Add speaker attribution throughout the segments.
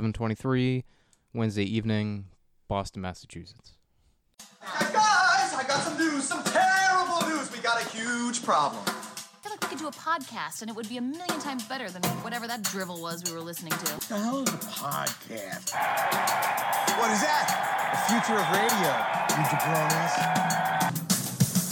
Speaker 1: 7:23 Wednesday evening, Boston, Massachusetts.
Speaker 2: Guys, I got some news, some terrible news. We got a huge problem.
Speaker 3: I feel like we could do a podcast and it would be a million times better than whatever that drivel was we were listening to.
Speaker 4: the hell is a podcast?
Speaker 2: What is that? The future of radio.
Speaker 4: You jabronis.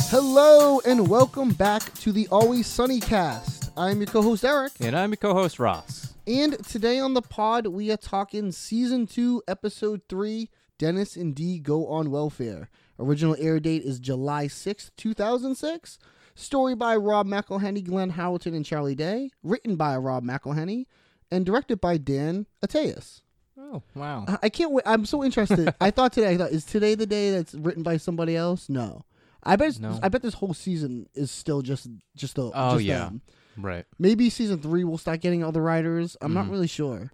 Speaker 5: Hello and welcome back to the Always Sunny cast. I'm your co host Eric,
Speaker 1: And I'm your co-host Ross.
Speaker 5: and today on the pod, we are talking season two, episode three Dennis and Dee Go on Welfare. Original air date is July sixth, two 2006. Story by Rob McElhenney, Glenn Howerton, and Charlie Day. Written by Rob McElhenney and directed by Dan Ateas.
Speaker 1: Oh, wow.
Speaker 5: I- I can't wait. I'm so interested. I thought today, I thought, is today the day that's written by somebody else? No. I bet it's,
Speaker 1: No.
Speaker 5: I bet this whole season is still just just the
Speaker 1: Oh,
Speaker 5: just
Speaker 1: yeah.
Speaker 5: them.
Speaker 1: Right.
Speaker 5: Maybe season three we'll start getting other writers. I'm not really sure.
Speaker 1: Mm.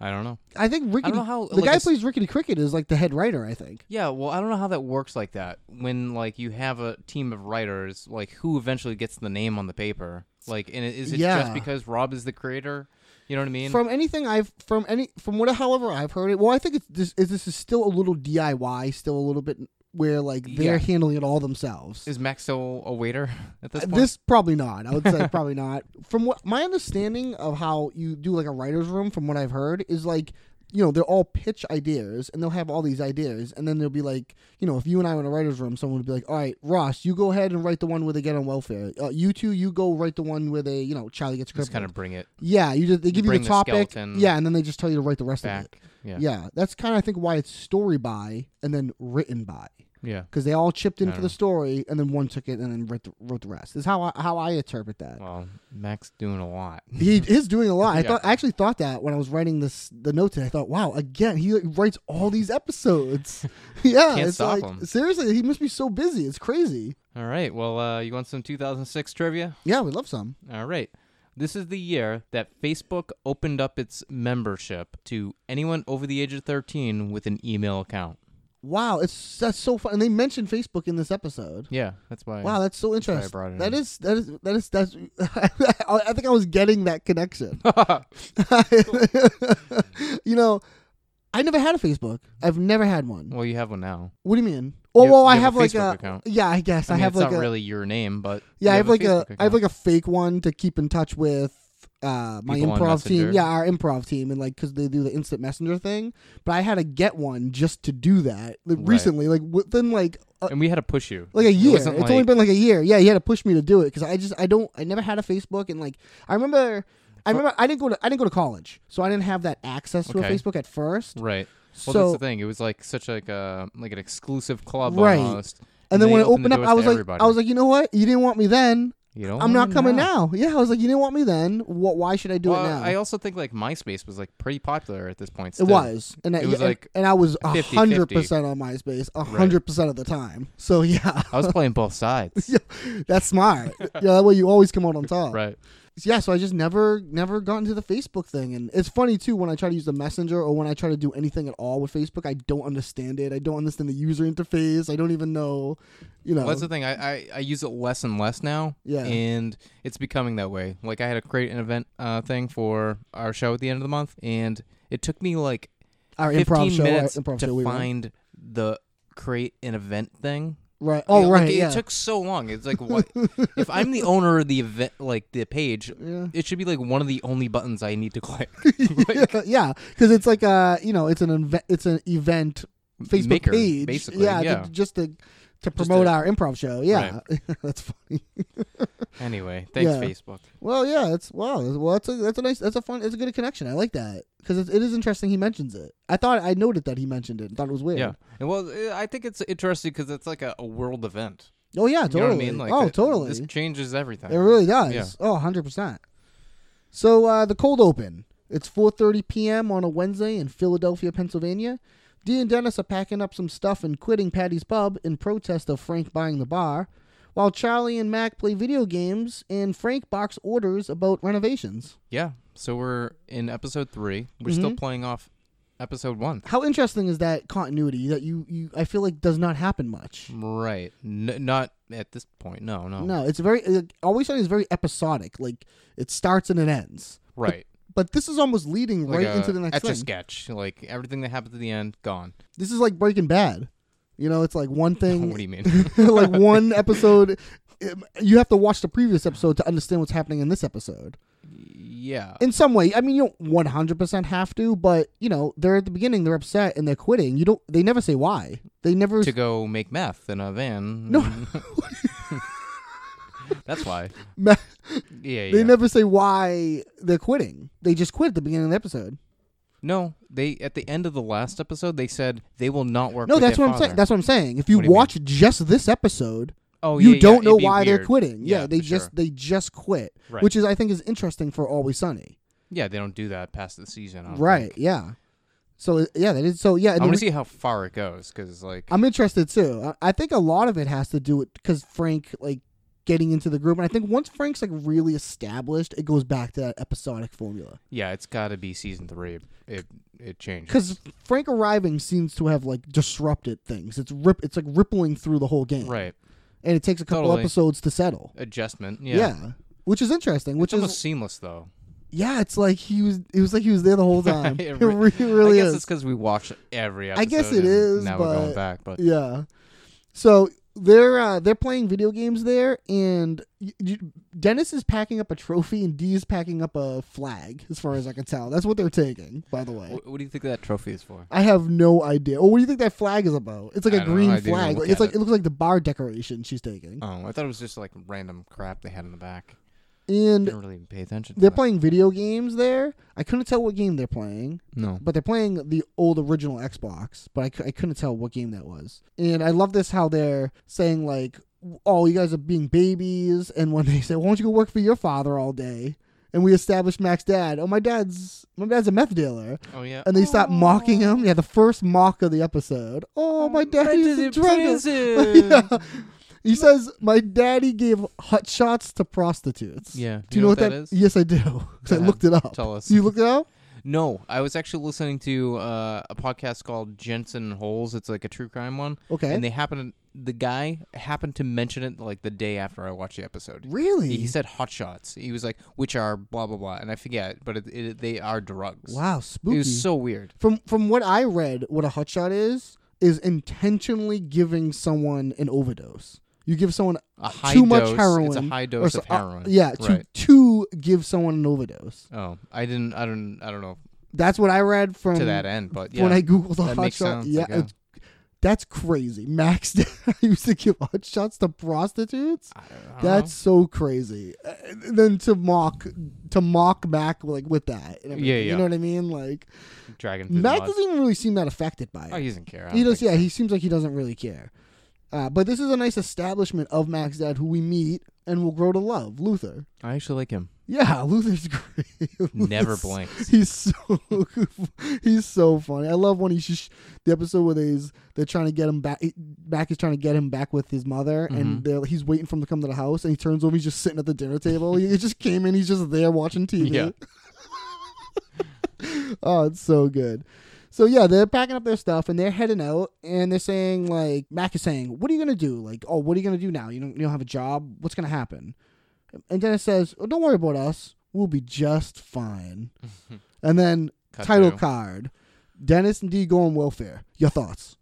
Speaker 1: I don't know.
Speaker 5: I think Rickety,
Speaker 1: know how,
Speaker 5: the
Speaker 1: like,
Speaker 5: guy
Speaker 1: I
Speaker 5: who
Speaker 1: s-
Speaker 5: plays Rickety Cricket is like the head writer. I think.
Speaker 1: Yeah, well, I don't know how that works like that. When like you have a team of writers, like who eventually gets the name on the paper? Like, and it- is it just
Speaker 5: Yeah.
Speaker 1: because Rob is the creator? You know what I mean?
Speaker 5: From anything I've from any from what however I've heard it. Well, I think it's this is this is still a little DIY, still a little bit where like they're
Speaker 1: Yeah.
Speaker 5: handling it all themselves.
Speaker 1: is Max still a waiter at this point?
Speaker 5: Uh, This probably not. I would say probably not. From what my understanding of how you do like a writer's room, from what I've heard, is like you know they're all pitch ideas and they'll have all these ideas and then they'll be like you know if you and I were in a writer's room, someone would be like, all right, Ross, you go ahead and write the one where they get on welfare. Uh, you two, you go write the one where they you know Charlie gets crippled.
Speaker 1: just kind of bring it
Speaker 5: yeah, you just they give you
Speaker 1: bring
Speaker 5: the
Speaker 1: the
Speaker 5: topic,
Speaker 1: skeleton
Speaker 5: yeah, and then they just tell you to write the rest of it.
Speaker 1: back. Yeah.
Speaker 5: yeah, that's kind of I think why it's story by and then written by
Speaker 1: Yeah.
Speaker 5: because they all chipped in
Speaker 1: I
Speaker 5: for
Speaker 1: don't
Speaker 5: the
Speaker 1: know.
Speaker 5: story, and then one took it and then wrote the, wrote the rest. Is how I, how I interpret that.
Speaker 1: Well, Max doing a lot.
Speaker 5: He is doing a lot. I
Speaker 1: Yeah.
Speaker 5: thought I actually thought that when I was writing this the note today. I thought, wow, again he like, writes all these episodes. yeah,
Speaker 1: Can't
Speaker 5: it's
Speaker 1: stop
Speaker 5: like
Speaker 1: him.
Speaker 5: seriously, he must be so busy. It's crazy.
Speaker 1: All right. Well, uh, you want some 2006 trivia?
Speaker 5: Yeah, we love some.
Speaker 1: All right. This is the year that Facebook opened up its membership to anyone over the age of 13 with an email account.
Speaker 5: Wow, it's that's so fun. And they mentioned Facebook in this episode.
Speaker 1: Yeah, that's why.
Speaker 5: Wow, that's so
Speaker 1: why I
Speaker 5: interesting.
Speaker 1: brought it
Speaker 5: That
Speaker 1: in.
Speaker 5: is that is that is that's. I I think I was getting that connection. you know, I never had a Facebook. I've never had one.
Speaker 1: well, you have one now.
Speaker 5: What do you mean? Oh,
Speaker 1: You-
Speaker 5: well,
Speaker 1: you
Speaker 5: I
Speaker 1: have a
Speaker 5: have, like
Speaker 1: Facebook
Speaker 5: a
Speaker 1: account.
Speaker 5: yeah. I guess
Speaker 1: I,
Speaker 5: I,
Speaker 1: mean,
Speaker 5: have
Speaker 1: it's
Speaker 5: like
Speaker 1: not
Speaker 5: a
Speaker 1: really your name, but
Speaker 5: yeah. I have like a
Speaker 1: a
Speaker 5: I have like a fake one to keep in touch with uh my
Speaker 1: People on
Speaker 5: improv team.
Speaker 1: Messenger.
Speaker 5: Yeah, our improv team, and like because they do the instant messenger thing. But I had to get one just to do that like,
Speaker 1: Right.
Speaker 5: recently, like within like a,
Speaker 1: and we had to push you
Speaker 5: like a
Speaker 1: It
Speaker 5: year. It's
Speaker 1: wasn't
Speaker 5: only
Speaker 1: like-
Speaker 5: been like a year. Yeah, he had to push me to do it because I just I don't I never had a Facebook and like I remember I remember I didn't go to I didn't go to college, so I didn't have that access to
Speaker 1: Okay.
Speaker 5: a Facebook at first.
Speaker 1: right. Well,
Speaker 5: So-
Speaker 1: that's the thing. It was like such like a like an exclusive club
Speaker 5: Right.
Speaker 1: almost.
Speaker 5: And then
Speaker 1: they
Speaker 5: when it
Speaker 1: opened
Speaker 5: opened
Speaker 1: the
Speaker 5: up,
Speaker 1: doors
Speaker 5: I
Speaker 1: to
Speaker 5: was like
Speaker 1: everybody.
Speaker 5: I was like, you know what? You didn't want me then.
Speaker 1: you don't
Speaker 5: I'm not
Speaker 1: wanna
Speaker 5: coming
Speaker 1: know.
Speaker 5: now. Yeah, I was like, you didn't want me then. What? Why should I do
Speaker 1: Oh, Well,
Speaker 5: it now?
Speaker 1: I also think like MySpace was like pretty popular at this point.
Speaker 5: it
Speaker 1: still.
Speaker 5: was, and I,
Speaker 1: It was
Speaker 5: and-
Speaker 1: like
Speaker 5: and I was
Speaker 1: 50-50.
Speaker 5: hundred percent on MySpace, hundred percent of the time. So yeah,
Speaker 1: I was playing both sides.
Speaker 5: Yeah, that's smart. yeah, that way you always come out on top.
Speaker 1: Right.
Speaker 5: yeah, so I just never never got into the Facebook thing. And it's funny too when I try to use the messenger or when I try to do anything at all with Facebook, I don't understand it. I don't understand the user interface. I don't even know you know
Speaker 1: Well, that's the thing. I, I, I use it less and less now.
Speaker 5: Yeah.
Speaker 1: And it's becoming that way. Like, I had to create an event uh, thing for our show at the end of the month, and it took me like
Speaker 5: our
Speaker 1: 15
Speaker 5: improv show, our
Speaker 1: minutes
Speaker 5: improv
Speaker 1: to
Speaker 5: show we run.
Speaker 1: find the create an event thing.
Speaker 5: Right. Oh
Speaker 1: It- like,
Speaker 5: right.
Speaker 1: It
Speaker 5: yeah.
Speaker 1: took so long. It's like, what? if I'm the owner of the event, like the page,
Speaker 5: Yeah.
Speaker 1: it should be like one of the only buttons I need to click.
Speaker 5: yeah, yeah, because it's like a you know it's an event it's an event Facebook
Speaker 1: Maker,
Speaker 5: page,
Speaker 1: basically,
Speaker 5: yeah, to-
Speaker 1: yeah.
Speaker 5: just to to promote
Speaker 1: to-
Speaker 5: our improv show. Yeah, that's funny.
Speaker 1: anyway, thanks,
Speaker 5: Yeah.
Speaker 1: Facebook.
Speaker 5: Well, yeah, that's wow. Well, that's a that's a nice that's a fun it's a good connection. I like that because it, it is interesting. He mentions it. I thought I noted that he mentioned it. and Thought it was weird.
Speaker 1: Yeah. And well, eh, I think it's interesting because it's like a, a world event.
Speaker 5: Oh yeah,
Speaker 1: You
Speaker 5: totally.
Speaker 1: know what I mean? Like,
Speaker 5: oh,
Speaker 1: it-
Speaker 5: totally.
Speaker 1: This changes everything.
Speaker 5: It really does.
Speaker 1: Yeah.
Speaker 5: Oh, 100%. So uh, the cold open. It's 4:30 p.m. on a Wednesday in Philadelphia, Pennsylvania. Dee and Dennis are packing up some stuff and quitting Patty's Pub in protest of Frank buying the bar, while Charlie and Mac play video games and Frank box orders about renovations.
Speaker 1: Yeah. So we're in episode three. We're
Speaker 5: Mm-hmm.
Speaker 1: still playing off episode one.
Speaker 5: How interesting is that continuity that you, you I feel like does not happen much.
Speaker 1: Right. N- not at this point. No, no.
Speaker 5: uh, No, it's very it, always Sunny is very episodic. Like it starts and it ends.
Speaker 1: Right.
Speaker 5: But this is almost leading
Speaker 1: Like
Speaker 5: right
Speaker 1: a
Speaker 5: into the next
Speaker 1: etch
Speaker 5: thing.
Speaker 1: a sketch. Like everything that happens at the end, gone.
Speaker 5: This is like Breaking Bad. You know, it's like one thing.
Speaker 1: What do you mean?
Speaker 5: like one episode. um, You have to watch the previous episode to understand what's happening in this episode.
Speaker 1: yeah.
Speaker 5: In some way, I mean, you don't one hundred percent have to, but you know, they're at the beginning, they're upset, and they're quitting. You don't. They never say why. They never.
Speaker 1: to go make meth in a van.
Speaker 5: No.
Speaker 1: That's why.
Speaker 5: they
Speaker 1: Yeah, yeah.
Speaker 5: never say why they're quitting. They just quit at the beginning of the episode.
Speaker 1: No, they at the end of the last episode they said they will not work.
Speaker 5: No,
Speaker 1: with
Speaker 5: that's
Speaker 1: their
Speaker 5: what I'm saying.
Speaker 1: father.
Speaker 5: That's what I'm saying. If you
Speaker 1: What do you mean?
Speaker 5: watch just this episode,
Speaker 1: oh,
Speaker 5: you
Speaker 1: yeah, yeah,
Speaker 5: don't know
Speaker 1: it'd be
Speaker 5: why they're
Speaker 1: weird.
Speaker 5: quitting. Yeah, they
Speaker 1: for
Speaker 5: just
Speaker 1: sure.
Speaker 5: they just quit,
Speaker 1: Right.
Speaker 5: which is I think is interesting for Always Sunny.
Speaker 1: yeah they don't do that past the season. I don't
Speaker 5: Right?
Speaker 1: think.
Speaker 5: Yeah. So it- yeah, that is so yeah. and Um,
Speaker 1: I
Speaker 5: the
Speaker 1: want to
Speaker 5: re-
Speaker 1: see how far it goes because like
Speaker 5: I'm interested too. I, I think a lot of it has to do with because Frank like getting into the group, and I think once Frank's like really established, it goes back to that episodic formula.
Speaker 1: yeah, it's got to be season three. It it changed.
Speaker 5: Because Frank arriving seems to have like disrupted things. It's rip. It's like rippling through the whole game,
Speaker 1: Right,
Speaker 5: And it takes a couple
Speaker 1: Totally.
Speaker 5: episodes to settle.
Speaker 1: adjustment. Yeah,
Speaker 5: Yeah. which is interesting. Which
Speaker 1: it's almost
Speaker 5: is
Speaker 1: seamless though.
Speaker 5: yeah, it's like he was. It was like he was there the whole time. it,
Speaker 1: re-
Speaker 5: re- really
Speaker 1: I guess
Speaker 5: is.
Speaker 1: it's because we watch every episode.
Speaker 5: I guess it
Speaker 1: and
Speaker 5: is,
Speaker 1: Now we're going
Speaker 5: but-
Speaker 1: back, but
Speaker 5: Yeah. So they're uh, they're playing video games there, and y y Dennis is packing up a trophy, and Dee is packing up a flag. As far as I can tell, that's what they're taking. By the way,
Speaker 1: what, what do you think that trophy is for?
Speaker 5: I have no idea. Oh, what do you think that flag is about? It's like
Speaker 1: I
Speaker 5: a
Speaker 1: don't know.
Speaker 5: green
Speaker 1: I didn't
Speaker 5: flag.
Speaker 1: look
Speaker 5: Like, it's
Speaker 1: at
Speaker 5: like
Speaker 1: it.
Speaker 5: it looks like the bar decoration she's taking,
Speaker 1: Oh, I thought it was just like random crap they had in the back.
Speaker 5: and
Speaker 1: didn't really even pay attention. To
Speaker 5: they're
Speaker 1: that.
Speaker 5: playing video games there. I couldn't tell what game they're playing.
Speaker 1: No.
Speaker 5: but they're playing the old original Xbox, but I, cou- I couldn't tell what game that was. And I love this how they're saying like, "Oh, you guys are being babies," and when they say, "Why don't you go work for your father all day?" and we established Mac's dad. Oh, my dad's my dad's a meth dealer,
Speaker 1: Oh yeah.
Speaker 5: and they stop mocking him. Yeah, the first mock of the episode. Oh,
Speaker 1: Mm,
Speaker 5: my dad is a drug dealer. yeah. He says, "My daddy gave hot shots to prostitutes."
Speaker 1: Yeah.
Speaker 5: Do you, know, what that
Speaker 1: is?
Speaker 5: Yes, I do. 'Cause I
Speaker 1: ahead.
Speaker 5: looked it up.
Speaker 1: Tell us.
Speaker 5: You looked it up?
Speaker 1: No, I was actually listening to uh, a podcast called Jensen and Holes. It's like a true crime one.
Speaker 5: Okay.
Speaker 1: And they happened. The guy happened to mention it like the day after I watched the episode.
Speaker 5: Really?
Speaker 1: He said hot shots. He was like, which are blah blah blah, and I forget, but it, it, they are drugs.
Speaker 5: Wow,
Speaker 1: It
Speaker 5: spooky.
Speaker 1: was so weird.
Speaker 5: from from what I read, what a hot shot is is intentionally giving someone an overdose. You give someone
Speaker 1: A high
Speaker 5: too much
Speaker 1: dose- it's a
Speaker 5: heroin.
Speaker 1: high
Speaker 5: or
Speaker 1: dose
Speaker 5: so-
Speaker 1: of heroin.
Speaker 5: uh, yeah, to
Speaker 1: Right.
Speaker 5: to give someone an overdose.
Speaker 1: Oh, I didn't. I don't. I don't know
Speaker 5: That's what I read from
Speaker 1: to that end, but yeah.
Speaker 5: Um, when I googled a
Speaker 1: that
Speaker 5: hot
Speaker 1: makes
Speaker 5: shot.
Speaker 1: sense,
Speaker 5: Yeah,
Speaker 1: okay.
Speaker 5: it's- that's crazy. Max used to give hot shots to prostitutes. That's so crazy. Uh, and then to mock to mock Mac like with that. and everything,
Speaker 1: Yeah,
Speaker 5: You
Speaker 1: yeah.
Speaker 5: know what I mean? Like
Speaker 1: dragon. through the
Speaker 5: Mac
Speaker 1: mud.
Speaker 5: doesn't even really seem that affected by it.
Speaker 1: Oh, he doesn't care. I
Speaker 5: he
Speaker 1: don't
Speaker 5: does.
Speaker 1: think
Speaker 5: Yeah, he seems like he doesn't really care. Uh, but this is a nice establishment of Mac's dad, who we meet and will grow to love, Luther.
Speaker 1: so. I actually like him.
Speaker 5: Yeah, Luther's great.
Speaker 1: Never
Speaker 5: Luther's-
Speaker 1: blinks.
Speaker 5: He's so he's so funny. I love when he's just, the episode where they's they're trying to get him back. Mac is trying to get him back with his mother,
Speaker 1: Mm-hmm.
Speaker 5: and they're, he's waiting for him to come to the house. And he turns over. He's just sitting at the dinner table. he just came in. He's just there watching TV.
Speaker 1: Yeah.
Speaker 5: Oh, it's so good. So yeah, they're packing up their stuff and they're heading out and they're saying like Mac is saying, "What are you gonna do? Like, oh, what are you gonna do now? You don't you don't have a job. What's gonna happen?" And Dennis says, oh, "Don't worry about us. We'll be just fine." and then
Speaker 1: Cut
Speaker 5: title
Speaker 1: to.
Speaker 5: card, Dennis and D go on welfare. Your thoughts?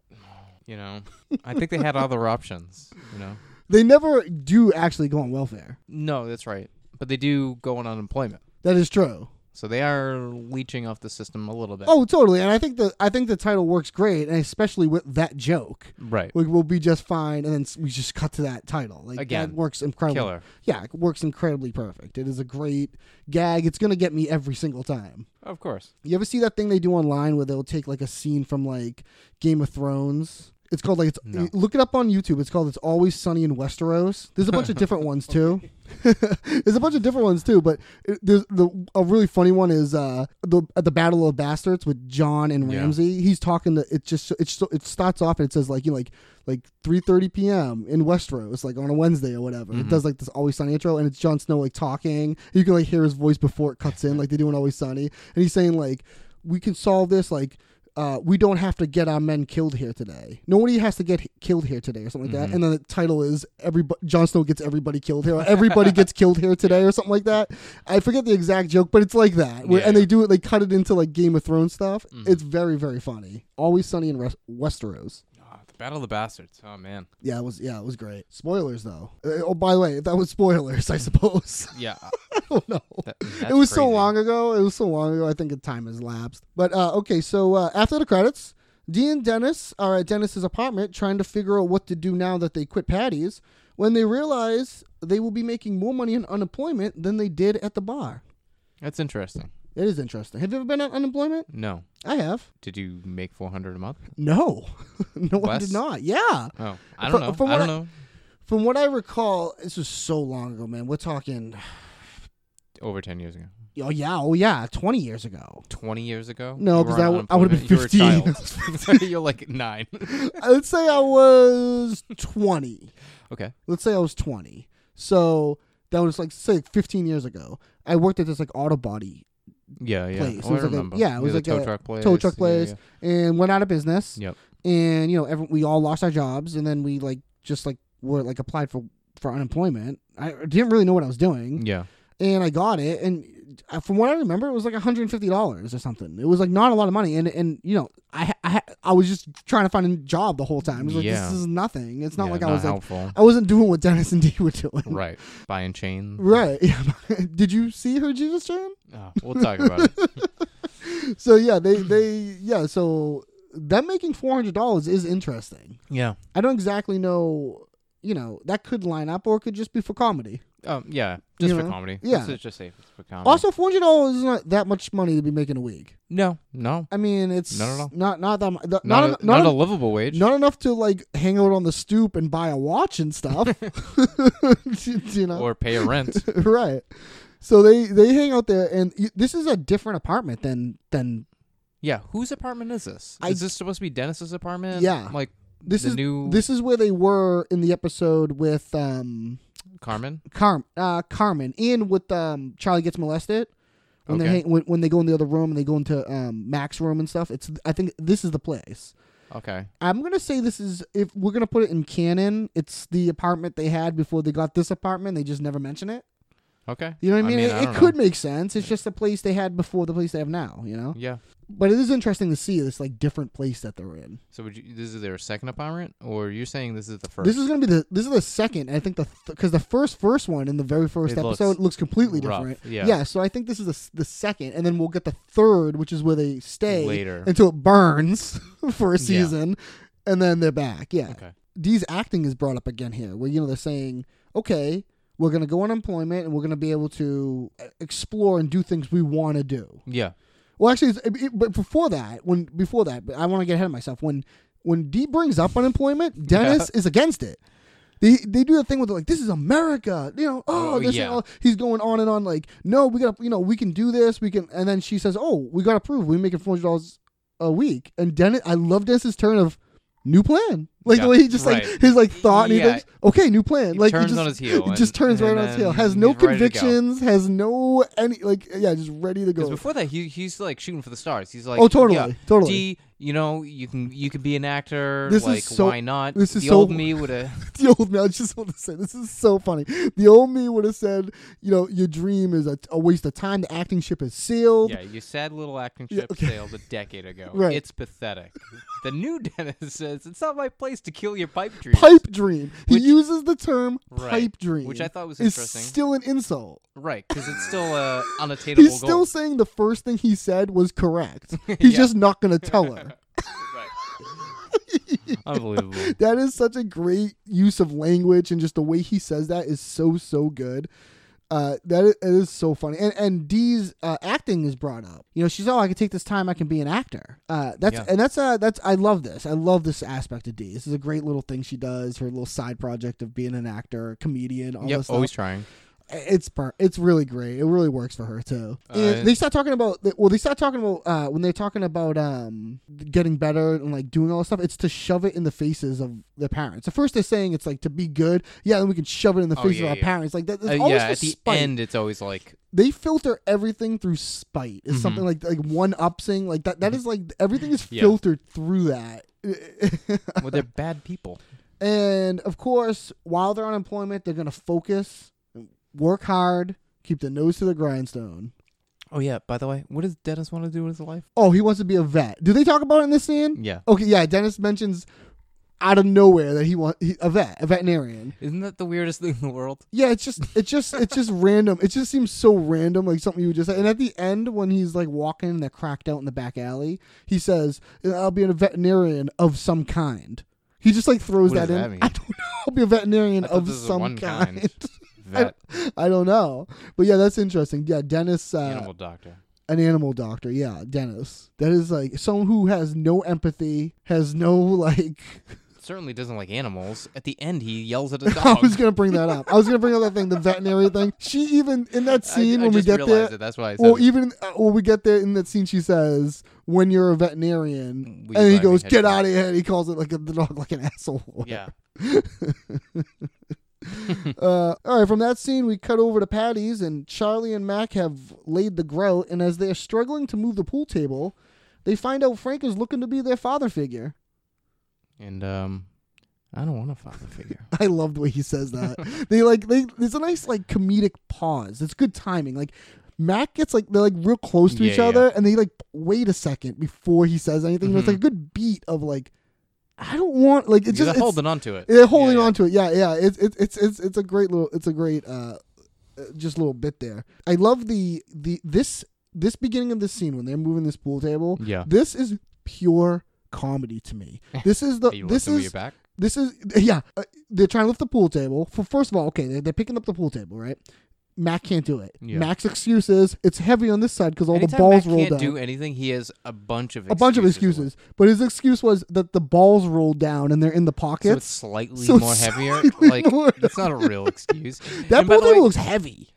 Speaker 1: You know, I think they had other options. You know,
Speaker 5: They never do actually go on welfare.
Speaker 1: no, that's right. But they do go on unemployment,
Speaker 5: That is true.
Speaker 1: so they are leeching off the system a little bit.
Speaker 5: Oh, totally. And I think the I think the title works great, and especially with that joke.
Speaker 1: right.
Speaker 5: we will be just fine and then s- we just cut to that title like
Speaker 1: Again,
Speaker 5: that works incredibly
Speaker 1: killer.
Speaker 5: yeah it works incredibly perfect it is a great gag it's gonna get me every single time
Speaker 1: Of course.
Speaker 5: you ever see that thing they do online where they'll take like a scene from like game of thrones it's called like it's
Speaker 1: No.
Speaker 5: look it up on YouTube. It's called It's Always Sunny in Westeros. There's a bunch of different ones too. there's a bunch of different ones too, but it, there's the a really funny one is uh the at the Battle of Bastards with John and
Speaker 1: Yeah.
Speaker 5: Ramsey. He's talking to it just it's so- it starts off and it says like you know, like like 3:30 p.m. in Westeros like on a Wednesday or whatever. It does like this Always Sunny intro and it's Jon Snow like talking. You can like hear his voice before it cuts in like they do in Always Sunny and he's saying like we can solve this like uh, we don't have to get our men killed here today. Nobody has to get h- killed here today, or something like that. And then the title is everybody. Jon Snow gets everybody killed here. Or everybody gets killed here today, or something like that. I forget the exact joke, but it's like that. Where, And
Speaker 1: Yeah.
Speaker 5: they do it. They cut it into like Game of Thrones stuff.
Speaker 1: Mm-hmm.
Speaker 5: It's very very funny. Always sunny in Res- Westeros.
Speaker 1: Ah, the Battle of the Bastards. Oh man.
Speaker 5: Yeah, it was. Yeah, it was great. Spoilers though. Uh, oh, by the way, that was spoilers, I suppose.
Speaker 1: Yeah.
Speaker 5: I don't know.
Speaker 1: Mm-hmm. That-
Speaker 5: it
Speaker 1: that's
Speaker 5: was so
Speaker 1: crazy.
Speaker 5: long ago. It was so long ago. I think the time has lapsed. But uh, okay, so uh, after the credits, Dee and Dennis are at Dennis's apartment trying to figure out what to do now that they quit Patty's. When they realize they will be making more money in unemployment than they did at the bar.
Speaker 1: That's interesting.
Speaker 5: It is interesting. Have you ever been on unemployment?
Speaker 1: No.
Speaker 5: I have.
Speaker 1: Did you make 400 a month?
Speaker 5: No, no, I
Speaker 1: Less?
Speaker 5: did not. Yeah.
Speaker 1: Oh, I don't
Speaker 5: From-
Speaker 1: know.
Speaker 5: from
Speaker 1: I
Speaker 5: what
Speaker 1: don't
Speaker 5: I-
Speaker 1: know.
Speaker 5: From what I recall, this was so long ago, man. We're talking.
Speaker 1: Over 10 years ago.
Speaker 5: Oh yeah, oh yeah, twenty years ago.
Speaker 1: 20 years ago?
Speaker 5: No,
Speaker 1: You
Speaker 5: 'cause
Speaker 1: were on
Speaker 5: I w- I would've been
Speaker 1: unemployment?
Speaker 5: 15.
Speaker 1: You are like 9.
Speaker 5: Let's say I was twenty.
Speaker 1: okay.
Speaker 5: Let's say I was twenty. So that was like say like fifteen years ago. I worked at this like auto body
Speaker 1: Yeah, yeah.
Speaker 5: place.
Speaker 1: Oh, I
Speaker 5: it was like
Speaker 1: remember.
Speaker 5: a, yeah, it was
Speaker 1: the
Speaker 5: like
Speaker 1: tow
Speaker 5: a
Speaker 1: truck place.
Speaker 5: tow truck
Speaker 1: Yeah,
Speaker 5: place,
Speaker 1: yeah.
Speaker 5: and went out of business.
Speaker 1: Yep.
Speaker 5: And you know, every, we all lost our jobs, and then we like just like were like applied for for unemployment. I didn't really know what I was doing.
Speaker 1: Yeah.
Speaker 5: and I got it. And uh, from what I remember, it was like $150 or something. It was like not a lot of money. And and you know, I ha- I, ha- I was just trying to find a job the whole time. It was like
Speaker 1: Yeah.
Speaker 5: this is nothing. It's not
Speaker 1: Yeah,
Speaker 5: like
Speaker 1: not
Speaker 5: I was
Speaker 1: helpful.
Speaker 5: like I wasn't doing what Dennis and Dee were doing.
Speaker 1: right. Buying chains.
Speaker 5: Right. Yeah. Did you see her Jesus chain?
Speaker 1: Oh, we'll talk about it.
Speaker 5: So yeah, they they yeah. So them making four hundred dollars is interesting.
Speaker 1: Yeah.
Speaker 5: I don't exactly know. You know that could line up or it could just be for comedy.
Speaker 1: Um, yeah. Just
Speaker 5: You
Speaker 1: for
Speaker 5: know?
Speaker 1: comedy.
Speaker 5: Yeah.
Speaker 1: Let's just- just say it's for comedy.
Speaker 5: Also, four hundred dollars is not that much money to be making a week.
Speaker 1: no, no.
Speaker 5: I mean, it's
Speaker 1: Not at all.
Speaker 5: not not that mu- the-
Speaker 1: Not,
Speaker 5: not,
Speaker 1: a,
Speaker 5: en-
Speaker 1: not,
Speaker 5: not,
Speaker 1: a
Speaker 5: en-
Speaker 1: livable wage.
Speaker 5: not enough to like hang out on the stoop and buy a watch and stuff. you know,
Speaker 1: Or pay a rent.
Speaker 5: right? So they they hang out there, and y- this is a different apartment than than
Speaker 1: yeah. Whose apartment is this?
Speaker 5: I-
Speaker 1: is this supposed to be Dennis's apartment?
Speaker 5: Yeah.
Speaker 1: Like
Speaker 5: this
Speaker 1: the
Speaker 5: is
Speaker 1: new
Speaker 5: this is where they were in the episode with um
Speaker 1: Carmen?
Speaker 5: Carm uh Carmen and with um Charlie gets molested. When they
Speaker 1: Okay.
Speaker 5: hang, when, when they go in the other room and they go into um, Mac's room and stuff, it's I think this is the place.
Speaker 1: Okay.
Speaker 5: I'm gonna say this is if we're gonna put it in canon, it's the apartment they had before they got this apartment. They just never mention it.
Speaker 1: Okay.
Speaker 5: You know what I mean? it
Speaker 1: I
Speaker 5: it
Speaker 1: don't
Speaker 5: could
Speaker 1: know.
Speaker 5: make sense. It's just the place they had before the place they have now. You know,
Speaker 1: Yeah.
Speaker 5: but it is interesting to see this like different place that they're in.
Speaker 1: So would you, this is their second apartment, or you're saying this is the first?
Speaker 5: This is gonna be the this is the second. I think the because the first first one in the very first
Speaker 1: It looks
Speaker 5: episode looks, completely
Speaker 1: rough,
Speaker 5: different.
Speaker 1: yeah.
Speaker 5: So I think this is the, s- the second, and then we'll get the third, which is where they stay
Speaker 1: Later.
Speaker 5: until it burns for a season, and then they're back. Yeah.
Speaker 1: okay.
Speaker 5: Dee's acting is brought up again here, where you know they're saying, okay, we're gonna go on employment and we're gonna be able to uh, explore and do things we want to do.
Speaker 1: Yeah.
Speaker 5: Well, actually, it's, it, it- but before that, when before that, but I want to get ahead of myself. When when Dee brings up unemployment, Dennis is against it. They, they do the thing with like this is America, you know. Oh,
Speaker 1: Oh,
Speaker 5: this
Speaker 1: yeah.
Speaker 5: and all. he's going on and on like, no, we got to you know we can do this, we can. And then she says, oh, we got to prove we making four hundred dollars a week. And Dennis, I love Dennis's turn of new plan, like
Speaker 1: Yeah,
Speaker 5: the way he just
Speaker 1: right.
Speaker 5: like his like thought and
Speaker 1: Yeah.
Speaker 5: he like okay new plan,
Speaker 1: He
Speaker 5: like
Speaker 1: turns
Speaker 5: he just,
Speaker 1: on his heel
Speaker 5: he just
Speaker 1: and-
Speaker 5: turns right
Speaker 1: and
Speaker 5: on his heel,
Speaker 1: then
Speaker 5: has no
Speaker 1: he's ready to go.
Speaker 5: convictions, has no any like yeah, just ready to go.
Speaker 1: Because before that, he he's like shooting for the stars. He's like,
Speaker 5: Oh, totally,
Speaker 1: yeah,
Speaker 5: totally.
Speaker 1: D, you know, you can you can be an actor.
Speaker 5: This is
Speaker 1: like,
Speaker 5: so-
Speaker 1: why not?
Speaker 5: this is
Speaker 1: the
Speaker 5: so-
Speaker 1: old me would have.
Speaker 5: the old me. I just want to say this is so funny. The old me would have said, you know, your dream is a, a waste of time. The acting ship is sealed.
Speaker 1: Yeah, you sad little acting ship sailed a decade ago.
Speaker 5: Right.
Speaker 1: It's pathetic. the new Dennis says it's not my place to kill your pipe dreams.
Speaker 5: Pipe dream.
Speaker 1: Which-
Speaker 5: he uses the term
Speaker 1: Right.
Speaker 5: pipe dream,
Speaker 1: Which I thought was
Speaker 5: is
Speaker 1: interesting.
Speaker 5: Still an insult.
Speaker 1: Right, because it's still a unattainable
Speaker 5: He's still
Speaker 1: goal.
Speaker 5: saying the first thing he said was correct. He's
Speaker 1: Yeah.
Speaker 5: just not going to tell her.
Speaker 1: Right. Unbelievable.
Speaker 5: That is such a great use of language, and just the way he says that is so so good. Uh, that is, it is so funny, and and Dee's uh, acting is brought up. You know, she's oh, I can take this time, I can be an actor. Uh, that's
Speaker 1: Yeah.
Speaker 5: and that's uh, that's I love this. I love this aspect of Dee. This is a great little thing she does. Her little side project of being an actor, comedian, all
Speaker 1: Yep,
Speaker 5: this stuff.
Speaker 1: always trying.
Speaker 5: It's per- it's really great. It really works for her too.
Speaker 1: Uh,
Speaker 5: and they start talking about well, they start talking about uh, when they're talking about um, getting better and like doing all this stuff. It's to shove it in the faces of their parents. At first, they're saying it's like to be good. Yeah, then we can shove it in the
Speaker 1: Oh,
Speaker 5: faces
Speaker 1: yeah,
Speaker 5: of our
Speaker 1: yeah.
Speaker 5: parents. Like that,
Speaker 1: Uh,
Speaker 5: that's always
Speaker 1: yeah,
Speaker 5: for
Speaker 1: at the
Speaker 5: spite.
Speaker 1: end, it's always like
Speaker 5: They filter everything through spite. It's something like like one upsing like that. That is like everything is
Speaker 1: Mm-hmm. Yeah.
Speaker 5: filtered through that.
Speaker 1: well, they're bad people.
Speaker 5: And of course, while they're on unemployment, they're going to focus, work hard, keep their nose to the grindstone.
Speaker 1: Oh yeah. By the way, what does Dennis want to do with his life?
Speaker 5: Oh, he wants to be a vet. Do they talk about it in this scene?
Speaker 1: Yeah.
Speaker 5: Okay, yeah. Dennis mentions out of nowhere that he wants he, a vet, a veterinarian.
Speaker 1: Isn't that the weirdest thing in the world?
Speaker 5: Yeah, it's just it's just it's just random. It just seems so random, like something you would just say. And at the end, when he's like walking and they're cracked out in the back alley, he says, "Uh, "I'll be a veterinarian of some kind." He just like throws
Speaker 1: What
Speaker 5: that
Speaker 1: does
Speaker 5: in.
Speaker 1: that mean?
Speaker 5: I don't know. I'll be a veterinarian
Speaker 1: I thought
Speaker 5: of
Speaker 1: this was
Speaker 5: some
Speaker 1: one
Speaker 5: kind. uh,
Speaker 1: kind. Vet,
Speaker 5: I don't know, but yeah, that's interesting. Yeah, Dennis, uh,
Speaker 1: animal doctor.
Speaker 5: an animal doctor. Yeah, Dennis. That is like someone who has no empathy, has no like.
Speaker 1: Certainly doesn't like animals. At the end, he yells at a
Speaker 5: I
Speaker 1: dog.
Speaker 5: was gonna bring that up. I was gonna bring up that thing, the veterinary thing. She even in that
Speaker 1: I-
Speaker 5: scene
Speaker 1: I
Speaker 5: when we
Speaker 1: just
Speaker 5: get
Speaker 1: realized
Speaker 5: there.
Speaker 1: It. That's why I said.
Speaker 5: Well,
Speaker 1: it.
Speaker 5: even uh, when we get there in that scene, she says, "When you're a veterinarian,"
Speaker 1: We
Speaker 5: and he
Speaker 1: drive you
Speaker 5: goes,
Speaker 1: head
Speaker 5: "Get
Speaker 1: down."
Speaker 5: out of here!" And he calls it like a, the dog, like an asshole.
Speaker 1: yeah.
Speaker 5: Uh, all right, from that scene, we cut over to Patty's, and Charlie and Mac have laid the grout. And as they are struggling to move the pool table, they find out Frank is looking to be their father figure.
Speaker 1: And um, I don't want a father figure.
Speaker 5: I love the way he says that. they like they. There's a nice like comedic pause. It's good timing. Like Mac gets like they're like real close to each
Speaker 1: Yeah, Mm-hmm. yeah.
Speaker 5: other, and they like wait a second before he says anything. It's like a good beat of like, I don't want like
Speaker 1: Because
Speaker 5: it just
Speaker 1: they're
Speaker 5: it's-
Speaker 1: holding on to it.
Speaker 5: They're holding
Speaker 1: Yeah, yeah.
Speaker 5: on to it. Yeah, yeah. It's it's it's it's it's a great little. It's a great uh, uh, just little bit there. I love the the this this beginning of this scene when they're moving this pool table.
Speaker 1: Yeah.
Speaker 5: This is pure comedy to me. This is the
Speaker 1: Are you
Speaker 5: this
Speaker 1: lifting with your
Speaker 5: is
Speaker 1: back?
Speaker 5: this is yeah. Uh, they're trying to lift the pool table. For first of all, okay, they're, they're picking up the pool table, right? Mac can't do it.
Speaker 1: Yeah.
Speaker 5: Mac's excuse is it's heavy on this side because all
Speaker 1: Anytime
Speaker 5: the balls
Speaker 1: Mac
Speaker 5: rolled
Speaker 1: can't
Speaker 5: down
Speaker 1: do anything, he has a bunch of
Speaker 5: a bunch of
Speaker 1: away.
Speaker 5: excuses. But his excuse was that the balls rolled down and they're in the
Speaker 1: So it's
Speaker 5: pockets.
Speaker 1: slightly
Speaker 5: so
Speaker 1: more heavier.
Speaker 5: slightly
Speaker 1: like
Speaker 5: more-
Speaker 1: that's not a real excuse.
Speaker 5: that
Speaker 1: And by the
Speaker 5: pool
Speaker 1: way,
Speaker 5: table looks heavy.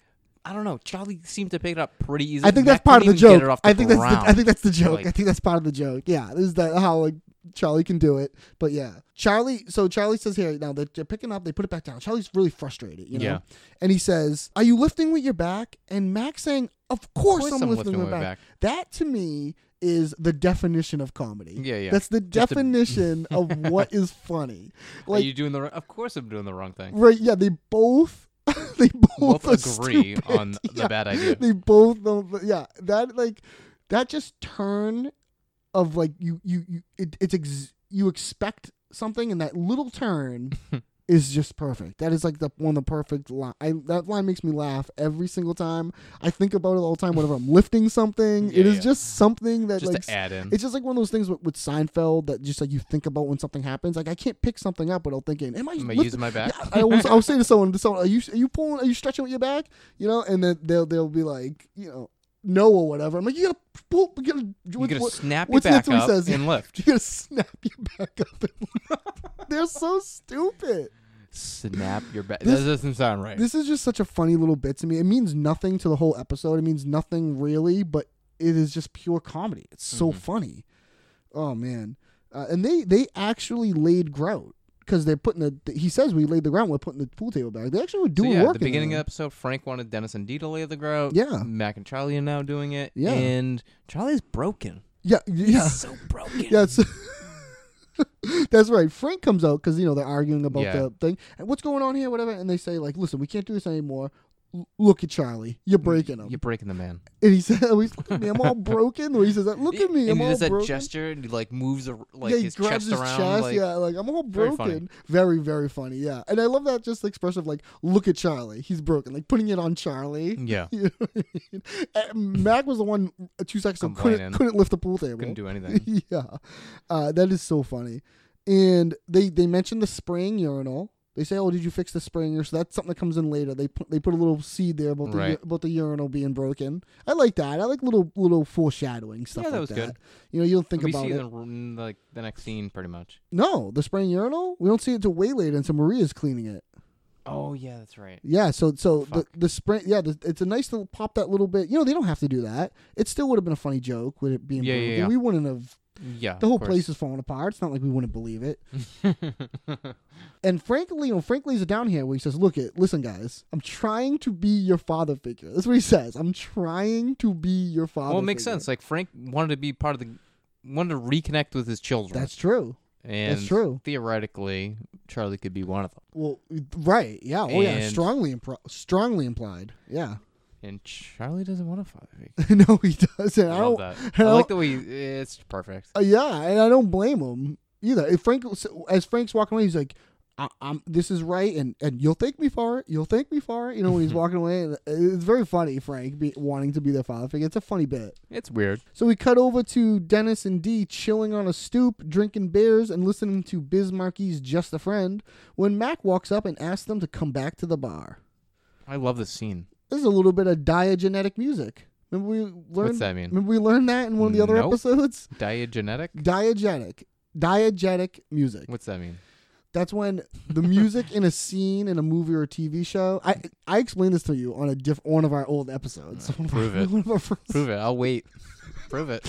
Speaker 1: I don't know. Charlie seemed to pick it up pretty easily.
Speaker 5: I think that's
Speaker 1: Mac
Speaker 5: part of the
Speaker 1: couldn't even
Speaker 5: joke.
Speaker 1: Get it off the
Speaker 5: I think that's the,
Speaker 1: ground.
Speaker 5: I think that's the joke.
Speaker 1: Like-
Speaker 5: I think that's part of the joke. Yeah, this is that how like Charlie can do it. But yeah, Charlie. So Charlie says here now that they're picking up, they put it back down. Charlie's really frustrated, you know.
Speaker 1: Yeah.
Speaker 5: And he says, "Are you lifting with your back?" And Max saying, "Of course,
Speaker 1: course
Speaker 5: I'm, lifting with my back. That to me is the definition of comedy.
Speaker 1: Yeah, yeah.
Speaker 5: That's the
Speaker 1: Just a-
Speaker 5: definition of what is funny.
Speaker 1: Are
Speaker 5: Like
Speaker 1: you doing the? wrong- Of course, I'm doing the wrong thing.
Speaker 5: Right? Yeah, they both they both,
Speaker 1: Both
Speaker 5: are
Speaker 1: agree
Speaker 5: stupid.
Speaker 1: on the
Speaker 5: Yeah,
Speaker 1: bad idea.
Speaker 5: They both don't. Yeah, that like that just turn of like you you you it, it's ex, you expect something and that little turn is just perfect. That is like the one of the perfect line. I, that line makes me laugh every single time. I think about it all the time whenever I'm lifting something.
Speaker 1: Yeah,
Speaker 5: it is
Speaker 1: yeah.
Speaker 5: just something that
Speaker 1: Just
Speaker 5: like
Speaker 1: to add in.
Speaker 5: it's just like one of those things with, with Seinfeld that just like you think about when something happens. Like I can't pick something up without thinking, "Am I,
Speaker 1: Am I
Speaker 5: lifting-
Speaker 1: using my back?
Speaker 5: I always I'll say to someone, to someone, are you are you pulling? Are you stretching with your back? You know, and then they'll they'll be like, you know, no or whatever. I'm like, you gotta pull, you gotta,
Speaker 1: You're gonna snap your
Speaker 5: what's the
Speaker 1: back
Speaker 5: next one he
Speaker 1: up
Speaker 5: says?
Speaker 1: and lift.
Speaker 5: You gotta snap your back up. And lift. They're so stupid.
Speaker 1: Snap your back.
Speaker 5: This-
Speaker 1: that doesn't sound right.
Speaker 5: This is just such a funny little bit to me. It means nothing to the whole episode. It means nothing really, but it is just pure comedy. It's so
Speaker 1: Mm-hmm.
Speaker 5: funny. Oh man, uh, and they they actually laid grout because they're putting the. He says we laid the ground. We're putting the pool table back. They actually were
Speaker 1: so
Speaker 5: doing
Speaker 1: yeah,
Speaker 5: work.
Speaker 1: at the
Speaker 5: in
Speaker 1: beginning
Speaker 5: there.
Speaker 1: of the episode, Frank wanted Dennis and Dee to lay the grout.
Speaker 5: Yeah.
Speaker 1: Mac and Charlie are now doing it.
Speaker 5: Yeah.
Speaker 1: And Charlie's broken.
Speaker 5: Yeah, yeah,
Speaker 1: So broken.
Speaker 5: yeah. It's, that's right. Frank comes out because you know they're arguing about
Speaker 1: Yeah.
Speaker 5: the thing and what's going on here, whatever. And they say like, "Listen, we can't do this anymore." L- Look at Charlie. You're breaking him.
Speaker 1: Mm, You're breaking the man.
Speaker 5: And he says, he's, "Look at me. I'm all broken." Or he says, that, "Look at me.
Speaker 1: and
Speaker 5: I'm
Speaker 1: he
Speaker 5: all
Speaker 1: does that
Speaker 5: broken."
Speaker 1: gesture and he like moves ar- like
Speaker 5: yeah, he
Speaker 1: his
Speaker 5: grabs
Speaker 1: chest
Speaker 5: his
Speaker 1: around.
Speaker 5: chest.
Speaker 1: like,
Speaker 5: yeah, like I'm all
Speaker 1: Very funny.
Speaker 5: broken. Very, very funny. Yeah, and I love that just expression of like, "Look at Charlie. He's broken." Like putting it on Charlie.
Speaker 1: Yeah.
Speaker 5: You know what I mean? And Mac was the one uh, two seconds ago couldn't,
Speaker 1: Complaining.
Speaker 5: couldn't lift the pool table.
Speaker 1: Couldn't do anything.
Speaker 5: yeah, uh, that is so funny. And they they mention the spraying urinal. They say, "Oh, did you fix the spraying?" urinal?" So that's something that comes in later. They put they put a little seed there about the
Speaker 1: Right.
Speaker 5: about the urinal being broken. I like that. I like little little foreshadowing stuff.
Speaker 1: Yeah, that
Speaker 5: like
Speaker 1: was good.
Speaker 5: You know, you don't think
Speaker 1: we
Speaker 5: about
Speaker 1: see
Speaker 5: it.
Speaker 1: the r- like the next scene pretty much.
Speaker 5: No, the spraying urinal. We don't see it till way later, until Maria's cleaning it.
Speaker 1: Oh yeah, that's right.
Speaker 5: Yeah, so so the, the spring, yeah, the, it's a nice little pop that little bit. You know, they don't have to do that. It still would have been a funny joke with it being.
Speaker 1: Yeah, yeah,
Speaker 5: Burger King.
Speaker 1: yeah.
Speaker 5: We wouldn't have.
Speaker 1: Yeah.
Speaker 5: The
Speaker 1: of
Speaker 5: whole
Speaker 1: course.
Speaker 5: place is falling apart. It's not like we wouldn't believe it. and frankly, you know, frankly, is down here where he says, "Look, it, listen, guys, I'm trying to be your father figure." That's what he says. I'm trying to be your father.
Speaker 1: Well, it makes
Speaker 5: figure."
Speaker 1: sense. Like Frank wanted to be part of the, wanted to reconnect with his children.
Speaker 5: That's true.
Speaker 1: and
Speaker 5: true.
Speaker 1: Theoretically, Charlie could be one of them.
Speaker 5: Well, right? Yeah. Oh, yeah.
Speaker 1: And-
Speaker 5: Strongly, impro- strongly implied. Yeah.
Speaker 1: And Charlie doesn't want a father figure.
Speaker 5: no, he doesn't.
Speaker 1: I
Speaker 5: I,
Speaker 1: love
Speaker 5: don't.
Speaker 1: that.
Speaker 5: I
Speaker 1: I
Speaker 5: don't-
Speaker 1: like the way it's perfect.
Speaker 5: Uh, yeah, and I don't blame him either. If Frank, as Frank's walking away, he's like, I, "I'm this is right, and and you'll thank me for it. You'll thank me for it." You know, when he's walking away, and uh, it's very funny. Frank be, wanting to be their father figure. It's a funny bit.
Speaker 1: It's weird.
Speaker 5: So we cut over to Dennis and Dee chilling on a stoop, drinking beers, and listening to Biz Markie's "Just a Friend." When Mac walks up and asks them to come back to the bar.
Speaker 1: I love this scene.
Speaker 5: This is a little bit of diegenetic music. Remember we learned
Speaker 1: that mean?
Speaker 5: Remember we learned that in one of the other
Speaker 1: Nope.
Speaker 5: episodes.
Speaker 1: Diegenetic.
Speaker 5: Diegetic. Diegetic music.
Speaker 1: What's that mean?
Speaker 5: That's when the music in a scene in a movie or a TV show. I I explained this to you on a diff one of our old episodes.
Speaker 1: prove it.
Speaker 5: One of our first-
Speaker 1: Prove it. I'll wait. Prove it.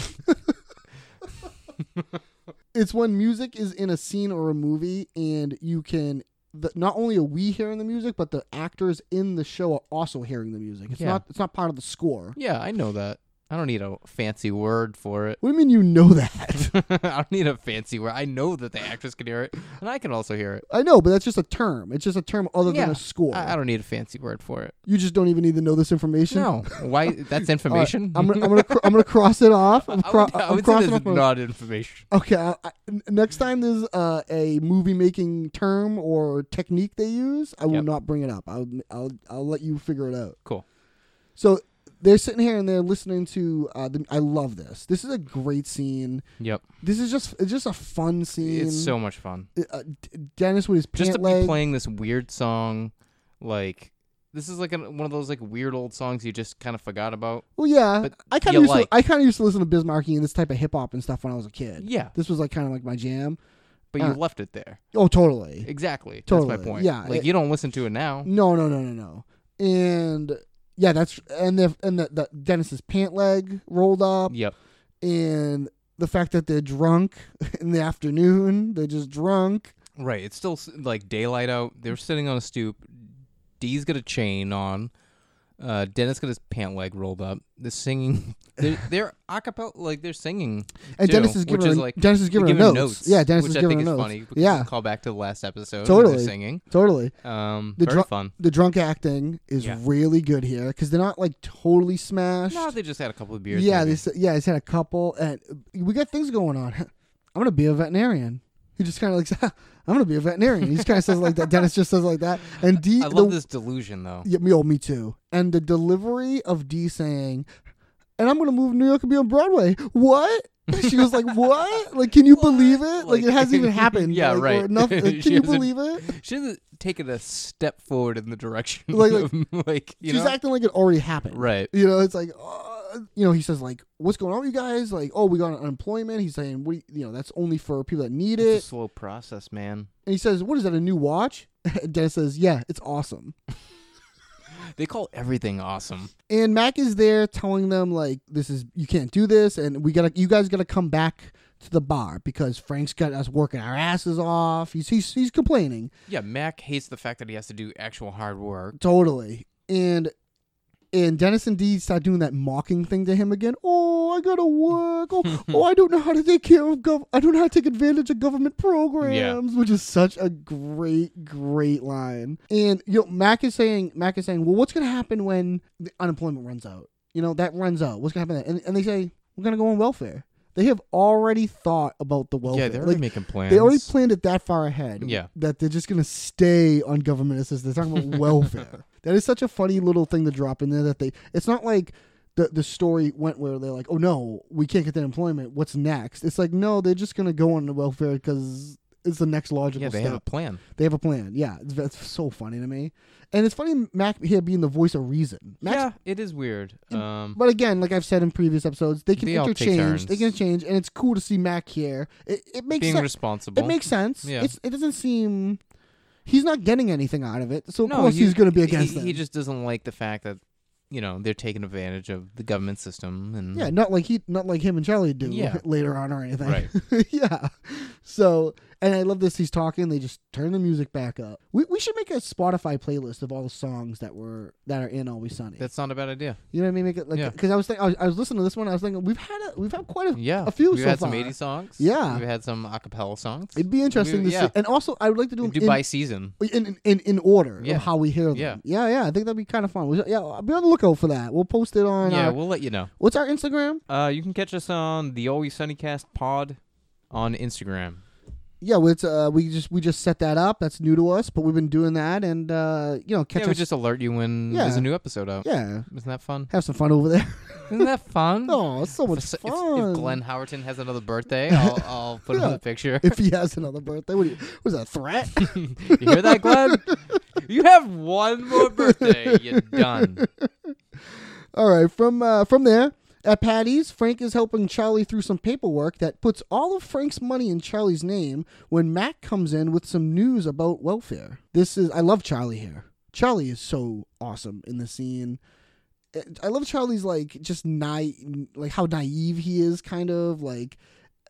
Speaker 5: It's when music is in a scene or a movie, and you can. The, not only are we hearing the music, but the actors in the show are also hearing the music. It's
Speaker 1: Yeah.
Speaker 5: not. It's not part of the score.
Speaker 1: Yeah, I know that. I don't need a fancy word for it.
Speaker 5: What do you mean you know that?
Speaker 1: I don't need a fancy word. I know that the actress can hear it, and I can also hear it.
Speaker 5: I know, but that's just a term. It's just a term other
Speaker 1: yeah,
Speaker 5: than a score.
Speaker 1: I, I don't need a fancy word for it.
Speaker 5: you just don't even need to know this information.
Speaker 1: No, why? That's
Speaker 5: All right,
Speaker 1: information.
Speaker 5: I'm gonna, I'm gonna, cr- I'm gonna cross it off. I'm,
Speaker 1: I
Speaker 5: cro-
Speaker 1: would, I
Speaker 5: I'm
Speaker 1: would say
Speaker 5: crossing
Speaker 1: this
Speaker 5: off
Speaker 1: is
Speaker 5: my-
Speaker 1: not information.
Speaker 5: Okay. I, I, n- next time there's uh, a movie making term or technique they use, I will
Speaker 1: Yep.
Speaker 5: not bring it up. I'll, I'll I'll let you figure it out.
Speaker 1: Cool.
Speaker 5: So they're sitting here and they're listening to. Uh, the, I love this. This is a great scene.
Speaker 1: Yep,
Speaker 5: This is just it's just a fun scene.
Speaker 1: it's so much fun.
Speaker 5: uh, D- Dennis with his pant
Speaker 1: Just to
Speaker 5: leg.
Speaker 1: be playing this weird song, like this is like an, one of those like weird old songs you just kind of forgot about.
Speaker 5: well, yeah.
Speaker 1: but
Speaker 5: I kind
Speaker 1: you
Speaker 5: of used
Speaker 1: like-
Speaker 5: to, I kind of used to listen to Bismarcky and this type of hip hop and stuff when I was a kid.
Speaker 1: Yeah.
Speaker 5: This was like kind of like my jam.
Speaker 1: But you
Speaker 5: Uh.
Speaker 1: left it there.
Speaker 5: Oh, totally.
Speaker 1: Exactly. That's
Speaker 5: Totally,
Speaker 1: my point.
Speaker 5: yeah,
Speaker 1: Like
Speaker 5: it-
Speaker 1: you don't listen to it now.
Speaker 5: No, no, no, no, no. And yeah, that's and the and the, the Dennis's pant leg rolled up,
Speaker 1: Yep.
Speaker 5: and the fact that they're drunk in the afternoon, they're just drunk.
Speaker 1: Right. It's still s- like daylight out. They're sitting on a stoop. Dee's got a chain on. Uh, Dennis got his pant leg rolled up. They're singing. They're, they're acapella, like they're singing.
Speaker 5: And
Speaker 1: too,
Speaker 5: Dennis is giving
Speaker 1: which
Speaker 5: her-
Speaker 1: is like
Speaker 5: Dennis is
Speaker 1: they're
Speaker 5: giving her notes. Yeah, Dennis
Speaker 1: which
Speaker 5: is
Speaker 1: I
Speaker 5: giving
Speaker 1: think
Speaker 5: her
Speaker 1: is
Speaker 5: notes.
Speaker 1: funny. because
Speaker 5: Yeah.
Speaker 1: call back to the last episode. Totally,
Speaker 5: Totally.
Speaker 1: they're singing.
Speaker 5: Totally,
Speaker 1: Um,
Speaker 5: the
Speaker 1: very
Speaker 5: drunk
Speaker 1: fun.
Speaker 5: the drunk acting is
Speaker 1: Yeah.
Speaker 5: really good here because they're not like totally smashed.
Speaker 1: No, they just had a couple of beers.
Speaker 5: yeah,
Speaker 1: maybe.
Speaker 5: this yeah, he's had a couple, and we got things going on. I'm gonna be a veterinarian. He just kind of like says, I'm gonna be a veterinarian. He just kind of says it like that. Dennis just says it like that, and D.
Speaker 1: I
Speaker 5: the-
Speaker 1: love this delusion though.
Speaker 5: Yeah, me, oh, me too. And the delivery of D saying, "And I'm gonna move to New York and be on Broadway." What? She was like, "What? Like, can you believe it? Like,
Speaker 1: Like-
Speaker 5: it hasn't even happened.
Speaker 1: Yeah,
Speaker 5: Like, or
Speaker 1: right.
Speaker 5: nothing. Like, can
Speaker 1: She
Speaker 5: you
Speaker 1: hasn't-
Speaker 5: believe it?
Speaker 1: She hasn't taken a step forward in the direction.
Speaker 5: Like-
Speaker 1: Like,
Speaker 5: like-
Speaker 1: like, like you
Speaker 5: She's
Speaker 1: know,
Speaker 5: acting like it already happened.
Speaker 1: right.
Speaker 5: You know, it's like, uh, you know, he says like, "What's going on, with you guys?" Like, "Oh, we got unemployment." He's saying, "What? do You you know, that's only for people that need it."
Speaker 1: It's a slow process, man.
Speaker 5: And he says, "What is that? A new watch?" And Dennis says, "Yeah, it's awesome."
Speaker 1: They call everything awesome.
Speaker 5: And Mac is there telling them like, "This is you can't do this, and we gotta, you guys gotta come back to the bar because Frank's got us working our asses off." He's he's, he's complaining
Speaker 1: Yeah, Mac hates the fact that he has to do actual hard work.
Speaker 5: totally, and and Dennis and Dee start doing that mocking thing to him again. Oh, I gotta work. Oh, oh, I don't know how to take care of gov. I don't know how to take advantage of government programs, which is such a great, great line. And you know, Mac is saying, Mac is saying, well, what's gonna happen when the unemployment runs out? You know, that runs out. What's gonna happen? Then? And and they say we're gonna go on welfare. They have already thought about the welfare.
Speaker 1: Yeah, they're already
Speaker 5: Like,
Speaker 1: making plans.
Speaker 5: they already planned it that far ahead.
Speaker 1: Yeah.
Speaker 5: That they're just going to stay on government assistance. They're talking about welfare. That is such a funny little thing to drop in there that they, it's not like the, the story went where they're like, oh no, we can't get that employment. What's next? It's like, no, they're just going to go on the welfare because it's the next logical
Speaker 1: yeah, they
Speaker 5: step.
Speaker 1: have a plan.
Speaker 5: they have a plan. Yeah. It's- That's so funny to me. And it's funny Mac here being the voice of reason. Mac's
Speaker 1: yeah, it is weird. Um,
Speaker 5: but again, like I've said in previous episodes, they can
Speaker 1: They all take
Speaker 5: interchange. They
Speaker 1: turns.
Speaker 5: can change, and it's cool to see Mac here. It, it makes
Speaker 1: being
Speaker 5: sense.
Speaker 1: responsible.
Speaker 5: It makes sense.
Speaker 1: Yeah.
Speaker 5: It's, it doesn't seem. he's not getting anything out of it. So of
Speaker 1: No,
Speaker 5: course
Speaker 1: you-
Speaker 5: he's going to be
Speaker 1: he-
Speaker 5: against
Speaker 1: He
Speaker 5: it.
Speaker 1: just doesn't like the fact that you know they're taking advantage of the government system and
Speaker 5: Yeah, not like he, not like him and Charlie do
Speaker 1: Yeah.
Speaker 5: later on or anything.
Speaker 1: Right.
Speaker 5: yeah. So, and I love this. He's talking. They just turn the music back up. We, we should make a Spotify playlist of all the songs that were that are in Always Sunny.
Speaker 1: that's not a bad idea.
Speaker 5: you know what I mean? Make it like
Speaker 1: Yeah.
Speaker 5: because I was thinking I was, I was listening to this one. I was thinking we've had a, we've had quite a,
Speaker 1: Yeah,
Speaker 5: a few
Speaker 1: We've
Speaker 5: so
Speaker 1: had
Speaker 5: far.
Speaker 1: some '80s songs.
Speaker 5: Yeah.
Speaker 1: we've had some acapella songs.
Speaker 5: It'd be interesting
Speaker 1: We-
Speaker 5: to
Speaker 1: yeah.
Speaker 5: see. And also, I would like to do
Speaker 1: We
Speaker 5: them
Speaker 1: do
Speaker 5: in-
Speaker 1: by season.
Speaker 5: in in, in, in order
Speaker 1: Yeah.
Speaker 5: of how we hear them.
Speaker 1: Yeah.
Speaker 5: Yeah. yeah, I think that'd be kind of fun. We should- Yeah, I'll be on the lookout for that. We'll post it on.
Speaker 1: Yeah,
Speaker 5: our-
Speaker 1: we'll let you know.
Speaker 5: what's our Instagram?
Speaker 1: Uh, you can catch us on the Always Sunnycast Pod on Instagram.
Speaker 5: Yeah, well, it's uh, we just we just set that up. That's new to us, but we've been doing that, and uh, you know, catch
Speaker 1: yeah, we
Speaker 5: us.
Speaker 1: just alert you when
Speaker 5: Yeah.
Speaker 1: there's a new episode out.
Speaker 5: yeah,
Speaker 1: Isn't that fun?
Speaker 5: have some fun over there.
Speaker 1: Isn't that fun?
Speaker 5: oh, it's so
Speaker 1: If
Speaker 5: much
Speaker 1: s- if,
Speaker 5: fun.
Speaker 1: if Glenn Howerton has another birthday, I'll, I'll put
Speaker 5: Yeah.
Speaker 1: another picture.
Speaker 5: If he has another birthday, what, do you, what is that a threat?
Speaker 1: you hear that, Glenn? you have one more birthday. You're done.
Speaker 5: All right, from uh, from there at Patty's, Frank is helping Charlie through some paperwork that puts all of Frank's money in Charlie's name. When Mac comes in with some news about welfare, this is I love Charlie here. Charlie is so awesome in the scene. Uh, I love Charlie's like just naive, like how naive he is, kind of like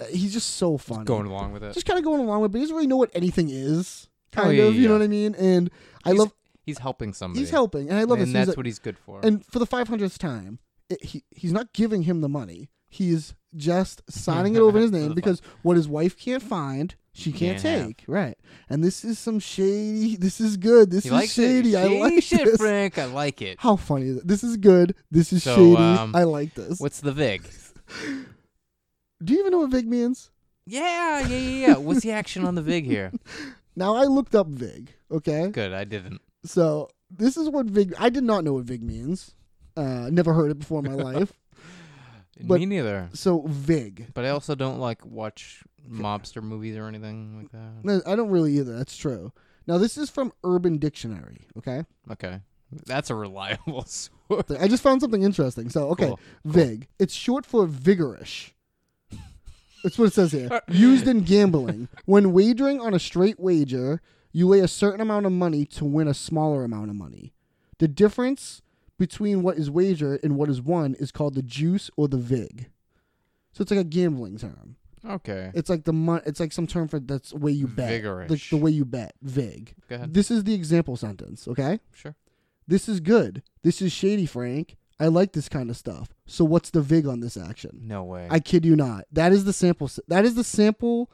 Speaker 5: uh, he's just so funny,
Speaker 1: Going along with it.
Speaker 5: just kind of going along with, it, but he doesn't really know what anything is.
Speaker 1: Oh,
Speaker 5: Kind
Speaker 1: yeah,
Speaker 5: of,
Speaker 1: yeah,
Speaker 5: you know
Speaker 1: yeah.
Speaker 5: what I mean? And I
Speaker 1: He's-
Speaker 5: love
Speaker 1: He's helping somebody.
Speaker 5: he's helping, and I love
Speaker 1: and
Speaker 5: this. He's
Speaker 1: that's
Speaker 5: like-
Speaker 1: what he's good for.
Speaker 5: and for the 500th time, it, he he's not giving him the money. He's just signing it over in his
Speaker 1: For
Speaker 5: name
Speaker 1: the
Speaker 5: because what his wife can't find, she can't,
Speaker 1: Can't have.
Speaker 5: take. Right. And this is some shady. This is good. This
Speaker 1: he
Speaker 5: is
Speaker 1: likes
Speaker 5: shady.
Speaker 1: it.
Speaker 5: I like
Speaker 1: shit,
Speaker 5: this.
Speaker 1: Frank. I like it.
Speaker 5: How funny is it? This is good. This is
Speaker 1: So,
Speaker 5: shady.
Speaker 1: um,
Speaker 5: I like this.
Speaker 1: What's the vig?
Speaker 5: Do you even know what Vig means?
Speaker 1: Yeah, yeah, yeah, yeah. What's the action on the vig here?
Speaker 5: Now I looked up Vig. Okay.
Speaker 1: Good, I didn't.
Speaker 5: So this is what Vig. I did not know what Vig means. Uh, never heard it before in my life. But-
Speaker 1: Me neither.
Speaker 5: So Vig.
Speaker 1: But I also don't like watch mobster movies or anything like that.
Speaker 5: No, I don't really either. That's true. Now this is from Urban Dictionary. Okay,
Speaker 1: Okay, that's a reliable source.
Speaker 5: I just found something interesting. So okay,
Speaker 1: Cool,
Speaker 5: vig. It's short for vigorish. That's what it says here. Used in gambling, when wagering on a straight wager, you lay a certain amount of money to win a smaller amount of money. The difference between what is wagered and what is won is called the juice or the vig. So it's like a gambling term.
Speaker 1: Okay,
Speaker 5: It's like the mon- It's like some term for that's the way you bet.
Speaker 1: Vigorish.
Speaker 5: The, the way you bet. Vig.
Speaker 1: Go ahead.
Speaker 5: This is the example sentence. Okay.
Speaker 1: sure.
Speaker 5: This is good. This is shady, Frank. I like this kind of stuff. So what's the vig on this action?
Speaker 1: No way.
Speaker 5: I kid you not. That is the sample. s- That is the sample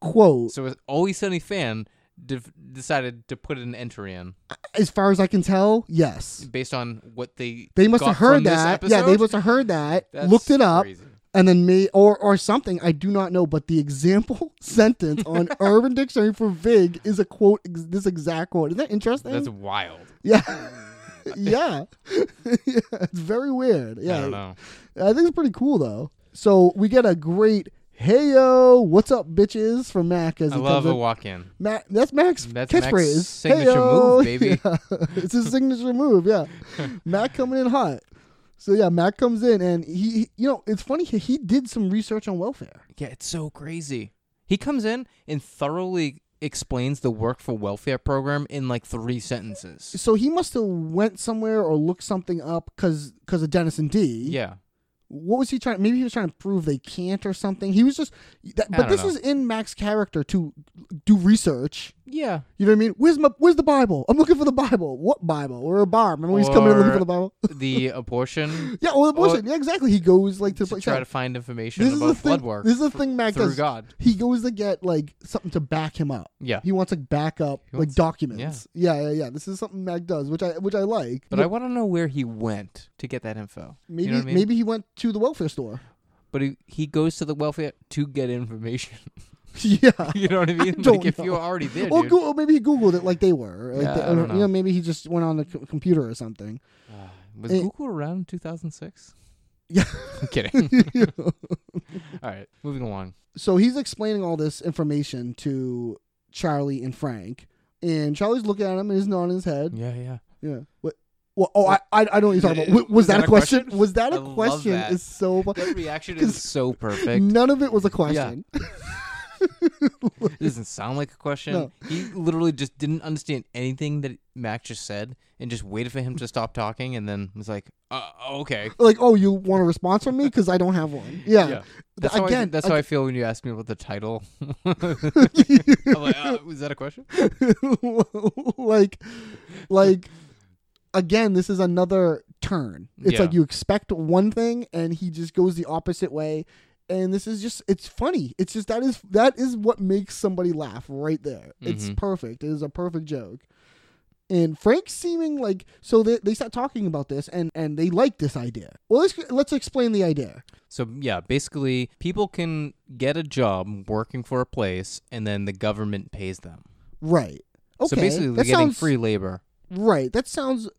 Speaker 5: quote.
Speaker 1: so, an always sunny fan de- decided to put an entry in
Speaker 5: As far as I can tell, yes.
Speaker 1: based on what they
Speaker 5: They must
Speaker 1: got
Speaker 5: have heard
Speaker 1: from this
Speaker 5: that. Yeah, they
Speaker 1: episode?
Speaker 5: must have heard that.
Speaker 1: That's
Speaker 5: looked it up.
Speaker 1: crazy.
Speaker 5: and then made or or something I do not know, but the example sentence on Urban Dictionary for Vig is a quote. ex- This exact quote. Isn't that interesting?
Speaker 1: That's wild.
Speaker 5: yeah. yeah. yeah, it's very weird. Yeah,
Speaker 1: I don't know.
Speaker 5: I think it's pretty cool though. So we get a great "Hey yo, what's up, bitches?" from Mac as
Speaker 1: I
Speaker 5: he
Speaker 1: love
Speaker 5: comes
Speaker 1: a
Speaker 5: in.
Speaker 1: walk-in.
Speaker 5: Mac, that's Mac's
Speaker 1: That's Mac's
Speaker 5: catchphrase.
Speaker 1: signature
Speaker 5: "Heyo."
Speaker 1: move, baby.
Speaker 5: Yeah. it's his signature move. Yeah, Mac coming in hot. So yeah, Mac comes in and he, he- you know, it's funny. He, he did some research on welfare.
Speaker 1: Yeah, it's so crazy. He comes in and thoroughly explains the work for welfare program in like three sentences.
Speaker 5: So he must have went somewhere or looked something up because because of Dennis and D.
Speaker 1: Yeah.
Speaker 5: What was he trying? Maybe he was trying to prove they can't or something. He was just. That,
Speaker 1: I
Speaker 5: but
Speaker 1: don't
Speaker 5: this
Speaker 1: know.
Speaker 5: is in Mac's character to do research.
Speaker 1: Yeah.
Speaker 5: You know what I mean? Where's my Where's the Bible? I'm looking for the Bible. What Bible? Or a bar? Remember when he's coming in looking
Speaker 1: Or-
Speaker 5: for the Bible?
Speaker 1: The abortion
Speaker 5: yeah, well, the
Speaker 1: or-
Speaker 5: abortion. yeah, exactly. He goes like to,
Speaker 1: to
Speaker 5: place-
Speaker 1: try to find information about
Speaker 5: thing,
Speaker 1: blood work.
Speaker 5: This is the
Speaker 1: fr-
Speaker 5: thing Mac
Speaker 1: through
Speaker 5: does.
Speaker 1: God.
Speaker 5: He goes to get like something to back him up.
Speaker 1: Yeah.
Speaker 5: He wants like backup
Speaker 1: He
Speaker 5: like
Speaker 1: wants-
Speaker 5: documents. Yeah. yeah, yeah, This is something Mac does, which I which I like.
Speaker 1: But I want to know where he went to get that info.
Speaker 5: maybe
Speaker 1: you know what I mean?
Speaker 5: maybe he went to the welfare store.
Speaker 1: But he, he goes to the welfare to get information.
Speaker 5: yeah.
Speaker 1: you know what I mean?
Speaker 5: don't
Speaker 1: like if
Speaker 5: know.
Speaker 1: you're already there,
Speaker 5: Or,
Speaker 1: dude.
Speaker 5: go, or maybe he googled it like they were. Like
Speaker 1: Yeah,
Speaker 5: they-
Speaker 1: I don't
Speaker 5: You
Speaker 1: know.
Speaker 5: know, maybe he just went on the c- computer or something.
Speaker 1: Was
Speaker 5: Eh.
Speaker 1: Google around in 2006?
Speaker 5: Yeah.
Speaker 1: I'm kidding. All right, moving along.
Speaker 5: so he's explaining all this information to Charlie and Frank, and Charlie's looking at him and he's nodding his head.
Speaker 1: Yeah, yeah.
Speaker 5: Yeah. What? Well, oh, I, I, I know what you're talking about. Was, was that, a question? Was that
Speaker 1: I
Speaker 5: a
Speaker 1: love
Speaker 5: question?
Speaker 1: that.
Speaker 5: Is so. fu-
Speaker 1: That reaction is so perfect.
Speaker 5: None of it was a question.
Speaker 1: It doesn't sound like a question.
Speaker 5: No.
Speaker 1: He literally just didn't understand anything that Mac just said and just waited for him to stop talking and then was like, uh, okay.
Speaker 5: like, oh, you want a response from me because I don't have one. Yeah, Th-
Speaker 1: That's, how, I,
Speaker 5: again,
Speaker 1: that's
Speaker 5: ag-
Speaker 1: how I feel when you ask me about the title. I'm like, uh, was that a question?
Speaker 5: like like again this is another turn it's
Speaker 1: Yeah.
Speaker 5: like you expect one thing and he just goes the opposite way and this is just it's funny it's just that is that is what makes somebody laugh right there it's
Speaker 1: Mhm.
Speaker 5: perfect it is a perfect joke and frank seeming like so they, they start talking about this and and they like this idea well let's let's explain the idea
Speaker 1: So yeah, basically, people can get a job working for a place, and then the government pays them.
Speaker 5: right okay
Speaker 1: so basically,
Speaker 5: that
Speaker 1: they're getting
Speaker 5: sounds,
Speaker 1: free labor.
Speaker 5: right that sounds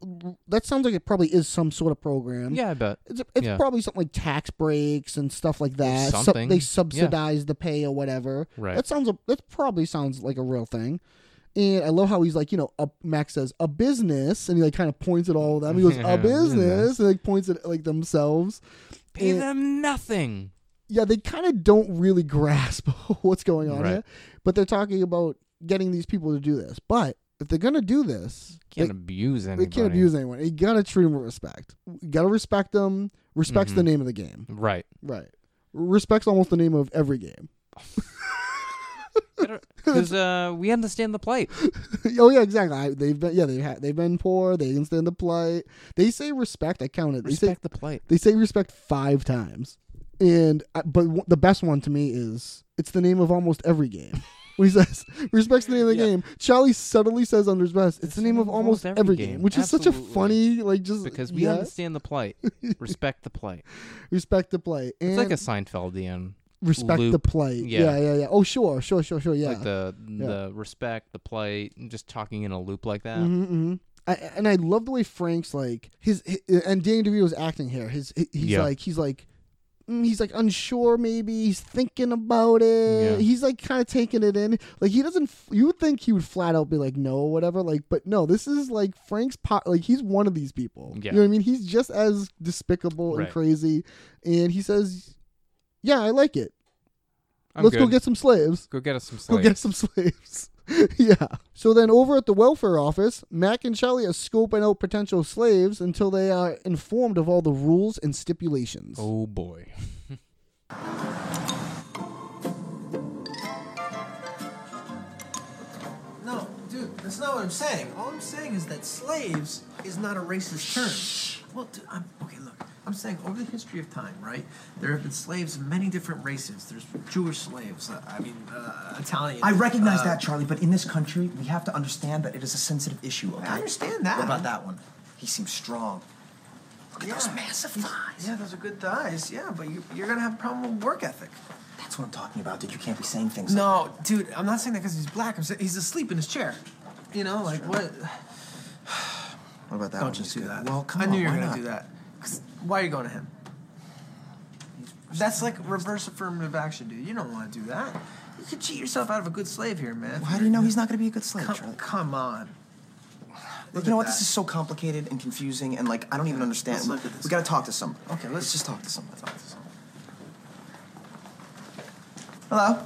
Speaker 5: that sounds like it probably is some sort of program
Speaker 1: Yeah, I bet.
Speaker 5: It's, it's
Speaker 1: Yeah.
Speaker 5: probably something like tax breaks and stuff like that. Sub-
Speaker 1: something.
Speaker 5: they
Speaker 1: Yeah.
Speaker 5: subsidize the pay or whatever.
Speaker 1: Right.
Speaker 5: That sounds. That probably sounds like a real thing. And I love how he's like, you know, a, Max says a business, and he like kind of points at all of them. He goes a business, and like points at like themselves.
Speaker 1: Pay
Speaker 5: Yeah.
Speaker 1: them nothing.
Speaker 5: Yeah, they kind of don't really grasp what's going on
Speaker 1: Right.
Speaker 5: here, but they're talking about getting these people to do this. But if they're gonna do this,
Speaker 1: Can't
Speaker 5: they-
Speaker 1: abuse
Speaker 5: they
Speaker 1: anybody.
Speaker 5: can't abuse anyone. You gotta treat them with respect. You gotta respect them. Respect's
Speaker 1: Mm-hmm.
Speaker 5: the name of the game.
Speaker 1: Right.
Speaker 5: Right. Respect's almost the name of every game.
Speaker 1: Because uh, we understand the plight.
Speaker 5: oh yeah, exactly. I, they've been yeah they ha- they've been poor. They can stand the plight. They say respect. I counted. They say
Speaker 1: Respect the plight.
Speaker 5: they say respect five times, and I, but w- the best one to me is it's the name of almost every game. When he says respect's the name of the
Speaker 1: Yeah.
Speaker 5: game, Charlie subtly says under his breath, it's, the name of almost every, game, which is such a
Speaker 1: Absolutely.
Speaker 5: funny like just
Speaker 1: Because we
Speaker 5: yeah,
Speaker 1: understand the plight. Respect the plight.
Speaker 5: respect the plight and
Speaker 1: It's like a Seinfeldian.
Speaker 5: respect the
Speaker 1: loop.
Speaker 5: plight.
Speaker 1: Yeah.
Speaker 5: yeah, yeah, yeah. Oh sure, sure, sure, sure. Yeah,
Speaker 1: Like the the respect, the plight, and just talking in a loop like that.
Speaker 5: Mm-hmm. I, and I love the way Frank's like his, hi and Danny DeVito's acting here. His he- he's
Speaker 1: Yeah.
Speaker 5: like he's like mm, he's like unsure maybe he's thinking about it.
Speaker 1: Yeah.
Speaker 5: He's like kind of taking it in. Like he doesn't. f- You would think he would flat out be like no or whatever. Like but no, this is like Frank's pot. Like he's one of these people.
Speaker 1: Yeah.
Speaker 5: You know what I mean? He's just as despicable and
Speaker 1: Right.
Speaker 5: crazy. And he says, "Yeah, I like it.
Speaker 1: I'm
Speaker 5: Let's go
Speaker 1: good.
Speaker 5: get some slaves."
Speaker 1: Go get us some
Speaker 5: Go
Speaker 1: slaves.
Speaker 5: get some slaves. yeah. So then over at the welfare office, Mac and Shelley are scoping out potential slaves until they are informed of all the rules and stipulations.
Speaker 1: Oh boy.
Speaker 6: No, dude, that's not what I'm saying. All I'm saying is that slaves is not a racist term. Well, dude, I'm, okay, look, I'm saying over the history of time, right? There have been slaves of many different races. There's Jewish slaves. Uh, I mean, uh, Italian.
Speaker 4: I recognize
Speaker 6: uh,
Speaker 4: that, Charlie, but in this country, we have to understand that it is a sensitive issue, okay?
Speaker 6: I understand that.
Speaker 4: What about that one? He seems strong. Look at
Speaker 6: Yeah.
Speaker 4: those massive thighs.
Speaker 6: Yeah, those are good thighs. Yeah, but you, you're gonna have a problem with work ethic.
Speaker 4: That's what I'm talking about, dude. You can't be saying things like
Speaker 6: No, dude, I'm not saying that because he's black. I'm saying he's asleep in his chair. You know, like what?
Speaker 4: What about that
Speaker 6: Don't
Speaker 4: one?
Speaker 6: just
Speaker 4: He's good.
Speaker 6: do that.
Speaker 4: Well, come
Speaker 6: I
Speaker 4: on.
Speaker 6: knew you were
Speaker 4: why
Speaker 6: gonna
Speaker 4: not?
Speaker 6: do that. 'Cause why are you going to him? That's like reverse affirmative action, dude. You don't want to do that. You could cheat yourself out of a good slave here, man.
Speaker 4: How do you know he's not going to be a good slave,
Speaker 6: Come,
Speaker 4: Charlie?
Speaker 6: come on.
Speaker 4: Look, you know
Speaker 6: at
Speaker 4: what? This
Speaker 6: that.
Speaker 4: is so complicated and confusing, and like I don't even understand.
Speaker 6: Let's look at this.
Speaker 4: We gotta talk to somebody.
Speaker 6: Okay, let's-
Speaker 4: just talk to somebody.
Speaker 6: Hello.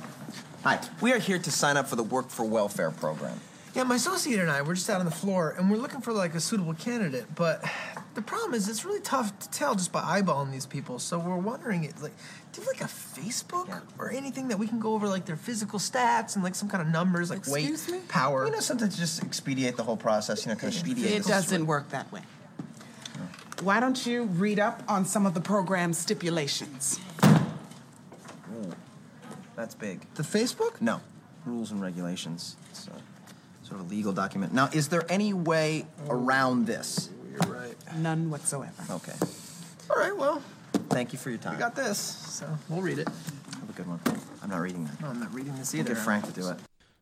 Speaker 4: Hi, we are here to sign up for the Work for Welfare program.
Speaker 6: Yeah, my associate and I were just out on the floor, and we're looking for like a suitable candidate. But the problem is, it's really tough to tell just by eyeballing these people. So we're wondering, it like, do you have like a Facebook or anything that we can go over like their physical stats and like some kind of numbers, like
Speaker 7: Excuse me?
Speaker 6: weight, power?
Speaker 4: You know, sometimes just expedite the whole process. You know, kind of expedite.
Speaker 7: It
Speaker 4: this.
Speaker 7: doesn't work that way. Why don't you read up on some of the program stipulations?
Speaker 4: That's big.
Speaker 6: the Facebook?
Speaker 4: No, rules and regulations. It's a sort of legal document. Now, is there any way around this?
Speaker 6: You're right.
Speaker 7: None whatsoever.
Speaker 4: Okay.
Speaker 6: All right, well,
Speaker 4: Thank you for your time.
Speaker 6: we got this, so we'll read it.
Speaker 4: Have a good one. I'm not reading that.
Speaker 6: No, I'm not reading this
Speaker 4: We'll
Speaker 6: either.
Speaker 4: get Frank to do it.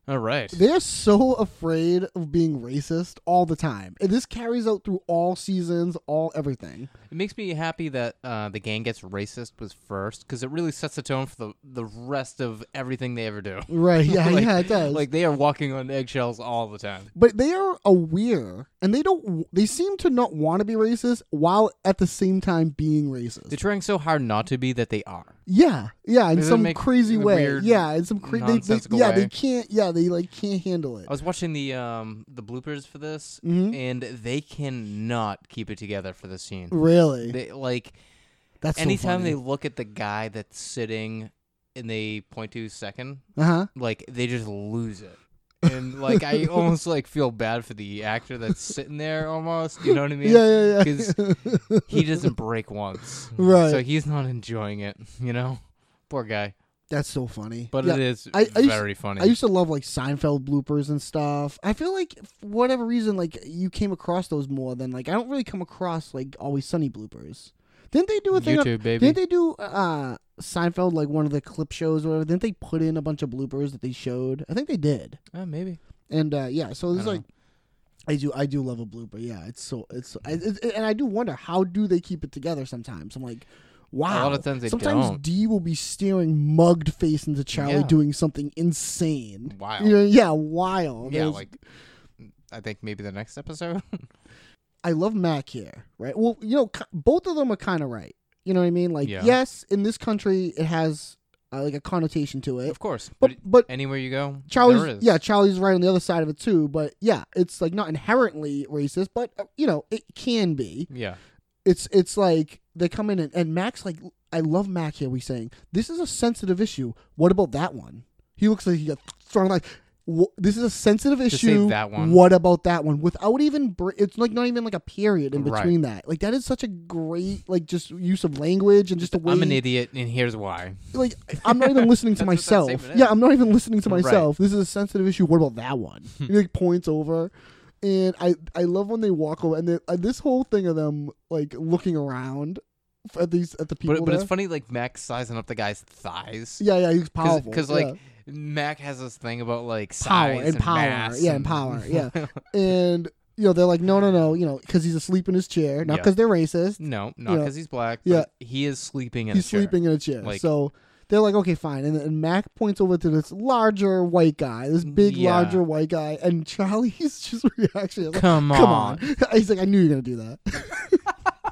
Speaker 1: All right.
Speaker 5: They're so afraid of being racist all the time. And this carries out through all seasons, all everything.
Speaker 1: It makes me happy that uh, the gang gets racist was first because it really sets the tone for the the rest of everything they ever do.
Speaker 5: Right, yeah,
Speaker 1: like,
Speaker 5: yeah, it does.
Speaker 1: Like they are walking on eggshells all the time.
Speaker 5: but they are aware and they don't they seem to not want to be racist while at the same time being racist.
Speaker 1: They're trying so hard not to be that they are.
Speaker 5: yeah. Yeah, in
Speaker 1: Does it
Speaker 5: some
Speaker 1: make
Speaker 5: crazy
Speaker 1: a
Speaker 5: way.
Speaker 1: weird,
Speaker 5: yeah, in some crazy they, they,
Speaker 1: nonsensical
Speaker 5: yeah,
Speaker 1: way?
Speaker 5: they can't yeah, they like can't handle it.
Speaker 1: I was watching the um the bloopers for this,
Speaker 5: Mm-hmm.
Speaker 1: and they cannot keep it together for the scene.
Speaker 5: Really?
Speaker 1: They like
Speaker 5: That's
Speaker 1: anytime
Speaker 5: so
Speaker 1: they
Speaker 5: funny.
Speaker 1: look at the guy that's sitting and they point to second,
Speaker 5: Uh-huh.
Speaker 1: like they just lose it. And like I almost like feel bad for the actor that's sitting there almost, you know what I mean?
Speaker 5: Yeah, yeah, yeah.
Speaker 1: Cuz he doesn't break once.
Speaker 5: Right.
Speaker 1: So he's not enjoying it, you know? Poor guy.
Speaker 5: That's so funny.
Speaker 1: But
Speaker 5: Yeah,
Speaker 1: it is very
Speaker 5: used,
Speaker 1: funny.
Speaker 5: I used to love like Seinfeld bloopers and stuff. I feel like for whatever reason, like you came across those more than like I don't really come across like Always Sunny bloopers. Didn't they do a thing?
Speaker 1: YouTube, baby.
Speaker 5: Didn't they do uh, Seinfeld like one of the clip shows or whatever? Didn't they put in a bunch of bloopers that they showed? I think they did.
Speaker 1: Uh, maybe.
Speaker 5: And uh, yeah, so it's like. I do, I do love a blooper. Yeah, it's so, it's, so- I-
Speaker 1: Mm.
Speaker 5: it's, and I do wonder how do they keep it together sometimes. I'm like, wow.
Speaker 1: lot of times they
Speaker 5: sometimes
Speaker 1: don't.
Speaker 5: D will be staring mugged face into Charlie
Speaker 1: Yeah.
Speaker 5: doing something insane.
Speaker 1: Wild.
Speaker 5: You know, yeah, wild.
Speaker 1: Yeah,
Speaker 5: There's- Eh,
Speaker 1: like I think maybe the next episode.
Speaker 5: I love Mac here, right? Well, you know, ki- both of them are kind of right. You know what I mean? Like,
Speaker 1: Yeah.
Speaker 5: yes, in this country, it has uh, like a connotation to it.
Speaker 1: of course.
Speaker 5: But-
Speaker 1: But,
Speaker 5: but
Speaker 1: anywhere you go, there
Speaker 5: Charlie's
Speaker 1: is.
Speaker 5: yeah, Charlie's right on the other side of it too, but yeah, it's like not inherently racist, but uh, you know it can be.
Speaker 1: Yeah.
Speaker 5: It's it's like they come in and, and Mac's like, I love Mac here. We saying this is a sensitive issue. What about that one? He looks like he got thrown like. "Wh- This is a sensitive
Speaker 1: say
Speaker 5: issue.
Speaker 1: that one.
Speaker 5: What about that one? Without even, br- it's like not even like a period in
Speaker 1: Right.
Speaker 5: between that. Like that is such a great like just use of language and just the way
Speaker 1: I'm an idiot and here's why.
Speaker 5: like I'm not even listening to
Speaker 1: That's what that
Speaker 5: myself.
Speaker 1: statement
Speaker 5: Yeah,
Speaker 1: is.
Speaker 5: I'm not even listening to
Speaker 1: Right.
Speaker 5: myself. This is a sensitive issue. What about that one? he like points over, and I I love when they walk over and they, uh, this whole thing of them like looking around f- at these at the people.
Speaker 1: But, but it's
Speaker 5: there.
Speaker 1: funny like Max sizing up the guy's thighs.
Speaker 5: Yeah, yeah, he's powerful.
Speaker 1: Because
Speaker 5: yeah.
Speaker 1: like Mac has this thing about like
Speaker 5: power
Speaker 1: size
Speaker 5: and power,
Speaker 1: mass
Speaker 5: yeah, and power, yeah, and you know they're like no no no you know because he's asleep in his chair not
Speaker 1: Yeah.
Speaker 5: because they're racist.
Speaker 1: no, not
Speaker 5: Yeah.
Speaker 1: because he's black.
Speaker 5: Yeah.
Speaker 1: but he is sleeping in
Speaker 5: he's
Speaker 1: a chair.
Speaker 5: sleeping in a chair.
Speaker 1: Like-
Speaker 5: so they're like, okay, fine. And, and Mac points over to this larger white guy, this big,
Speaker 1: Mm, Yeah.
Speaker 5: larger white guy, and Charlie's just reaction is like,
Speaker 1: Come
Speaker 5: come on. He's like, I knew you were gonna do that.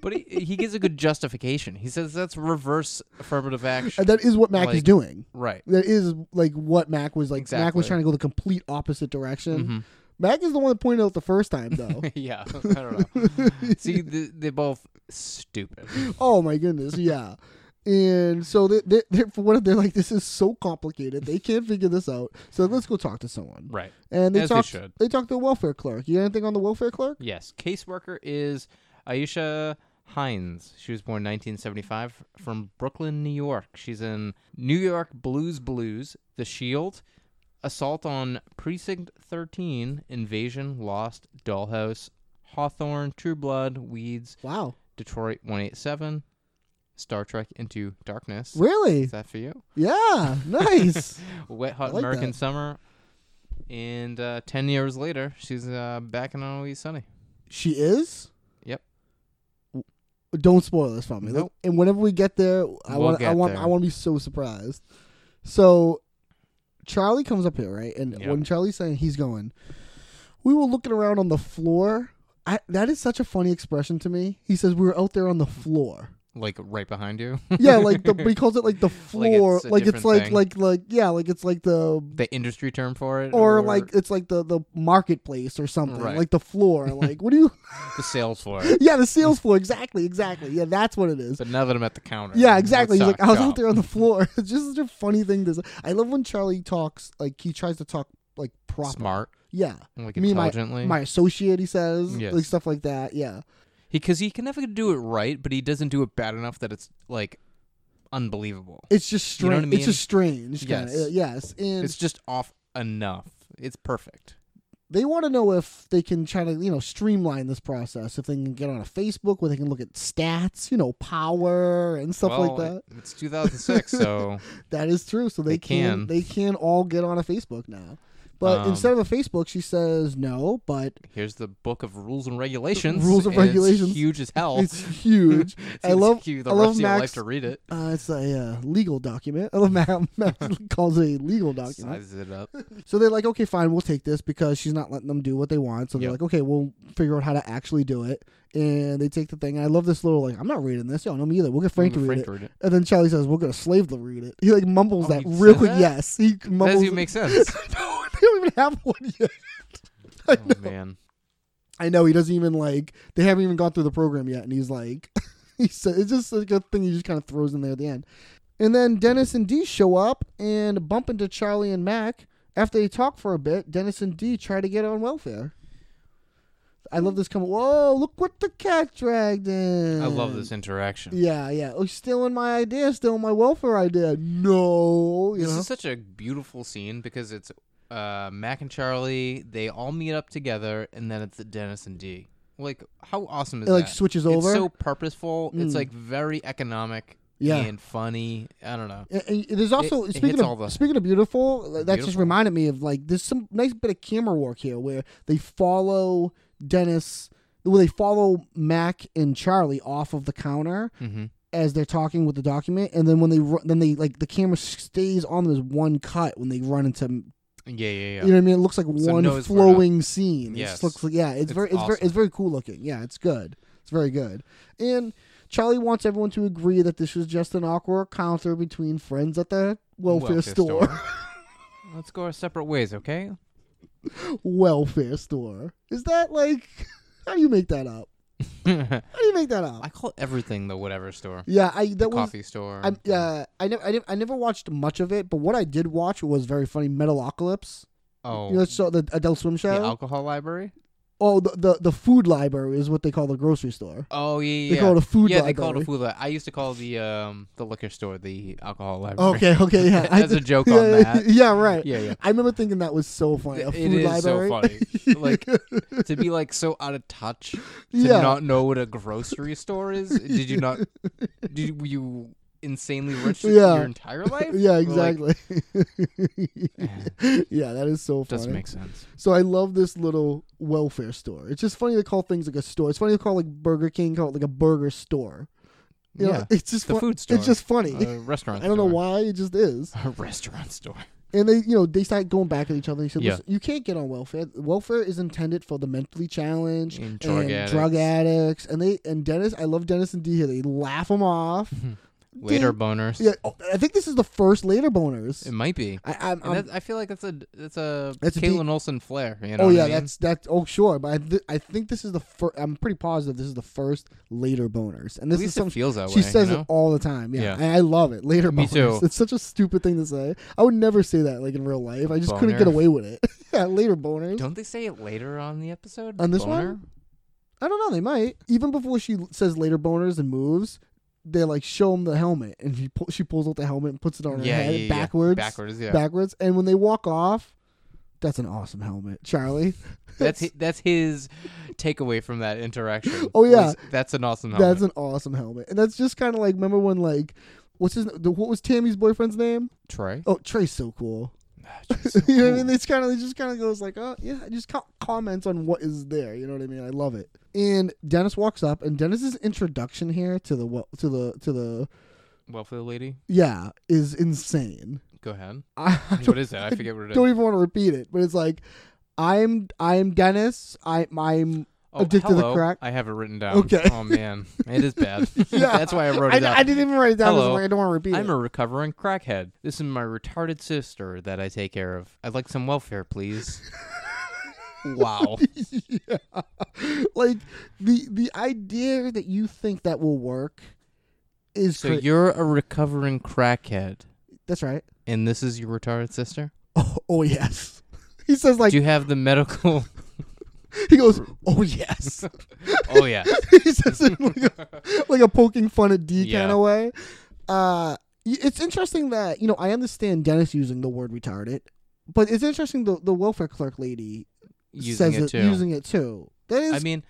Speaker 1: but he, he gives a good justification. He says that's reverse affirmative action.
Speaker 5: And that is what Mac is
Speaker 1: Like-
Speaker 5: doing.
Speaker 1: right.
Speaker 5: That is like what Mac was like. Mac was
Speaker 1: Exactly. Mm-hmm.
Speaker 5: trying to go the complete opposite direction. Mac is the one that pointed out the first time, though.
Speaker 1: Yeah. I don't know. See, th- they're both stupid.
Speaker 5: oh my goodness, yeah. And so they, they, they're, for what they're like, this is so complicated. They can't figure this out. So let's go talk to someone.
Speaker 1: Right.
Speaker 5: And they
Speaker 1: As they
Speaker 5: talked.
Speaker 1: should.
Speaker 5: They talked to the welfare clerk. You got anything on the welfare clerk?
Speaker 1: Yes. Caseworker is Aisha Hines. She was born 1975 from Brooklyn, New York. She's in New York Blues Blues, The Shield, Assault on Precinct 13, Invasion, Lost, Dollhouse, Hawthorne, True Blood, Weeds,
Speaker 5: Wow,
Speaker 1: Detroit 187, Star Trek Into Darkness.
Speaker 5: really?
Speaker 1: Is that for you?
Speaker 5: Yeah, nice.
Speaker 1: Wet Hot
Speaker 5: like
Speaker 1: American
Speaker 5: that.
Speaker 1: Summer. And uh, 10 years later, she's uh, back in Always Sunny.
Speaker 5: she is.
Speaker 1: Yep.
Speaker 5: Don't spoil this for me.
Speaker 1: Nope.
Speaker 5: And whenever we get there, I
Speaker 1: We'll
Speaker 5: want. I
Speaker 1: get
Speaker 5: want.
Speaker 1: there.
Speaker 5: I want to be so surprised. So, Charlie comes up here, right? And
Speaker 1: Yeah.
Speaker 5: when Charlie's saying he's going, we were looking around on the floor. I, that is such a funny expression to me. He says we were out there on the floor.
Speaker 1: Like right behind you.
Speaker 5: Yeah, like the, but he calls it like the floor.
Speaker 1: it's a
Speaker 5: like it's
Speaker 1: different
Speaker 5: like
Speaker 1: thing.
Speaker 5: like like yeah, like it's like the
Speaker 1: the industry term for it,
Speaker 5: or like it's like the the marketplace or something
Speaker 1: Right.
Speaker 5: like the floor like what do you
Speaker 1: the sales floor. it.
Speaker 5: yeah the sales floor exactly exactly yeah that's what it is
Speaker 1: But now that I'm at the counter,
Speaker 5: yeah exactly he's
Speaker 1: let's
Speaker 5: like i was
Speaker 1: talk
Speaker 5: out there on the floor it's just such a funny thing to say. i love when charlie talks like he tries to talk like proper
Speaker 1: shop. smart.
Speaker 5: yeah
Speaker 1: Like
Speaker 5: me and my,
Speaker 1: intelligently.
Speaker 5: my associate he says
Speaker 1: Yes.
Speaker 5: like stuff like that yeah
Speaker 1: Because he, can never do it right, but he doesn't do it bad enough that it's like unbelievable.
Speaker 5: it's just
Speaker 1: You
Speaker 5: strange
Speaker 1: know what I
Speaker 5: it's just strange kinda. Uh,
Speaker 1: Yes.
Speaker 5: yes and
Speaker 1: It's just off enough. It's perfect.
Speaker 5: They want to know if they can try to, you know, streamline this process. If they can get on a Facebook where they can look at stats, you know, power and stuff
Speaker 1: well,
Speaker 5: like that.
Speaker 1: it- it's 2006, so
Speaker 5: That is true. So they,
Speaker 1: They
Speaker 5: can.
Speaker 1: can.
Speaker 5: they can all get on a Facebook now. But
Speaker 1: Um,
Speaker 5: instead of a Facebook, she says no. But
Speaker 1: here's the book of rules and regulations.
Speaker 5: Rules and
Speaker 1: and it's
Speaker 5: regulations.
Speaker 1: huge as hell.
Speaker 5: it's huge. I love.
Speaker 1: you the
Speaker 5: I
Speaker 1: rest
Speaker 5: love
Speaker 1: of your life
Speaker 5: Max.
Speaker 1: to read it.
Speaker 5: Uh, it's a uh, legal document. I love Max, Max calls it a legal document.
Speaker 1: Sizes it up.
Speaker 5: So they're like, okay, fine, we'll take this because she's not letting them do what they want. So they're
Speaker 1: Yep.
Speaker 5: like, okay, we'll figure out how to actually do it. And they take the thing. I love this little like, I'm not reading this. Yo, no me either. We'll get Frank to
Speaker 1: Frank
Speaker 5: read
Speaker 1: to
Speaker 5: it.
Speaker 1: read it.
Speaker 5: And then Charlie says, we'll get a slave to read it. He like mumbles
Speaker 1: Oh,
Speaker 5: that
Speaker 1: he
Speaker 5: real
Speaker 1: said
Speaker 5: quick.
Speaker 1: that?
Speaker 5: Yes, he
Speaker 1: That
Speaker 5: mumbles.
Speaker 1: doesn't even make sense.
Speaker 5: no, they don't even have one yet.
Speaker 1: oh man,
Speaker 5: I know he doesn't even like. They haven't even gone through the program yet, and he's like, he said it's just like a thing he just kind of throws in there at the end. And then Dennis and Dee show up and bump into Charlie and Mac. After they talk for a bit, Dennis and Dee try to get on welfare. I love this comment. Whoa, look what the cat dragged in.
Speaker 1: I love this interaction.
Speaker 5: Yeah, yeah. Oh, stealing my idea, stealing my welfare idea. No, you
Speaker 1: This
Speaker 5: know?
Speaker 1: is such a beautiful scene because it's uh, Mac and Charlie. They all meet up together, and then it's Dennis and D. Like, how awesome is
Speaker 5: It,
Speaker 1: that?
Speaker 5: like, switches over? Hmm.
Speaker 1: It's so purposeful. It's like very economic.
Speaker 5: Yeah.
Speaker 1: and funny. I don't know.
Speaker 5: And, and there's also
Speaker 1: it
Speaker 5: speaking
Speaker 1: hits all
Speaker 5: of
Speaker 1: the-
Speaker 5: speaking of beautiful, that just
Speaker 1: Beautiful.
Speaker 5: reminded me of like there's some nice bit of camera work here where they follow Dennis, well they follow Mac and Charlie off of the counter
Speaker 1: Mm-hmm.
Speaker 5: as they're talking with the document, and then when they ru- then they like the camera stays on them as one cut when they run into
Speaker 1: Yeah, yeah,
Speaker 5: you know
Speaker 1: yeah.
Speaker 5: what I mean. It looks like
Speaker 1: So
Speaker 5: one
Speaker 1: nose for
Speaker 5: flowing scene. It
Speaker 1: Yes.
Speaker 5: just looks like yeah, it's,
Speaker 1: It's
Speaker 5: very it's very
Speaker 1: awesome.
Speaker 5: it's very cool looking. Yeah, it's good. It's very good. And Charlie wants everyone to agree that this was just an awkward encounter between friends at the welfare,
Speaker 1: Welfare
Speaker 5: store.
Speaker 1: store. Let's go our separate ways, okay?
Speaker 5: welfare store. Is that like how do you make that up? How do you make that up?
Speaker 1: I call everything the whatever store,
Speaker 5: yeah, I that was
Speaker 1: coffee store.
Speaker 5: I'm, yeah, I never, I never, I never watched much of it, but what I did watch was very funny. Metalocalypse,
Speaker 1: oh,
Speaker 5: you know, so the Adult Swim show.
Speaker 1: the alcohol library.
Speaker 5: oh, the, the the food library is what they call the grocery store.
Speaker 1: Oh yeah, yeah.
Speaker 5: They
Speaker 1: yeah.
Speaker 5: call it a food
Speaker 1: Yeah, they call it
Speaker 5: library.
Speaker 1: a food. Li- I used to call the um the liquor store the alcohol library.
Speaker 5: Okay, okay, yeah. I
Speaker 1: As a
Speaker 5: did-
Speaker 1: joke
Speaker 5: yeah,
Speaker 1: on that.
Speaker 5: Yeah, right.
Speaker 1: Yeah, yeah.
Speaker 5: I remember thinking that was so funny. A
Speaker 1: It
Speaker 5: food
Speaker 1: is
Speaker 5: library.
Speaker 1: so funny. Like to be like so out of touch to
Speaker 5: Yeah.
Speaker 1: not know what a grocery store is. Did you not? Did you, were you insanely rich
Speaker 5: Yeah.
Speaker 1: your entire life?
Speaker 5: yeah,
Speaker 1: Like,
Speaker 5: exactly. yeah, that is so funny.
Speaker 1: doesn't make sense.
Speaker 5: So I love this little welfare store. It's just funny to call things like a store. It's funny to call like Burger King call it like a burger store. You know,
Speaker 1: yeah,
Speaker 5: it's just
Speaker 1: the
Speaker 5: fun-
Speaker 1: food store.
Speaker 5: It's just funny.
Speaker 1: A restaurant.
Speaker 5: I don't know
Speaker 1: store.
Speaker 5: why it just is.
Speaker 1: A restaurant store.
Speaker 5: And they, you know, they start going back at each other. They said,
Speaker 1: Yeah.
Speaker 5: Listen, "You can't get on welfare. Welfare is intended for the mentally challenged
Speaker 1: And drug addicts.
Speaker 5: drug addicts." And they and Dennis, I love Dennis and D here. They laugh him off.
Speaker 1: Later boners.
Speaker 5: yeah, oh, I think this is the first later boners.
Speaker 1: It might be.
Speaker 5: I,
Speaker 1: And
Speaker 5: I'm, I'm-
Speaker 1: that, I feel like that's a that's a
Speaker 5: Um, That's a
Speaker 1: Caitlin
Speaker 5: deep-
Speaker 1: Olsen flair. You know
Speaker 5: oh
Speaker 1: what
Speaker 5: yeah,
Speaker 1: I mean?
Speaker 5: that's that's oh sure, but I, th- I think this is the first. I'm pretty positive this is the first later boners, and this
Speaker 1: At
Speaker 5: is
Speaker 1: least it
Speaker 5: something
Speaker 1: feels that
Speaker 5: she
Speaker 1: way,
Speaker 5: says
Speaker 1: you know?
Speaker 5: it all the time. Yeah,
Speaker 1: Yeah.
Speaker 5: and I love it. Later
Speaker 1: Me
Speaker 5: boners.
Speaker 1: too.
Speaker 5: It's such a stupid thing to say. I would never say that like in real life. I just couldn't
Speaker 1: Boner.
Speaker 5: get away with it. yeah, later boners.
Speaker 1: Don't they say it later on the episode?
Speaker 5: On this
Speaker 1: Boner?
Speaker 5: one? I don't know. They might even before she says later boners and moves. They like show him the helmet, and she pull, she pulls out the helmet and puts it on her
Speaker 1: Yeah,
Speaker 5: head
Speaker 1: yeah, yeah.
Speaker 5: backwards,
Speaker 1: Backwards, yeah.
Speaker 5: backwards. And when they walk off, that's an awesome helmet, Charlie.
Speaker 1: That's hi- that's his takeaway from that interaction.
Speaker 5: Oh, yeah.
Speaker 1: was, that's an awesome.
Speaker 5: That's
Speaker 1: Helmet.
Speaker 5: an awesome helmet, and that's just kind of like remember when like what's his the, what was Tammy's boyfriend's name?
Speaker 1: Trey.
Speaker 5: Oh, Trey's so cool.
Speaker 1: Trey's
Speaker 5: you know what I mean? It's kind of it just kind of goes like oh yeah, it just co- comments on what is there. You know what I mean? I love it. And Dennis walks up, and Dennis's introduction here to the wel- to the to the
Speaker 1: Welfare lady,
Speaker 5: yeah is insane.
Speaker 1: go ahead.
Speaker 5: I, I
Speaker 1: What is it? I forget what it is.
Speaker 5: don't even want to repeat it, but it's like I'm I'm Dennis. I I'm
Speaker 1: oh,
Speaker 5: addicted
Speaker 1: hello.
Speaker 5: to crack.
Speaker 1: I have it written down.
Speaker 5: Okay.
Speaker 1: Oh man, it is bad. that's why I wrote
Speaker 5: I,
Speaker 1: it down.
Speaker 5: I didn't even write it down.
Speaker 1: Hello.
Speaker 5: I don't want to repeat it.
Speaker 1: I'm a recovering crackhead. This is my retarded sister that I take care of. I'd like some welfare, please. wow.
Speaker 5: yeah. Like the the idea that you think that will work is
Speaker 1: So
Speaker 5: cra-
Speaker 1: you're a recovering crackhead,
Speaker 5: that's right.
Speaker 1: and this is your retarded sister.
Speaker 5: Oh, oh, yes. He says like
Speaker 1: Do you have the medical?
Speaker 5: he goes, "Oh yes."
Speaker 1: oh yeah.
Speaker 5: he says it like a, like a poking fun at D
Speaker 1: Yeah.
Speaker 5: kind of way. Uh y- it's interesting that, you know, I understand Dennis using the word retarded, but it's interesting the the welfare clerk lady
Speaker 1: using
Speaker 5: says
Speaker 1: it
Speaker 5: it,
Speaker 1: too.
Speaker 5: using it too. That is
Speaker 1: I mean,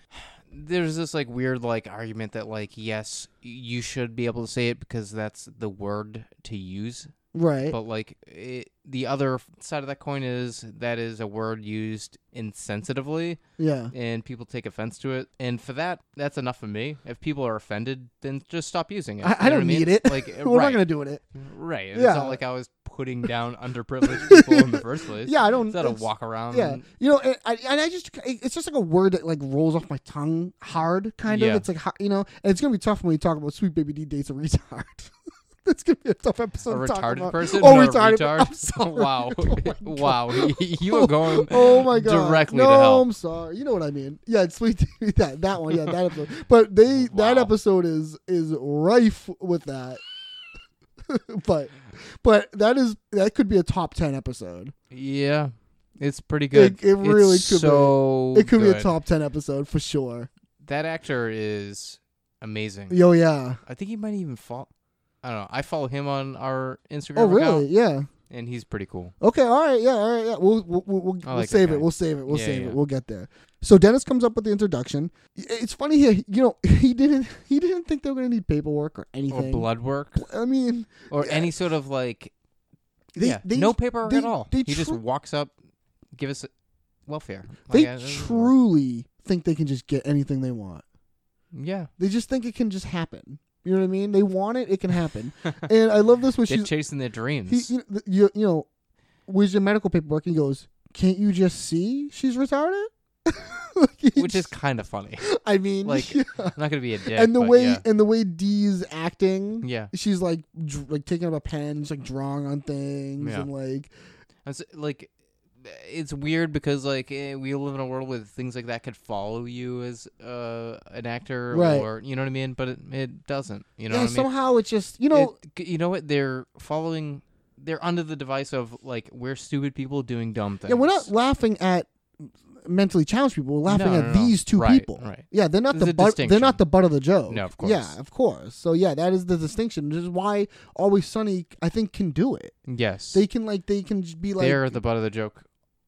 Speaker 1: there's this like weird like argument that like yes, you should be able to say it because that's the word to use.
Speaker 5: right.
Speaker 1: But like it, the other side of that coin is that is a word used insensitively
Speaker 5: yeah.
Speaker 1: and people take offense to it. And for that, that's enough for me. If people are offended, then just stop using it.
Speaker 5: I, I
Speaker 1: You know what
Speaker 5: don't
Speaker 1: mean?
Speaker 5: need it.
Speaker 1: Like
Speaker 5: We're
Speaker 1: right,
Speaker 5: not gonna do it.
Speaker 1: right. It's
Speaker 5: Yeah.
Speaker 1: not like I was putting down underprivileged people in the first place.
Speaker 5: Yeah, I don't-
Speaker 1: It's not a
Speaker 5: it's-
Speaker 1: walk around.
Speaker 5: Yeah, you know, and I, and I just it's just like a word that like rolls off my tongue hard, kind of.
Speaker 1: Yeah.
Speaker 5: It's like ho- you know, and it's gonna be tough when we talk about Sweet Baby D dates a retard. That's gonna be a tough episode.
Speaker 1: a
Speaker 5: to talk
Speaker 1: retarded
Speaker 5: about.
Speaker 1: person?
Speaker 5: Oh,
Speaker 1: not
Speaker 5: retarded.
Speaker 1: A retard?
Speaker 5: I'm sorry.
Speaker 1: Wow.
Speaker 5: Oh my God.
Speaker 1: wow. You are going
Speaker 5: Oh my god!
Speaker 1: directly
Speaker 5: no,
Speaker 1: to hell.
Speaker 5: I'm sorry. You know what I mean? Yeah, it's sweet. Baby- that that one. Yeah, that episode. But they that
Speaker 1: Oh, Wow.
Speaker 5: episode is is rife with that. but but that is that could be a top ten episode.
Speaker 1: Yeah. It's pretty good.
Speaker 5: it really
Speaker 1: It's
Speaker 5: could be.
Speaker 1: so
Speaker 5: it could be a
Speaker 1: good.
Speaker 5: top ten episode for sure.
Speaker 1: That actor is amazing.
Speaker 5: Yo, yeah.
Speaker 1: I think he might even follow. I don't know. I follow him on our Instagram.
Speaker 5: Oh, really?
Speaker 1: account,
Speaker 5: Yeah.
Speaker 1: and he's pretty cool.
Speaker 5: Okay. All right. Yeah. All right. Yeah. We'll we'll, we'll, we'll,
Speaker 1: I
Speaker 5: we'll
Speaker 1: like that
Speaker 5: save
Speaker 1: guy.
Speaker 5: it. We'll save it. We'll
Speaker 1: Yeah,
Speaker 5: save
Speaker 1: yeah.
Speaker 5: it. We'll get there. So Dennis comes up with the introduction. Y- It's funny here. You know, he didn't he didn't think they were gonna need paperwork or
Speaker 1: Or
Speaker 5: anything.
Speaker 1: Oh, blood work,
Speaker 5: I mean,
Speaker 1: or any sort of like.
Speaker 5: they,
Speaker 1: yeah,
Speaker 5: they
Speaker 1: no paperwork
Speaker 5: they-
Speaker 1: at all.
Speaker 5: They
Speaker 1: he just
Speaker 5: tru-
Speaker 1: walks up, give us welfare.
Speaker 5: they
Speaker 1: Like, I-
Speaker 5: truly think they can just get anything they want.
Speaker 1: Yeah,
Speaker 5: They just think it can just happen. You know what I mean? They want it. It can happen. and I love this when
Speaker 1: they're
Speaker 5: she's
Speaker 1: chasing their dreams.
Speaker 5: he, you, know, you, you know, where's your medical paperwork? He goes, can't you just see she's retarded? Like, he
Speaker 1: which is
Speaker 5: just-
Speaker 1: kind of funny.
Speaker 5: I mean,
Speaker 1: Like,
Speaker 5: yeah.
Speaker 1: I'm not gonna be a dick.
Speaker 5: and the
Speaker 1: but
Speaker 5: way
Speaker 1: yeah.
Speaker 5: and the way Dee's acting,
Speaker 1: Yeah.
Speaker 5: she's like dr- like taking up a pen, just like drawing on things,
Speaker 1: Yeah.
Speaker 5: and like
Speaker 1: I was, like, it's weird because like eh, we live in a world where things like that could follow you as uh, an actor,
Speaker 5: Right.
Speaker 1: or you know what I mean. But it, it doesn't. You know
Speaker 5: yeah,
Speaker 1: what I mean?
Speaker 5: somehow it's just you know
Speaker 1: It- you know what? They're following. They're under the device of like we're stupid people doing dumb things.
Speaker 5: yeah, we're not laughing at mentally challenged people. We're laughing
Speaker 1: No,
Speaker 5: at
Speaker 1: no, no.
Speaker 5: these two
Speaker 1: Right,
Speaker 5: people.
Speaker 1: right.
Speaker 5: Yeah, they're not
Speaker 1: There's
Speaker 5: the
Speaker 1: a
Speaker 5: butt. They're not
Speaker 1: distinction.
Speaker 5: the butt of the joke.
Speaker 1: No, of
Speaker 5: Yeah,
Speaker 1: course.
Speaker 5: of course. So yeah, that is the distinction. This is why Always Sunny, I think, can do it.
Speaker 1: Yes,
Speaker 5: They can like they can just be like
Speaker 1: they're the butt of the joke,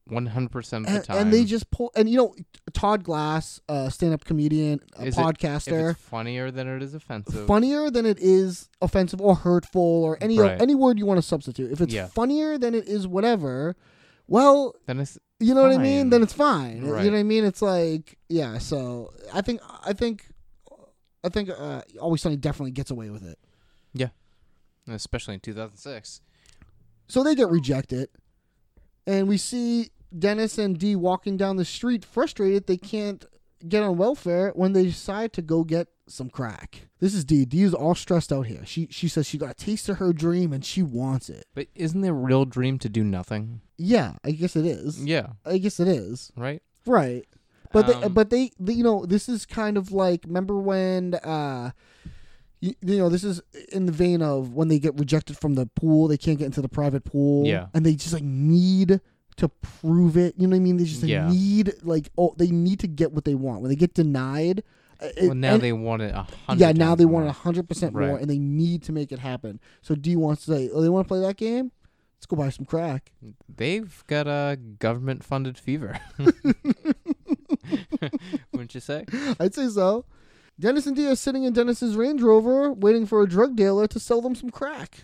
Speaker 1: one hundred percent of the
Speaker 5: and,
Speaker 1: time.
Speaker 5: and they just pull and you know Todd Glass, uh, stand-up comedian, a
Speaker 1: Is it-
Speaker 5: podcaster.
Speaker 1: If it's funnier than it is offensive.
Speaker 5: funnier than it is offensive or hurtful or any
Speaker 1: Right.
Speaker 5: any word you want to substitute. If it's
Speaker 1: Yeah.
Speaker 5: funnier than it is whatever, well,
Speaker 1: Then it's
Speaker 5: you know what I mean.
Speaker 1: Fine.
Speaker 5: Then it's fine.
Speaker 1: Right.
Speaker 5: You know what I mean. It's like yeah. So I think I think I think uh, Always Sunny definitely gets away with it.
Speaker 1: yeah, especially in two thousand six.
Speaker 5: So they get rejected, and we see Dennis and Dee walking down the street, frustrated they can't get on welfare when they decide to go get some crack. This is Dee. Dee is all stressed out here. She she says she got a taste of her dream and she wants it.
Speaker 1: But isn't their real dream to do nothing?
Speaker 5: Yeah, I guess it is.
Speaker 1: Yeah,
Speaker 5: I guess it is.
Speaker 1: right.
Speaker 5: Right. But they,
Speaker 1: Um,
Speaker 5: but they, they- you know this is kind of like remember when uh you, you know this is in the vein of when they get rejected from the pool they can't get into the private pool
Speaker 1: Yeah.
Speaker 5: and they just like need to prove it you know what I mean they just like,
Speaker 1: Yeah.
Speaker 5: need like oh they need to get what they want when they get denied uh, it-
Speaker 1: well, now
Speaker 5: and-
Speaker 1: they want it a hundred.
Speaker 5: yeah now
Speaker 1: times
Speaker 5: they
Speaker 1: more.
Speaker 5: want it hundred percent more
Speaker 1: Right.
Speaker 5: and they need to make it happen so D wants to say oh they want to play that game let's go buy some crack
Speaker 1: They've got a government-funded fever. Wouldn't you say?
Speaker 5: I'd say so. Dennis and Dee are sitting in Dennis's Range Rover waiting for a drug dealer to sell them some crack.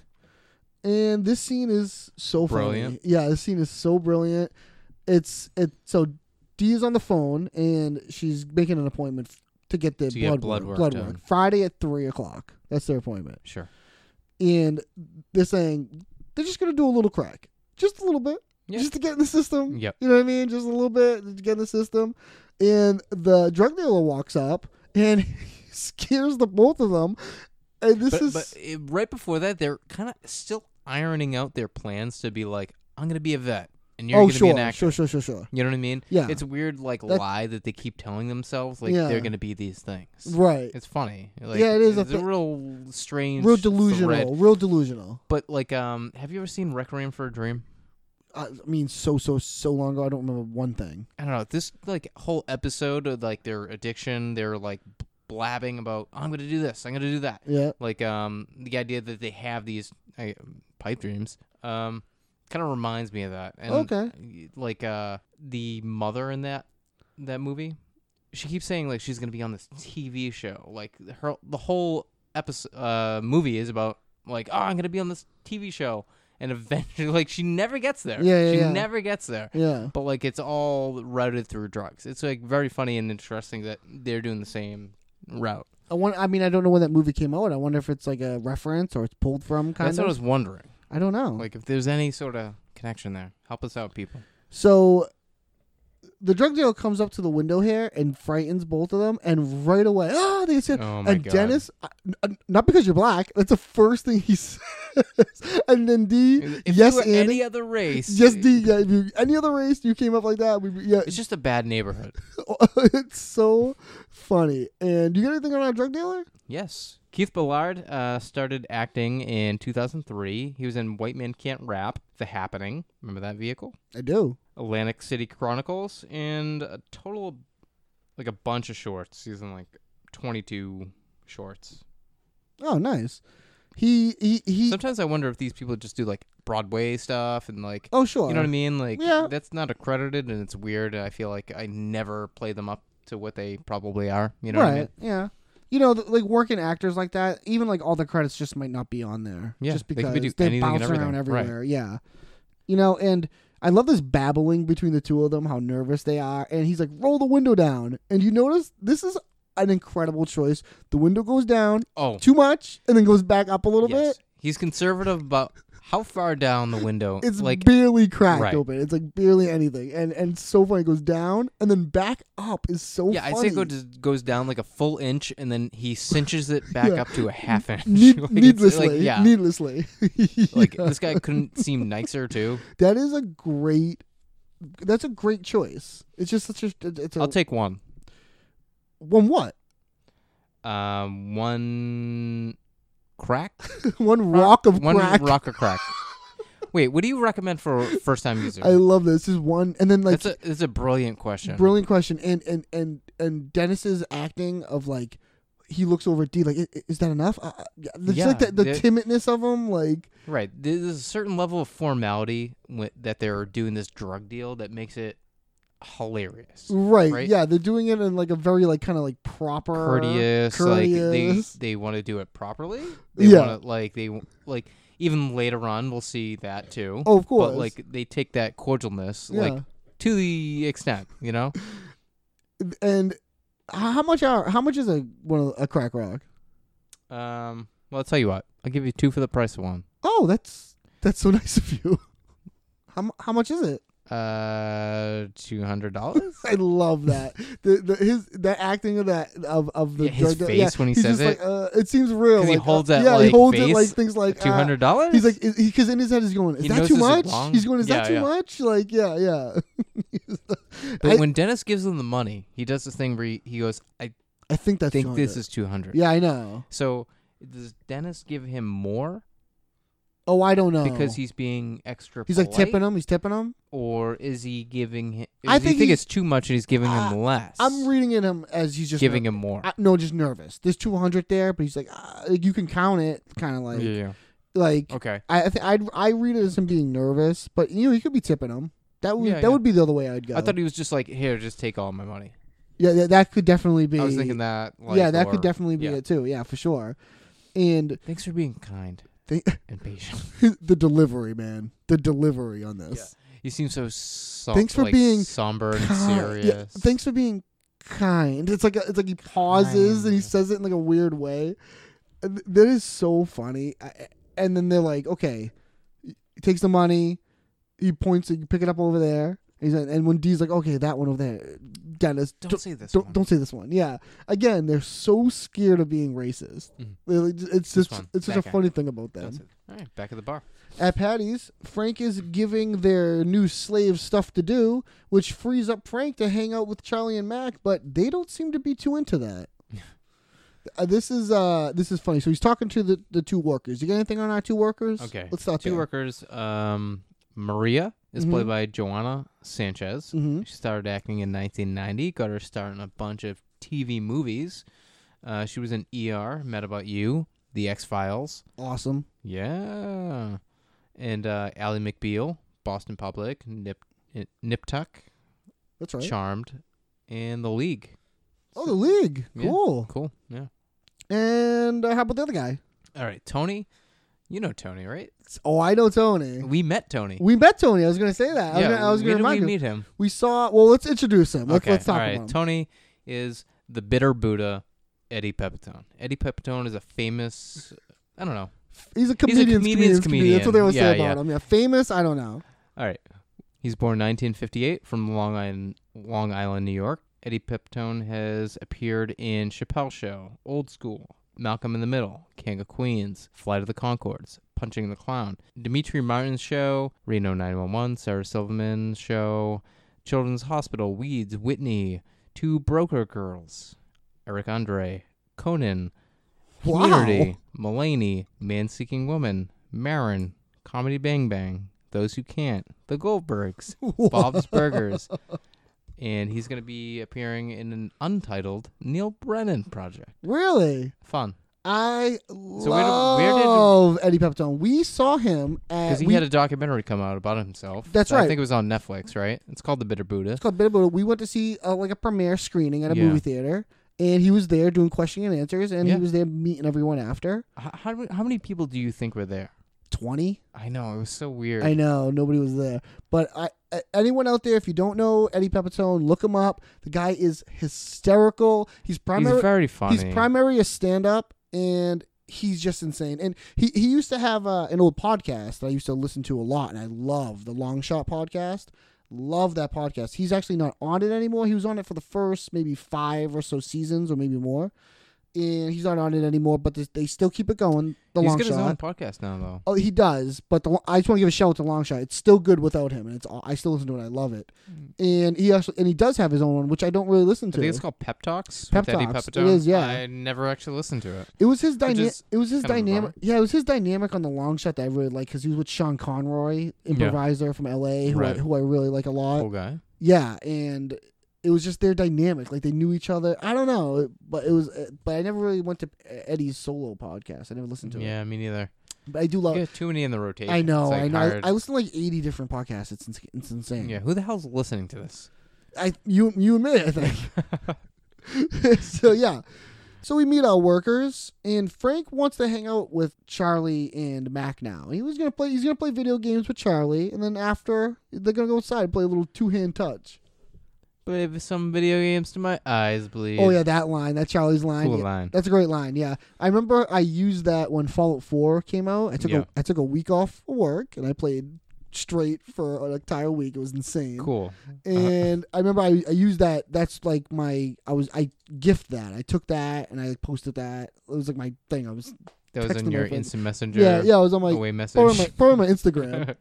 Speaker 5: And this scene is so
Speaker 1: Brilliant.
Speaker 5: Funny. Yeah, this scene is so brilliant. It's it so Dee is on the phone and she's making an appointment f- to get the
Speaker 1: To get
Speaker 5: blood,
Speaker 1: blood work
Speaker 5: work, blood
Speaker 1: done.
Speaker 5: work Friday at three o'clock. That's their appointment.
Speaker 1: Sure.
Speaker 5: And they're saying they're just gonna do a little crack, just a little bit,
Speaker 1: Yeah.
Speaker 5: just to get in the system.
Speaker 1: Yep.
Speaker 5: You know what I mean? Just a little bit to get in the system. And the drug dealer walks up and he scares the both of them. And this
Speaker 1: But,
Speaker 5: is
Speaker 1: but uh, right before that, they're kind of still ironing out their plans to be like, "I'm gonna be a vet, and you're
Speaker 5: oh
Speaker 1: gonna be an
Speaker 5: sure,
Speaker 1: actor."
Speaker 5: sure, sure, sure, sure.
Speaker 1: You know what I mean?
Speaker 5: Yeah.
Speaker 1: It's a weird like
Speaker 5: That-
Speaker 1: lie that they keep telling themselves, like
Speaker 5: Yeah.
Speaker 1: they're gonna be these things.
Speaker 5: Right.
Speaker 1: It's funny. Like,
Speaker 5: Yeah, it is a
Speaker 1: It's a,
Speaker 5: thi-
Speaker 1: real strange,
Speaker 5: real delusional,
Speaker 1: thread.
Speaker 5: real delusional.
Speaker 1: But like, um, have you ever seen Requiem for a Dream?
Speaker 5: I I mean, so so so long ago, I don't remember one thing.
Speaker 1: I don't know. This like whole episode of like their addiction, they're like b- blabbing about "Oh, I'm gonna do this, I'm gonna do that.
Speaker 5: Yeah.
Speaker 1: Like um the idea that they have these uh, pipe dreams. Um kind of reminds me of that. And
Speaker 5: Okay.
Speaker 1: Like uh, the mother in that that movie, she keeps saying like she's gonna be on this TV show. Like her the whole episode uh, movie is about like oh I'm gonna be on this TV show, and eventually like she never gets there.
Speaker 5: Yeah, yeah,
Speaker 1: she
Speaker 5: yeah.
Speaker 1: never gets there.
Speaker 5: Yeah.
Speaker 1: But like it's all routed through drugs. It's like very funny and interesting that they're doing the same route.
Speaker 5: I want. I mean, I don't know when that movie came out. I wonder if it's like a reference or it's pulled from kind
Speaker 1: That's
Speaker 5: of.
Speaker 1: what I was wondering.
Speaker 5: I don't know.
Speaker 1: Like if there's any sort of connection there, help us out, people.
Speaker 5: So the drug dealer comes up to the window here and frightens both of them, and right away, ah, they said,
Speaker 1: Oh my
Speaker 5: and
Speaker 1: God.
Speaker 5: Dennis, uh, n- not because you're black, that's the first thing he says. and then D,
Speaker 1: If
Speaker 5: yes,
Speaker 1: you were
Speaker 5: and
Speaker 1: any other race,
Speaker 5: yes, D, yeah, if you, any other race, you came up like that, we, yeah,
Speaker 1: It's just a bad neighborhood.
Speaker 5: it's so funny. And you got anything on our drug dealer?
Speaker 1: Yes. Keith Ballard uh, started acting in 2003. He was in White Man Can't Rap, The Happening. Remember that vehicle?
Speaker 5: I do.
Speaker 1: Atlantic City Chronicles, and a total, of, like a bunch of shorts. He's in like 22 shorts.
Speaker 5: Oh, nice. He he he.
Speaker 1: Sometimes I wonder if these people just do like Broadway stuff and like.
Speaker 5: Oh, sure.
Speaker 1: You know what I mean? Like,
Speaker 5: Yeah.
Speaker 1: that's not accredited and it's weird. I feel like I never play them up to what they probably are. You know
Speaker 5: right?
Speaker 1: what I mean?
Speaker 5: Yeah. You know, th- like working actors like that, even like all the credits just might not be on there.
Speaker 1: Yeah,
Speaker 5: just
Speaker 1: they could
Speaker 5: because
Speaker 1: be do
Speaker 5: they
Speaker 1: anything and
Speaker 5: bounce around
Speaker 1: everything. Right.
Speaker 5: everywhere. Yeah. You know, and I love this babbling between the two of them, how nervous they are, and he's like, "Roll the window down." And you notice this is an incredible choice. The window goes down
Speaker 1: Oh.
Speaker 5: too much, and then goes back up a little
Speaker 1: Yes.
Speaker 5: bit.
Speaker 1: He's conservative about how far down the window.
Speaker 5: It's
Speaker 1: like
Speaker 5: barely cracked
Speaker 1: Right.
Speaker 5: open. It's like barely anything, and and so funny. It goes down and then back up is so
Speaker 1: yeah, I'd
Speaker 5: funny.
Speaker 1: say it goes, goes down like a full inch, and then he cinches it back
Speaker 5: Yeah.
Speaker 1: up to a half inch.
Speaker 5: Need-
Speaker 1: Like, it's
Speaker 5: needlessly,
Speaker 1: like, yeah.
Speaker 5: needlessly.
Speaker 1: like this guy couldn't seem nicer too.
Speaker 5: That is a great. That's a great choice. It's just such a. It's a
Speaker 1: I'll take one.
Speaker 5: one what
Speaker 1: Um, one crack,
Speaker 5: one rock of
Speaker 1: one
Speaker 5: crack.
Speaker 1: rock or crack. Wait, what do you recommend for first time users?
Speaker 5: I love this. Is one and then like
Speaker 1: that's a that's a brilliant question.
Speaker 5: brilliant question and and and and Dennis's acting of like he looks over at D like "I- I- is that enough? Uh, uh, yeah." It's
Speaker 1: Yeah,
Speaker 5: like the, the
Speaker 1: there-
Speaker 5: timidness of him like
Speaker 1: Right. There's a certain level of formality wi- that they're doing this drug deal that makes it hilarious.
Speaker 5: right,
Speaker 1: Right.
Speaker 5: yeah they're doing it in like a very like kind of like proper
Speaker 1: Courteous,
Speaker 5: courteous.
Speaker 1: like they they want to do it properly. They
Speaker 5: Yeah.
Speaker 1: want to like they w- like even later on we'll see that too.
Speaker 5: Oh, of course.
Speaker 1: But like they take that cordialness
Speaker 5: Yeah.
Speaker 1: like to the extent, you know.
Speaker 5: and h- how much are how much is a one of, a crack rock?
Speaker 1: Um. Well, I'll tell you what. I'll give you two for the price of one.
Speaker 5: Oh, that's that's so nice of you. How mu- how much is it?
Speaker 1: Uh, two hundred dollars.
Speaker 5: I love that. The, the his the acting of that of of the
Speaker 1: Yeah, his
Speaker 5: drug-
Speaker 1: face when he
Speaker 5: he's
Speaker 1: says
Speaker 5: just like,
Speaker 1: it.
Speaker 5: uh, it seems real.
Speaker 1: 'Cause he
Speaker 5: like, uh,
Speaker 1: holds that,
Speaker 5: yeah, he
Speaker 1: like,
Speaker 5: holds it
Speaker 1: face
Speaker 5: like things like uh,
Speaker 1: Two hundred dollars.
Speaker 5: He's like because in his head he's going, is
Speaker 1: He
Speaker 5: that
Speaker 1: knows
Speaker 5: too
Speaker 1: this is
Speaker 5: much?
Speaker 1: wrong.
Speaker 5: He's going, is that
Speaker 1: Yeah,
Speaker 5: too
Speaker 1: yeah.
Speaker 5: much? Like yeah, yeah.
Speaker 1: But
Speaker 5: I-
Speaker 1: when Dennis gives them the money, he does this thing where he, he goes, "I
Speaker 5: I think that's
Speaker 1: think this
Speaker 5: 200.
Speaker 1: is 200."
Speaker 5: yeah, I know.
Speaker 1: So does Dennis give him more
Speaker 5: Oh, I don't know
Speaker 1: because he's being extra?
Speaker 5: he's like
Speaker 1: polite?
Speaker 5: tipping him. He's tipping him.
Speaker 1: or is he giving him?
Speaker 5: I
Speaker 1: I think,
Speaker 5: think
Speaker 1: he think
Speaker 5: he's-
Speaker 1: it's too much, and he's giving him less.
Speaker 5: I'm reading it him as he's just
Speaker 1: giving
Speaker 5: ner-
Speaker 1: him more.
Speaker 5: I- no, just nervous. There's 200 there, but he's like, ah, like you can count it, kind of like
Speaker 1: yeah.
Speaker 5: like
Speaker 1: Okay.
Speaker 5: I I, th- I'd, I read it as him being nervous, but you know he could be tipping him. That would
Speaker 1: Yeah,
Speaker 5: that
Speaker 1: yeah.
Speaker 5: would be the other way I'd go.
Speaker 1: I thought he was just like, "Here, just take all my money."
Speaker 5: yeah, that, that could definitely be.
Speaker 1: I was thinking that. Like,
Speaker 5: yeah, that
Speaker 1: or-
Speaker 5: could definitely be
Speaker 1: yeah.
Speaker 5: it too. Yeah, for sure. And
Speaker 1: Thanks for being kind
Speaker 5: they,
Speaker 1: and patient.
Speaker 5: the delivery, man, the delivery on this.
Speaker 1: you seem so so-
Speaker 5: Thanks for
Speaker 1: like,
Speaker 5: being
Speaker 1: somber and
Speaker 5: Kind-
Speaker 1: serious.
Speaker 5: yeah, thanks for being kind. It's like a, it's like he pauses and he
Speaker 1: Kind.
Speaker 5: says it in like a weird way. And th- That is so funny. I, I- and then they're like, okay, he takes the money, he points, it, you pick it up over there. He's like, and when D's like, okay, that one over there, Dennis,
Speaker 1: Don't say this
Speaker 5: Don't
Speaker 1: one.
Speaker 5: don't say this one. Yeah. Again, they're so scared of being racist. They're like- It's
Speaker 1: Mm-hmm. This
Speaker 5: just
Speaker 1: one.
Speaker 5: it's such
Speaker 1: That
Speaker 5: a
Speaker 1: guy.
Speaker 5: funny thing about them.
Speaker 1: That's it. All right, back at the bar.
Speaker 5: At Patty's, Frank is giving their new slaves stuff to do, which frees up Frank to hang out with Charlie and Mac, but they don't seem to be too into that. Uh, this is uh this is funny. So he's talking to the, the two workers. You got anything on our two workers?
Speaker 1: Okay.
Speaker 5: Let's start
Speaker 1: Two
Speaker 5: there.
Speaker 1: workers. Um, Maria is played by Joanna Sanchez. She started acting in 1990. Got her start in a bunch of TV movies. Uh, she was in ER, Met About You, The X Files.
Speaker 5: Awesome.
Speaker 1: Yeah. and uh, Ally McBeal, Boston Public, Nip Nip Tuck,
Speaker 5: That's right.
Speaker 1: Charmed, and The League.
Speaker 5: Oh, the league.
Speaker 1: Yeah,
Speaker 5: Cool.
Speaker 1: Cool. Yeah.
Speaker 5: And uh, how about the other guy?
Speaker 1: All right, Tony. You know Tony, right?
Speaker 5: Oh, I know Tony.
Speaker 1: We met Tony.
Speaker 5: We met Tony. I was going to say that. I was
Speaker 1: yeah,
Speaker 5: gonna- I was
Speaker 1: we-
Speaker 5: going to
Speaker 1: we-
Speaker 5: remind
Speaker 1: we
Speaker 5: you.
Speaker 1: meet him.
Speaker 5: We saw. Well, let's introduce him. Let's,
Speaker 1: okay.
Speaker 5: let's talk
Speaker 1: All right.
Speaker 5: about him.
Speaker 1: Tony is the bitter Buddha, Eddie Pepitone. Eddie Pepitone is a famous. I don't know. He's
Speaker 5: he's a
Speaker 1: a
Speaker 5: comedian's, comedian.
Speaker 1: comedian's
Speaker 5: That's what they always
Speaker 1: comedian.
Speaker 5: say
Speaker 1: Yeah,
Speaker 5: about
Speaker 1: yeah.
Speaker 5: him. Yeah, famous. I don't know.
Speaker 1: All right. He's born 1958 from Long Island, Long Island, New York. Eddie Pepitone has appeared in Chappelle Show, Old School, Malcolm in the Middle, King of Queens, Flight of the Concords, Punching the Clown, Dimitri Martin's Show, Reno 911, Sarah Silverman's Show, Children's Hospital, Weeds, Whitney, Two Broker Girls, Eric Andre, Conan,
Speaker 5: Wow.
Speaker 1: Community, Mulaney, Man Seeking Woman, Marin, Comedy Bang Bang, Those Who Can't, The Goldbergs, Bob's Burgers. And he's going to be appearing in an untitled Neil Brennan project.
Speaker 5: Really,
Speaker 1: Fun.
Speaker 5: I
Speaker 1: did-
Speaker 5: love
Speaker 1: where did-
Speaker 5: Eddie Pepitone. We saw him at.
Speaker 1: Because he
Speaker 5: Uh, we,
Speaker 1: had a documentary come out about himself.
Speaker 5: That's
Speaker 1: I
Speaker 5: right.
Speaker 1: think it was on Netflix, right? It's called The Bitter Buddha.
Speaker 5: it's called Bit of Buddha. We went to see uh, like a premiere screening at a
Speaker 1: Yeah.
Speaker 5: movie theater, and he was there doing question and answers, and
Speaker 1: Yeah.
Speaker 5: he was there meeting everyone after.
Speaker 1: H- How, do we- how many people do you think were there?
Speaker 5: Twenty.
Speaker 1: I know. It was so weird.
Speaker 5: I know nobody was there, but I, I anyone out there if you don't know Eddie Pepitone, look him up. The guy is hysterical. He's primary.
Speaker 1: very funny.
Speaker 5: He's primary a stand up, and he's just insane. And he he used to have uh, an old podcast that I used to listen to a lot, and I love the Long Shot podcast. Love that podcast. He's actually not on it anymore. He was on it for the first maybe five or so seasons, or maybe more. And he's not on it anymore, but they- they still keep it going. The
Speaker 1: He's
Speaker 5: long
Speaker 1: got
Speaker 5: shot.
Speaker 1: his own podcast now, though.
Speaker 5: Oh, he does, but the, I just want to give a shout out to Longshot. It's still good without him, and it's aw- I still listen to it. I love it, and he actually and he does have his own one, which I don't really listen to.
Speaker 1: Mm. I think it's called Pep Talks.
Speaker 5: Pep
Speaker 1: with Eddie
Speaker 5: Talks. It
Speaker 1: Pepitone.
Speaker 5: is, yeah.
Speaker 1: I never actually listened to it.
Speaker 5: it was his
Speaker 1: which
Speaker 5: dynamic.
Speaker 1: is
Speaker 5: It was his
Speaker 1: kind of a
Speaker 5: dynamic.
Speaker 1: bummer.
Speaker 5: Yeah, it was his dynamic on the long shot that I really like because he was with Sean Conroy, improviser from L.A., who,
Speaker 1: Right.
Speaker 5: I, who I really like a lot.
Speaker 1: Cool guy.
Speaker 5: Yeah, and it was just their dynamic. Like they knew each other. I don't know, but it was. uh, But I never really went to uh, Eddie's solo podcast. I never listened to it.
Speaker 1: Yeah, me neither.
Speaker 5: But I do love.
Speaker 1: You got too many in the rotation.
Speaker 5: Uh, I know.
Speaker 1: It's like
Speaker 5: I know.
Speaker 1: hard.
Speaker 5: I, I listen to like eighty different podcasts. It's ins- it's insane.
Speaker 1: yeah, who the hell's listening to this?
Speaker 5: I you you and me, I think. so yeah. So we meet our workers and Frank wants to hang out with Charlie and Mac now. He was gonna play he's gonna play video games with Charlie and then after they're gonna go outside and play a little two hand touch.
Speaker 1: But if some video games to my eyes bleed.
Speaker 5: Oh yeah, that line, that Charlie's line.
Speaker 1: Cool
Speaker 5: Yeah,
Speaker 1: line.
Speaker 5: That's a great line, yeah. I remember I used that when Fallout Four came out. I took
Speaker 1: Yeah.
Speaker 5: a I took a week off work and I played straight for an entire week. It was insane.
Speaker 1: Cool.
Speaker 5: and I remember I, I used that. That's like my I was I gift that. I took that and I like, posted that. It was like my thing. I was
Speaker 1: That was
Speaker 5: Text
Speaker 1: in
Speaker 5: them
Speaker 1: your
Speaker 5: over and-
Speaker 1: instant messenger.
Speaker 5: yeah yeah. I was on my
Speaker 1: away
Speaker 5: Probably my,
Speaker 1: message.
Speaker 5: probably my Instagram.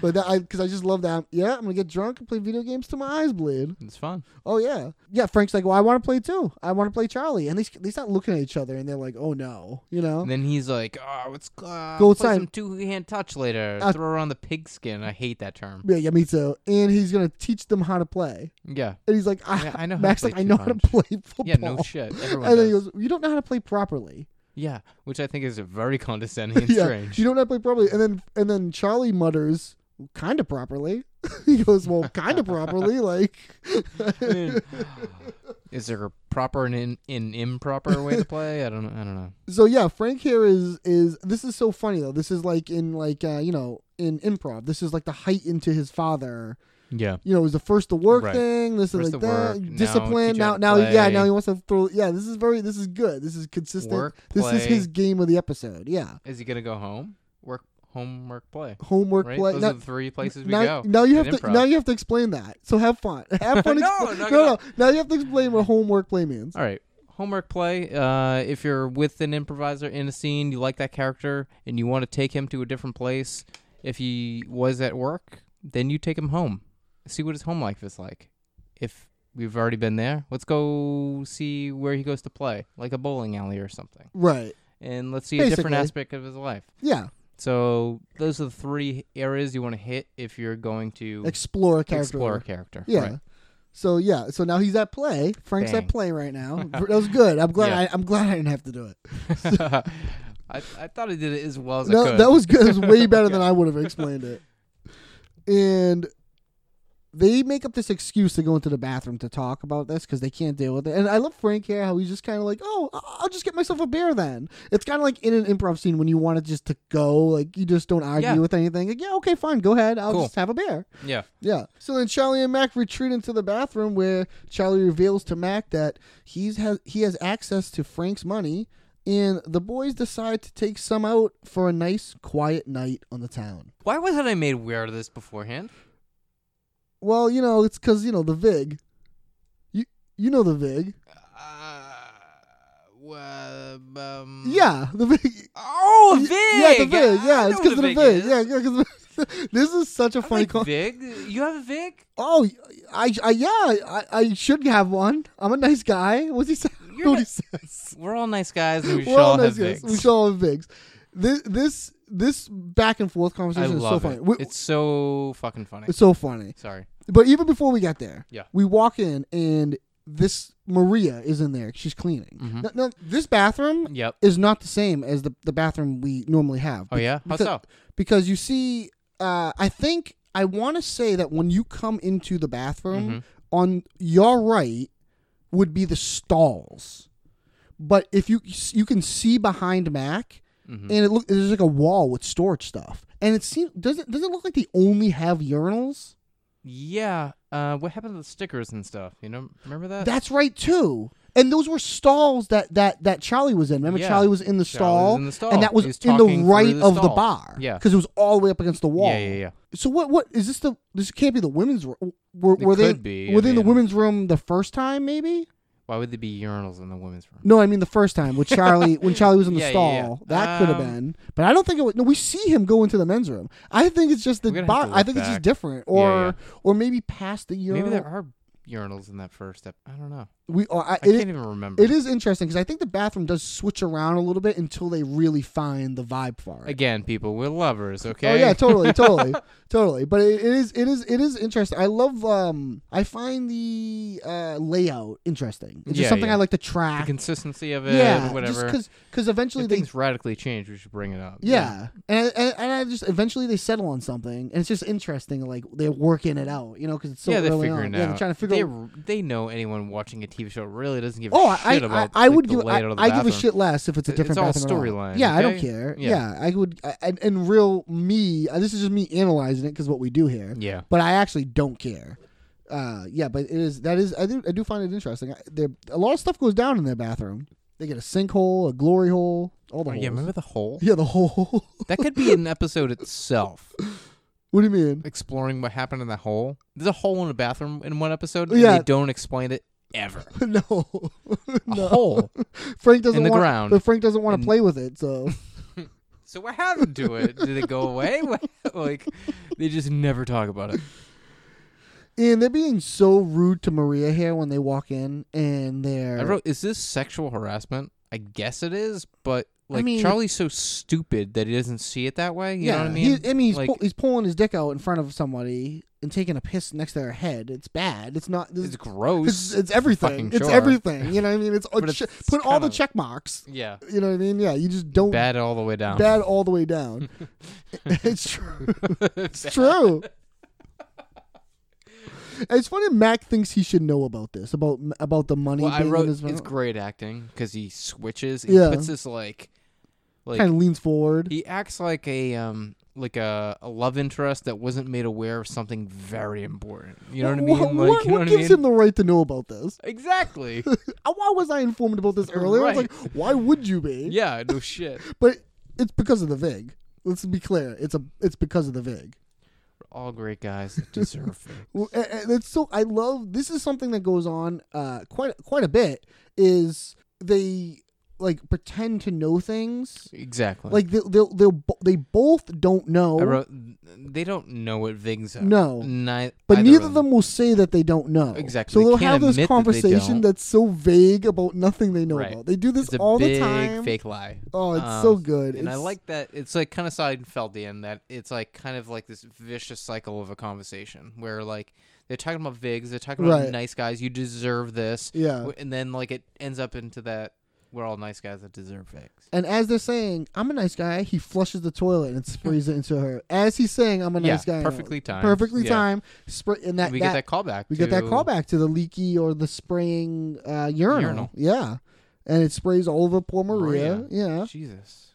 Speaker 5: but that I because I just love that. Yeah, I'm gonna get drunk and play video games till my eyes bleed.
Speaker 1: It's fun.
Speaker 5: Oh yeah, yeah. Frank's like, well, I want to play too. I want to play Charlie, and they they start looking at each other and they're like, oh no, you know.
Speaker 1: And then he's like, "Oh, let's uh,
Speaker 5: Go
Speaker 1: play
Speaker 5: outside.
Speaker 1: some two-hand touch later.
Speaker 5: Uh,
Speaker 1: Throw around the pigskin. I hate that term.
Speaker 5: yeah, yeah, me too. And he's gonna teach them how to play.
Speaker 1: Yeah.
Speaker 5: And he's like, I,
Speaker 1: Yeah, I know how to
Speaker 5: Max,
Speaker 1: play
Speaker 5: like, I know how to
Speaker 1: two-punch."
Speaker 5: play football.
Speaker 1: Yeah, no shit. Everyone
Speaker 5: Oh, And then he
Speaker 1: does.
Speaker 5: goes, you don't know how to play properly.
Speaker 1: Yeah, which I think is very condescending and strange.
Speaker 5: You don't have to play properly. And then and then Charlie mutters kind of properly. he goes, "Well, kind of properly." Like
Speaker 1: is there a proper and in, an improper way to play? I don't know. I don't know.
Speaker 5: so, yeah. Frank here is is this is so funny though. This is like in like uh, you know in improv. This is like the height into his father.
Speaker 1: Yeah.
Speaker 5: You know, it was the first to work
Speaker 1: Right.
Speaker 5: thing. This
Speaker 1: First
Speaker 5: is like
Speaker 1: to
Speaker 5: that
Speaker 1: work, now teach
Speaker 5: discipline.
Speaker 1: you how
Speaker 5: Now,
Speaker 1: to
Speaker 5: now, yeah,
Speaker 1: play.
Speaker 5: now he wants to throw. Yeah, this is very. This is good. This is consistent.
Speaker 1: Work,
Speaker 5: this is
Speaker 1: play.
Speaker 5: his game of the episode. Yeah,
Speaker 1: Is he gonna go home? Work, home, work, play.
Speaker 5: homework
Speaker 1: Right?
Speaker 5: play.
Speaker 1: Those
Speaker 5: Now-
Speaker 1: are the three places we
Speaker 5: now,
Speaker 1: go.
Speaker 5: now you
Speaker 1: in
Speaker 5: have to
Speaker 1: improv.
Speaker 5: now you have to explain that. So have fun. Have fun.
Speaker 1: No,
Speaker 5: expl-
Speaker 1: I'm
Speaker 5: no,
Speaker 1: not
Speaker 5: no,
Speaker 1: gonna-
Speaker 5: Now you have to explain what homework play means.
Speaker 1: All right. Homework play. Uh, if you're with an improviser in a scene, you like that character, and you want to take him to a different place. If he was at work, then you take him home. See what his home life is like. If we've already been there, let's go see where he goes to play, like a bowling alley or something,
Speaker 5: Right.
Speaker 1: and let's see a
Speaker 5: Basically.
Speaker 1: different aspect of his life.
Speaker 5: Yeah.
Speaker 1: So those are the three areas you want to hit if you're going to
Speaker 5: Explore a character.
Speaker 1: explore a character.
Speaker 5: Yeah.
Speaker 1: Right.
Speaker 5: So yeah. So now he's at play. Frank's at
Speaker 1: Bang.
Speaker 5: play right now. that was good. I'm glad.
Speaker 1: Yeah.
Speaker 5: I, I'm glad I didn't have to do it.
Speaker 1: I, I thought I did it as well as I
Speaker 5: No,
Speaker 1: could.
Speaker 5: that was good. It was way better than I would have explained it. And they make up this excuse to go into the bathroom to talk about this because they can't deal with it. And I love Frank here how he's just kind of like, "Oh, I- I'll just get myself a beer then." It's kind of like in an improv scene when you want it just to go, like you just don't argue
Speaker 1: Yeah.
Speaker 5: with anything. Like, yeah, okay, fine, go ahead. I'll
Speaker 1: Cool.
Speaker 5: just have a beer.
Speaker 1: yeah.
Speaker 5: Yeah. So then Charlie and Mac retreat into the bathroom where Charlie reveals to Mac that he's has he has access to Frank's money and the boys decide to take some out for a nice quiet night on the town.
Speaker 1: Why wasn't I made aware of this beforehand?
Speaker 5: Well, you know, it's cuz you know the Vig. You you know the Vig.
Speaker 1: Uh, well, um,
Speaker 5: Yeah, the Vig.
Speaker 1: Oh, Vig.
Speaker 5: Yeah, the Vig.
Speaker 1: I-
Speaker 5: Yeah,
Speaker 1: I
Speaker 5: it's
Speaker 1: know
Speaker 5: cuz of the Vig.
Speaker 1: is.
Speaker 5: Yeah, yeah, 'cause the- this is such a
Speaker 1: I
Speaker 5: funny
Speaker 1: like
Speaker 5: call.
Speaker 1: Vig. You have a Vig?
Speaker 5: Oh, I, I yeah, I, I should have one. I'm a nice guy. What's he say?
Speaker 1: You're
Speaker 5: What he
Speaker 1: not-
Speaker 5: says?
Speaker 1: We're all nice guys. And we
Speaker 5: We're
Speaker 1: shall
Speaker 5: all
Speaker 1: have
Speaker 5: nice guys.
Speaker 1: Vigs.
Speaker 5: We shall have Vigs. This this this back and forth
Speaker 1: I
Speaker 5: conversation is so
Speaker 1: love
Speaker 5: funny.
Speaker 1: it.
Speaker 5: We-
Speaker 1: it's so fucking funny.
Speaker 5: it's so funny.
Speaker 1: Sorry.
Speaker 5: But even before we got there,
Speaker 1: Yeah.
Speaker 5: we walk in and this Maria is in there. She's cleaning. No, no, this bathroom
Speaker 1: Mm-hmm. Yep.
Speaker 5: is not the same as the, the bathroom we normally have.
Speaker 1: Oh, yeah? How
Speaker 5: because,
Speaker 1: so?
Speaker 5: Because you see, uh, I think I want to say that when you come into the bathroom,
Speaker 1: Mm-hmm.
Speaker 5: on your right would be the stalls, but if you you can see behind Mac,
Speaker 1: Mm-hmm.
Speaker 5: and it look there's like a wall with storage stuff, and it seems does it does it look like they only have urinals?
Speaker 1: Yeah. Uh, what happened to the stickers and stuff? You know, remember that?
Speaker 5: That's right too. And those were stalls that that that Charlie was in. Remember,
Speaker 1: Yeah.
Speaker 5: Charlie was in
Speaker 1: Charlie
Speaker 5: the stall,
Speaker 1: was in the stall.
Speaker 5: and that was,
Speaker 1: He was
Speaker 5: in
Speaker 1: talking
Speaker 5: the
Speaker 1: through
Speaker 5: right
Speaker 1: the
Speaker 5: of the
Speaker 1: stall.
Speaker 5: bar.
Speaker 1: Yeah.
Speaker 5: because it was all the way up against the wall.
Speaker 1: Yeah, yeah, yeah.
Speaker 5: So what? What is this? The this can't be the women's room. Were, were they
Speaker 1: could be, I
Speaker 5: were they in the
Speaker 1: mean-
Speaker 5: women's room the first time? Maybe.
Speaker 1: Why would there be urinals in the women's room?
Speaker 5: No, I mean the first time with Charlie when Charlie was in the
Speaker 1: Yeah,
Speaker 5: stall.
Speaker 1: yeah, yeah.
Speaker 5: That could have
Speaker 1: Um,
Speaker 5: been, but I don't think it was. No, we see him go into the men's room. I think it's just the
Speaker 1: We're gonna have
Speaker 5: bar.
Speaker 1: to
Speaker 5: I
Speaker 1: look
Speaker 5: think it's just
Speaker 1: back.
Speaker 5: different,
Speaker 1: Yeah,
Speaker 5: or
Speaker 1: yeah.
Speaker 5: or maybe past the urinal.
Speaker 1: Maybe there are urinals in that first step. I don't know.
Speaker 5: We are. I,
Speaker 1: I
Speaker 5: it-
Speaker 1: can't even remember.
Speaker 5: It is interesting because I think the bathroom does switch around a little bit until they really find the vibe for it.
Speaker 1: Again, people, we're lovers, okay?
Speaker 5: Oh yeah, totally, totally, totally. But it, it is, it is, it is interesting. I love. Um, I find the uh, layout interesting. It's just
Speaker 1: Yeah,
Speaker 5: something
Speaker 1: yeah.
Speaker 5: I like to track.
Speaker 1: The consistency of it,
Speaker 5: yeah,
Speaker 1: whatever.
Speaker 5: just because eventually
Speaker 1: if
Speaker 5: they
Speaker 1: things radically change, we should bring it up.
Speaker 5: Yeah, And, and and I just eventually they settle on something, and it's just interesting. Like they're working it out, you know, because it's so
Speaker 1: yeah, they're
Speaker 5: early
Speaker 1: figuring
Speaker 5: on.
Speaker 1: out.
Speaker 5: Yeah, they're trying to figure. out.
Speaker 1: They, they know anyone watching a TV show really doesn't give
Speaker 5: Oh,
Speaker 1: a
Speaker 5: I,
Speaker 1: shit
Speaker 5: I,
Speaker 1: about.
Speaker 5: I
Speaker 1: like,
Speaker 5: would
Speaker 1: the
Speaker 5: give I,
Speaker 1: layout of the
Speaker 5: I give a
Speaker 1: bathroom.
Speaker 5: shit less if it's a
Speaker 1: It-
Speaker 5: different
Speaker 1: it's all
Speaker 5: bathroom at all.
Speaker 1: storyline,
Speaker 5: Yeah, I don't
Speaker 1: okay?
Speaker 5: care. Yeah,
Speaker 1: Yeah.
Speaker 5: I would. I, and, and real me, uh, this is just me analyzing it because what we do here.
Speaker 1: Yeah.
Speaker 5: but I actually don't care. Uh, yeah, but it is that is I do I do find it interesting. I, there a lot of stuff goes down in their bathroom. They get a sinkhole, a glory hole, all the
Speaker 1: Oh,
Speaker 5: holes.
Speaker 1: yeah, remember the hole?
Speaker 5: Yeah, the hole.
Speaker 1: That could be an episode itself,
Speaker 5: what do you mean?
Speaker 1: exploring what happened in the hole. There's a hole in a bathroom in one episode,
Speaker 5: Yeah.
Speaker 1: and they don't explain it ever.
Speaker 5: no,
Speaker 1: A
Speaker 5: no.
Speaker 1: hole.
Speaker 5: Frank doesn't
Speaker 1: the
Speaker 5: want,
Speaker 1: ground.
Speaker 5: but Frank doesn't want to
Speaker 1: And-
Speaker 5: play with it. So
Speaker 1: So what happened to it? Did it go away? What- like they just never talk about it.
Speaker 5: And they're being so rude to Maria here when they walk in, and they're
Speaker 1: I wrote, is this sexual harassment? I guess it is, but like
Speaker 5: mean-
Speaker 1: Charlie's so stupid that he doesn't see it that way. You know what I mean?
Speaker 5: he- I mean, he's,
Speaker 1: like,
Speaker 5: pull, he's pulling his dick out in front of somebody and taking a piss next to their head. It's bad. It's not. This,
Speaker 1: it's gross.
Speaker 5: It's, it's everything.
Speaker 1: Fucking
Speaker 5: It's
Speaker 1: sure.
Speaker 5: everything. You know what I mean? It's,
Speaker 1: But
Speaker 5: it's
Speaker 1: it's
Speaker 5: put all the
Speaker 1: kinda-
Speaker 5: check marks.
Speaker 1: Yeah,
Speaker 5: You know what I mean? Yeah, you just don't
Speaker 1: bad all the way down.
Speaker 5: bad all the way down. it's true. it's true. It's funny. Mac thinks he should know about this, about about the money.
Speaker 1: Well, I
Speaker 5: being in
Speaker 1: wrote
Speaker 5: his
Speaker 1: it's
Speaker 5: mouth.
Speaker 1: great acting because he switches. He
Speaker 5: Yeah.
Speaker 1: puts this like, like
Speaker 5: kind of leans forward.
Speaker 1: he acts like a um like a, a love interest that wasn't made aware of something very important. You know what I mean?
Speaker 5: What,
Speaker 1: like,
Speaker 5: what-
Speaker 1: you know
Speaker 5: what
Speaker 1: what I
Speaker 5: gives
Speaker 1: mean?
Speaker 5: him the right to know about this?
Speaker 1: exactly.
Speaker 5: Uh, Why was I informed about this earlier? I was
Speaker 1: Right.
Speaker 5: like, why would you be?
Speaker 1: yeah. No shit.
Speaker 5: But it's because of the VIG. Let's be clear. It's a it's because of the VIG.
Speaker 1: All great guys that deserve it.
Speaker 5: Well, a- a- It's so I love this is something that goes on uh quite quite a bit is they like pretend to know things.
Speaker 1: Exactly.
Speaker 5: Like they they they they both don't know,
Speaker 1: I wrote, they don't know what Vig's are.
Speaker 5: No.
Speaker 1: Ni-
Speaker 5: but
Speaker 1: either
Speaker 5: neither
Speaker 1: of
Speaker 5: of them will say that they don't know.
Speaker 1: Exactly.
Speaker 5: So
Speaker 1: They
Speaker 5: they'll
Speaker 1: can't
Speaker 5: have this
Speaker 1: admit that they
Speaker 5: conversation
Speaker 1: don't.
Speaker 5: that's so vague about nothing they know
Speaker 1: Right.
Speaker 5: about. They do this
Speaker 1: It's a
Speaker 5: all
Speaker 1: big
Speaker 5: the time.
Speaker 1: fake lie. Um,
Speaker 5: Oh, it's so good.
Speaker 1: And I
Speaker 5: It's-
Speaker 1: like that. It's like kind of Seinfeldian that it's like kind of like this vicious cycle of a conversation where like they're talking about Vigs, they're talking about
Speaker 5: Right.
Speaker 1: nice guys, you deserve this.
Speaker 5: Yeah.
Speaker 1: w- And then like it ends up into that we're all nice guys that deserve fixed.
Speaker 5: And as they're saying, I'm a nice guy, he flushes the toilet and sprays it into her. As he's saying, I'm a
Speaker 1: Yeah,
Speaker 5: nice guy.
Speaker 1: perfectly timed.
Speaker 5: Perfectly
Speaker 1: Yeah.
Speaker 5: timed. Spray, and that,
Speaker 1: We get that callback
Speaker 5: We get that
Speaker 1: to-
Speaker 5: callback to the leaky or the spraying uh, urinal.
Speaker 1: Urinal.
Speaker 5: Yeah. And it sprays all over poor Maria.
Speaker 1: Maria.
Speaker 5: Yeah.
Speaker 1: Jesus.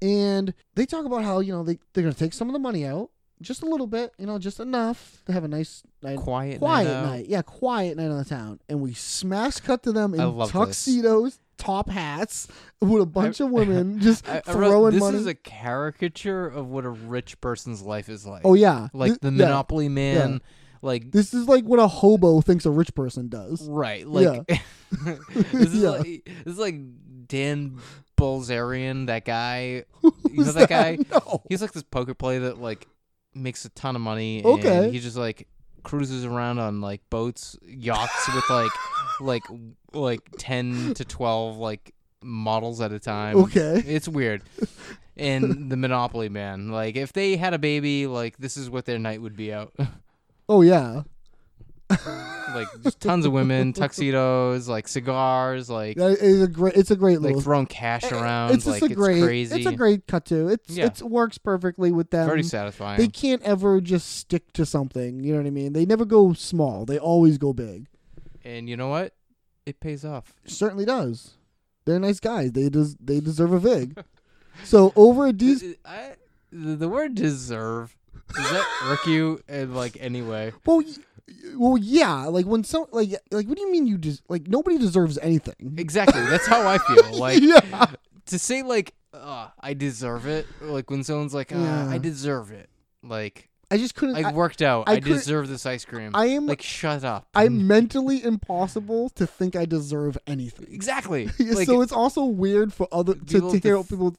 Speaker 5: And they talk about how, you know, they, they're going to take some of the money out, just a little bit, you know, just enough to have a nice night.
Speaker 1: Quiet night
Speaker 5: quiet
Speaker 1: out.
Speaker 5: night. Yeah, quiet night on the town. And we smash cut to them
Speaker 1: I
Speaker 5: in
Speaker 1: love this.
Speaker 5: tuxedos, top hats, with a bunch of women just
Speaker 1: I- I wrote,
Speaker 5: throwing
Speaker 1: this
Speaker 5: money.
Speaker 1: is a caricature of what a rich person's life is like.
Speaker 5: oh, yeah.
Speaker 1: Like
Speaker 5: Thi-
Speaker 1: the
Speaker 5: yeah.
Speaker 1: Monopoly Man. Like
Speaker 5: This is like what a hobo thinks a rich person does.
Speaker 1: Right. Like this is
Speaker 5: Yeah.
Speaker 1: like this is like Dan Bolzerian, that guy. you know
Speaker 5: Who's
Speaker 1: that, guy?
Speaker 5: that? No.
Speaker 1: He's like this poker player that like makes a ton of money and
Speaker 5: Okay.
Speaker 1: he just like cruises around on like boats, yachts with like like like ten to twelve like models at a time.
Speaker 5: Okay.
Speaker 1: It's weird. And the Monopoly man. Like if they had a baby, like this is what their night would be out.
Speaker 5: Oh, yeah.
Speaker 1: like just tons of women, tuxedos, like cigars, like
Speaker 5: That is a great, it's a great
Speaker 1: like
Speaker 5: little.
Speaker 1: throwing cash around.
Speaker 5: Eh, it's just
Speaker 1: like
Speaker 5: a great,
Speaker 1: it's crazy.
Speaker 5: it's a great um, cut to. It's
Speaker 1: Yeah.
Speaker 5: it works perfectly with them.
Speaker 1: very satisfying.
Speaker 5: They can't ever just stick to something. You know what I mean? They never go small. They always go big.
Speaker 1: and you know what? It pays off.
Speaker 5: certainly does. They're nice guys. They des- they deserve a vig. so over at D's,
Speaker 1: I, the the word deserve does that irk you in like any way?
Speaker 5: well, y- well, yeah. Like when so, like, like, what do you mean you just like nobody deserves anything?
Speaker 1: Exactly. That's how I feel. Like
Speaker 5: yeah,
Speaker 1: to say like uh, I deserve it. Like when someone's like uh,
Speaker 5: Yeah.
Speaker 1: I deserve it. Like
Speaker 5: I just couldn't.
Speaker 1: I
Speaker 5: I,
Speaker 1: worked out.
Speaker 5: I
Speaker 1: I,
Speaker 5: couldn't-
Speaker 1: deserve this ice cream.
Speaker 5: I am-
Speaker 1: like shut up.
Speaker 5: I'm mentally impossible to think I deserve anything.
Speaker 1: exactly. like,
Speaker 5: so it's also weird for other to,
Speaker 1: People
Speaker 5: to hear
Speaker 1: def- eh,
Speaker 5: people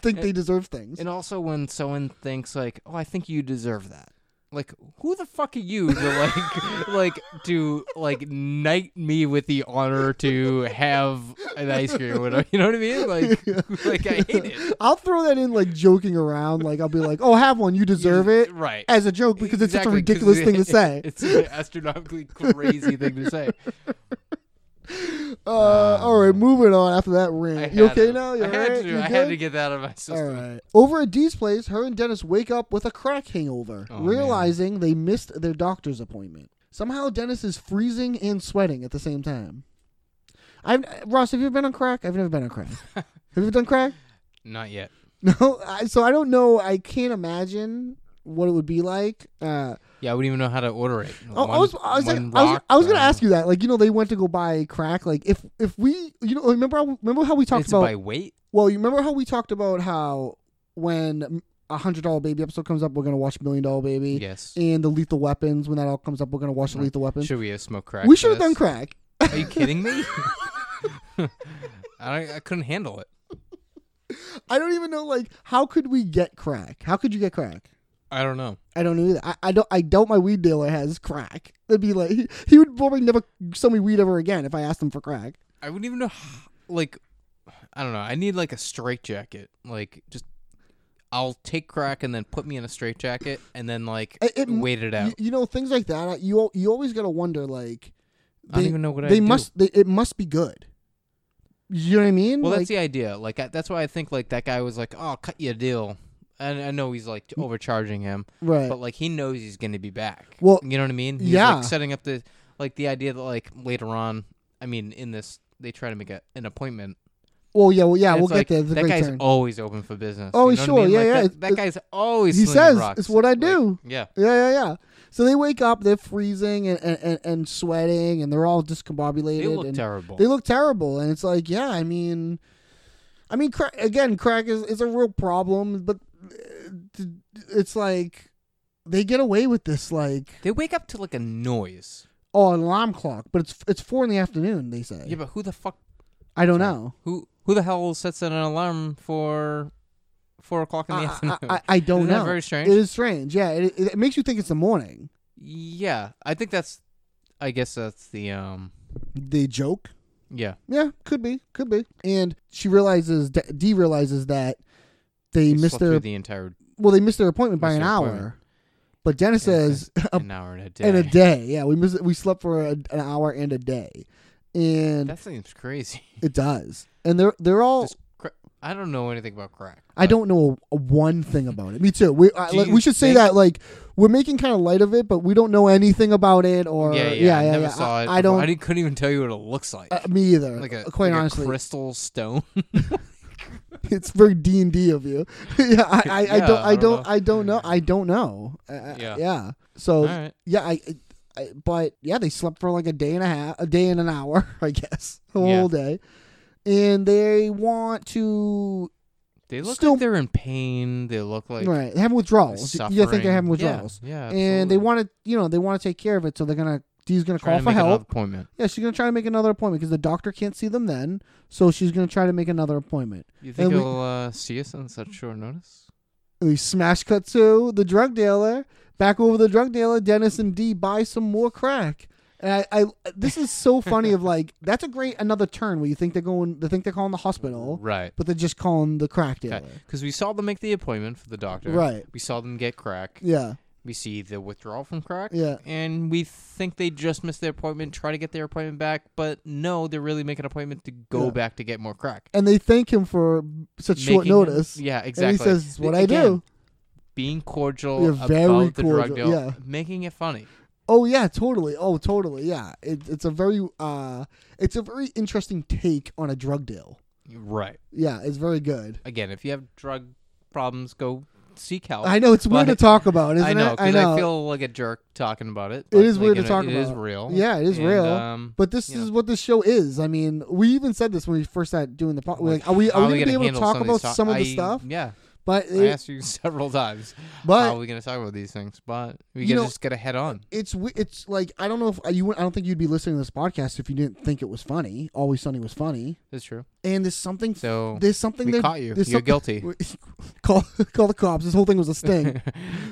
Speaker 5: think they deserve things.
Speaker 1: And also when someone thinks like, "Oh, I think you deserve that." Like, who the fuck are you to like like to like knight me with the honor to have an ice cream or whatever? You know what I mean? Like like I hate it.
Speaker 5: I'll throw that in like joking around. Like I'll be like, "Oh, have one. You deserve it."
Speaker 1: Right.
Speaker 5: As a joke because it's such a
Speaker 1: Exactly, 'cause
Speaker 5: ridiculous thing to say.
Speaker 1: It's an astronomically crazy thing to say.
Speaker 5: Uh, all right, moving on after that
Speaker 1: I
Speaker 5: rant. You
Speaker 1: had
Speaker 5: okay
Speaker 1: to-
Speaker 5: now?
Speaker 1: I
Speaker 5: You
Speaker 1: had
Speaker 5: alright?
Speaker 1: to.
Speaker 5: You
Speaker 1: I had
Speaker 5: good?
Speaker 1: to get that out of my system.
Speaker 5: All right. Over at Dee's place, her and Dennis wake up with a crack hangover,
Speaker 1: Oh,
Speaker 5: realizing they missed their doctor's appointment. Somehow, Dennis is freezing and sweating at the same time. I've Ross, have you ever been on crack? I've never been on crack. have you ever done crack?
Speaker 1: Not yet.
Speaker 5: No. I, so I don't know. I can't imagine what it would be like. Uh,
Speaker 1: Yeah, I wouldn't even know how to order it.
Speaker 5: Oh, I- I was, I was, gonna, I was, I was gonna ask
Speaker 1: uh,
Speaker 5: you that. Like, you know, they went to go buy crack. Like, if if we, you know, remember, how- remember how we talked
Speaker 1: It's
Speaker 5: about
Speaker 1: uh, by weight.
Speaker 5: Well, you remember how we talked about how when a hundred dollar baby episode comes up, we're gonna watch Million Dollar Baby.
Speaker 1: Yes. Mm-hmm.
Speaker 5: And the Lethal Weapons, when that all comes up, we're gonna watch the Lethal Weapons.
Speaker 1: Should we have smoked crack?
Speaker 5: we
Speaker 1: for
Speaker 5: should have
Speaker 1: this?
Speaker 5: done crack.
Speaker 1: Are you kidding me? I, don't- I couldn't handle it.
Speaker 5: I don't even know like how could we get crack? How could you get crack?
Speaker 1: I don't know.
Speaker 5: I don't know either. I, I don't. I doubt my weed dealer has crack. It'd be like he, he would probably never sell me weed ever again if I asked him for crack.
Speaker 1: I wouldn't even know. h- Like, I don't know. I need like a straight jacket. Like, just I'll take crack and then put me in a straight jacket and then like
Speaker 5: It- it-
Speaker 1: wait it out.
Speaker 5: You, you know things like that. You al- you always gotta wonder like
Speaker 1: I don't even know what
Speaker 5: they
Speaker 1: I'd do.
Speaker 5: must. They, it must be good. You know what I mean?
Speaker 1: well,
Speaker 5: Like-
Speaker 1: that's the idea. Like, I, that's why I think like that guy was like, "Oh, I'll cut you a deal." And I know he's like overcharging him,
Speaker 5: Mm. Right.
Speaker 1: But like he knows he's going to be back.
Speaker 5: Well,
Speaker 1: you know what I mean? He's,
Speaker 5: yeah.
Speaker 1: Like, setting up the like the idea that like later on, I mean, in this they try to make a, an appointment
Speaker 5: Well, yeah, well, yeah,
Speaker 1: And
Speaker 5: we'll
Speaker 1: it's
Speaker 5: get
Speaker 1: like,
Speaker 5: there. It's a
Speaker 1: that
Speaker 5: great
Speaker 1: guy's
Speaker 5: turn.
Speaker 1: always open for business.
Speaker 5: Oh,
Speaker 1: you know
Speaker 5: sure,
Speaker 1: what I mean?
Speaker 5: yeah,
Speaker 1: like,
Speaker 5: yeah,
Speaker 1: That,
Speaker 5: it's-
Speaker 1: that
Speaker 5: it-
Speaker 1: guy's always.
Speaker 5: he
Speaker 1: slinging
Speaker 5: says,
Speaker 1: rocks.
Speaker 5: "It's what I
Speaker 1: Like,
Speaker 5: do."
Speaker 1: yeah.
Speaker 5: yeah, yeah, yeah. So they wake up, they're freezing and, and, and, and sweating, and they're all discombobulated.
Speaker 1: They look
Speaker 5: and
Speaker 1: terrible.
Speaker 5: They look terrible, and it's like, yeah, I mean, I mean, crack, again, crack is is a real problem, but uh, it's like they get away with this, like,
Speaker 1: They wake up to like a noise.
Speaker 5: oh, an alarm clock, but it's it's four in the afternoon. They say,
Speaker 1: Yeah, but who the fuck?
Speaker 5: I don't know.
Speaker 1: Who who the hell sets an alarm for four o'clock in the
Speaker 5: I,
Speaker 1: afternoon?
Speaker 5: I, I don't
Speaker 1: Isn't
Speaker 5: know.
Speaker 1: that very strange?
Speaker 5: It is strange. Yeah, it, it, it makes you think it's the morning.
Speaker 1: yeah, I think that's. I guess that's the um.
Speaker 5: They joke.
Speaker 1: Yeah,
Speaker 5: Yeah, could be, could be. And she realizes, D, D realizes that they
Speaker 1: They
Speaker 5: missed
Speaker 1: slept
Speaker 5: their
Speaker 1: through the entire
Speaker 5: well, they missed their appointment by
Speaker 1: missed
Speaker 5: an
Speaker 1: their
Speaker 5: hour.
Speaker 1: appointment.
Speaker 5: But Dennis says
Speaker 1: an hour and a day.
Speaker 5: and a day. Yeah, we missed. We slept for a, an hour and a day. and
Speaker 1: That seems crazy.
Speaker 5: it does. And they're they're all.
Speaker 1: Just cra- I don't know anything about crack.
Speaker 5: I don't know a, one thing about it. Me too. We I,
Speaker 1: Do
Speaker 5: like,
Speaker 1: you
Speaker 5: we should say
Speaker 1: think-
Speaker 5: that like we're making kind of light of it, but we don't know anything about it. Or
Speaker 1: Yeah, yeah,
Speaker 5: uh, yeah,
Speaker 1: I
Speaker 5: yeah,
Speaker 1: never
Speaker 5: yeah.
Speaker 1: saw it.
Speaker 5: I, I
Speaker 1: before.
Speaker 5: don't.
Speaker 1: I didn't- couldn't even tell you what it looks like.
Speaker 5: uh, me either.
Speaker 1: like a
Speaker 5: quite
Speaker 1: like a
Speaker 5: honestly,
Speaker 1: crystal stone.
Speaker 5: it's very D and D of you. yeah, I, I, I
Speaker 1: Yeah,
Speaker 5: don't, I
Speaker 1: I don't
Speaker 5: don't,
Speaker 1: know.
Speaker 5: I don't know, I don't know. Uh, yeah,
Speaker 1: Yeah.
Speaker 5: yeah. So
Speaker 1: All right.
Speaker 5: yeah, I, I, but yeah, they slept for like a day and a half, a day and an hour, I guess, a
Speaker 1: Yeah.
Speaker 5: whole day, and they want to
Speaker 1: They look
Speaker 5: Still-
Speaker 1: like they're in pain. They look like
Speaker 5: right they have withdrawals. You think they're
Speaker 1: suffering.
Speaker 5: having
Speaker 1: Yeah,
Speaker 5: withdrawals?
Speaker 1: yeah,
Speaker 5: and they
Speaker 1: absolutely.
Speaker 5: want to, you know, they want to take care of it, so they're gonna. Dee's gonna
Speaker 1: trying
Speaker 5: call
Speaker 1: to
Speaker 5: for
Speaker 1: make another
Speaker 5: help.
Speaker 1: appointment.
Speaker 5: Yeah, she's gonna try to make another appointment because the doctor can't see them then, so she's gonna try to make another appointment.
Speaker 1: You think
Speaker 5: and we-
Speaker 1: he'll uh, see us on such short notice?
Speaker 5: We smash cut to the drug dealer. Back over the drug dealer, Dennis and D buy some more crack. And I, I this is so funny. of like, that's a great another turn where you think they're going, they think they're calling the hospital,
Speaker 1: Right.
Speaker 5: But they're just calling the crack dealer.
Speaker 1: Because we saw them make the appointment for the doctor.
Speaker 5: Right.
Speaker 1: We saw them get crack.
Speaker 5: Yeah,
Speaker 1: We see the withdrawal from crack.
Speaker 5: Yeah.
Speaker 1: And we think they just missed their appointment, try to get their appointment back, but no, they're really making an appointment to go
Speaker 5: Yeah.
Speaker 1: back to get more crack.
Speaker 5: and they thank him for such short
Speaker 1: Making him-
Speaker 5: notice.
Speaker 1: yeah,
Speaker 5: And he
Speaker 1: exactly.
Speaker 5: says, "It's "What I
Speaker 1: Again,
Speaker 5: do."
Speaker 1: Being cordial
Speaker 5: You're
Speaker 1: about
Speaker 5: very
Speaker 1: the drug
Speaker 5: cordial,
Speaker 1: deal,
Speaker 5: yeah.
Speaker 1: making it funny.
Speaker 5: Oh yeah, totally. Oh totally. Yeah, it, it's a very, uh, it's a very interesting take on a drug deal.
Speaker 1: Right.
Speaker 5: Yeah, it's very good.
Speaker 1: Again, if you have drug problems, go seek help.
Speaker 5: I know it's weird to
Speaker 1: But-
Speaker 5: talk about, isn't
Speaker 1: I know,
Speaker 5: it? I
Speaker 1: 'cause
Speaker 5: know.
Speaker 1: I feel like a jerk talking about it.
Speaker 5: it
Speaker 1: but,
Speaker 5: is
Speaker 1: like,
Speaker 5: weird
Speaker 1: you
Speaker 5: to
Speaker 1: know,
Speaker 5: talk about.
Speaker 1: It is real.
Speaker 5: Yeah, it is
Speaker 1: And,
Speaker 5: real.
Speaker 1: um,
Speaker 5: but this
Speaker 1: you
Speaker 5: is
Speaker 1: know,
Speaker 5: what this show is. I mean, we even said this when we first started doing the podcast. Like, are we
Speaker 1: how
Speaker 5: are
Speaker 1: gonna
Speaker 5: we gonna be able to
Speaker 1: handle
Speaker 5: talk
Speaker 1: some
Speaker 5: about
Speaker 1: these to-
Speaker 5: some of the
Speaker 1: I-
Speaker 5: stuff?
Speaker 1: Yeah,
Speaker 5: But
Speaker 1: I
Speaker 5: it-
Speaker 1: asked you several times.
Speaker 5: But-
Speaker 1: how are we going to talk about these things? But we
Speaker 5: You
Speaker 1: can
Speaker 5: know-
Speaker 1: just get a head on.
Speaker 5: it's wi- it's like I don't know if you. I don't think you'd be listening to this podcast if you didn't think it was funny. Always Sunny was funny,
Speaker 1: That's true.
Speaker 5: and there's something.
Speaker 1: So
Speaker 5: there's something
Speaker 1: we
Speaker 5: that-
Speaker 1: caught you.
Speaker 5: there's
Speaker 1: You're
Speaker 5: something-
Speaker 1: guilty.
Speaker 5: call call the cops. This whole thing was a sting.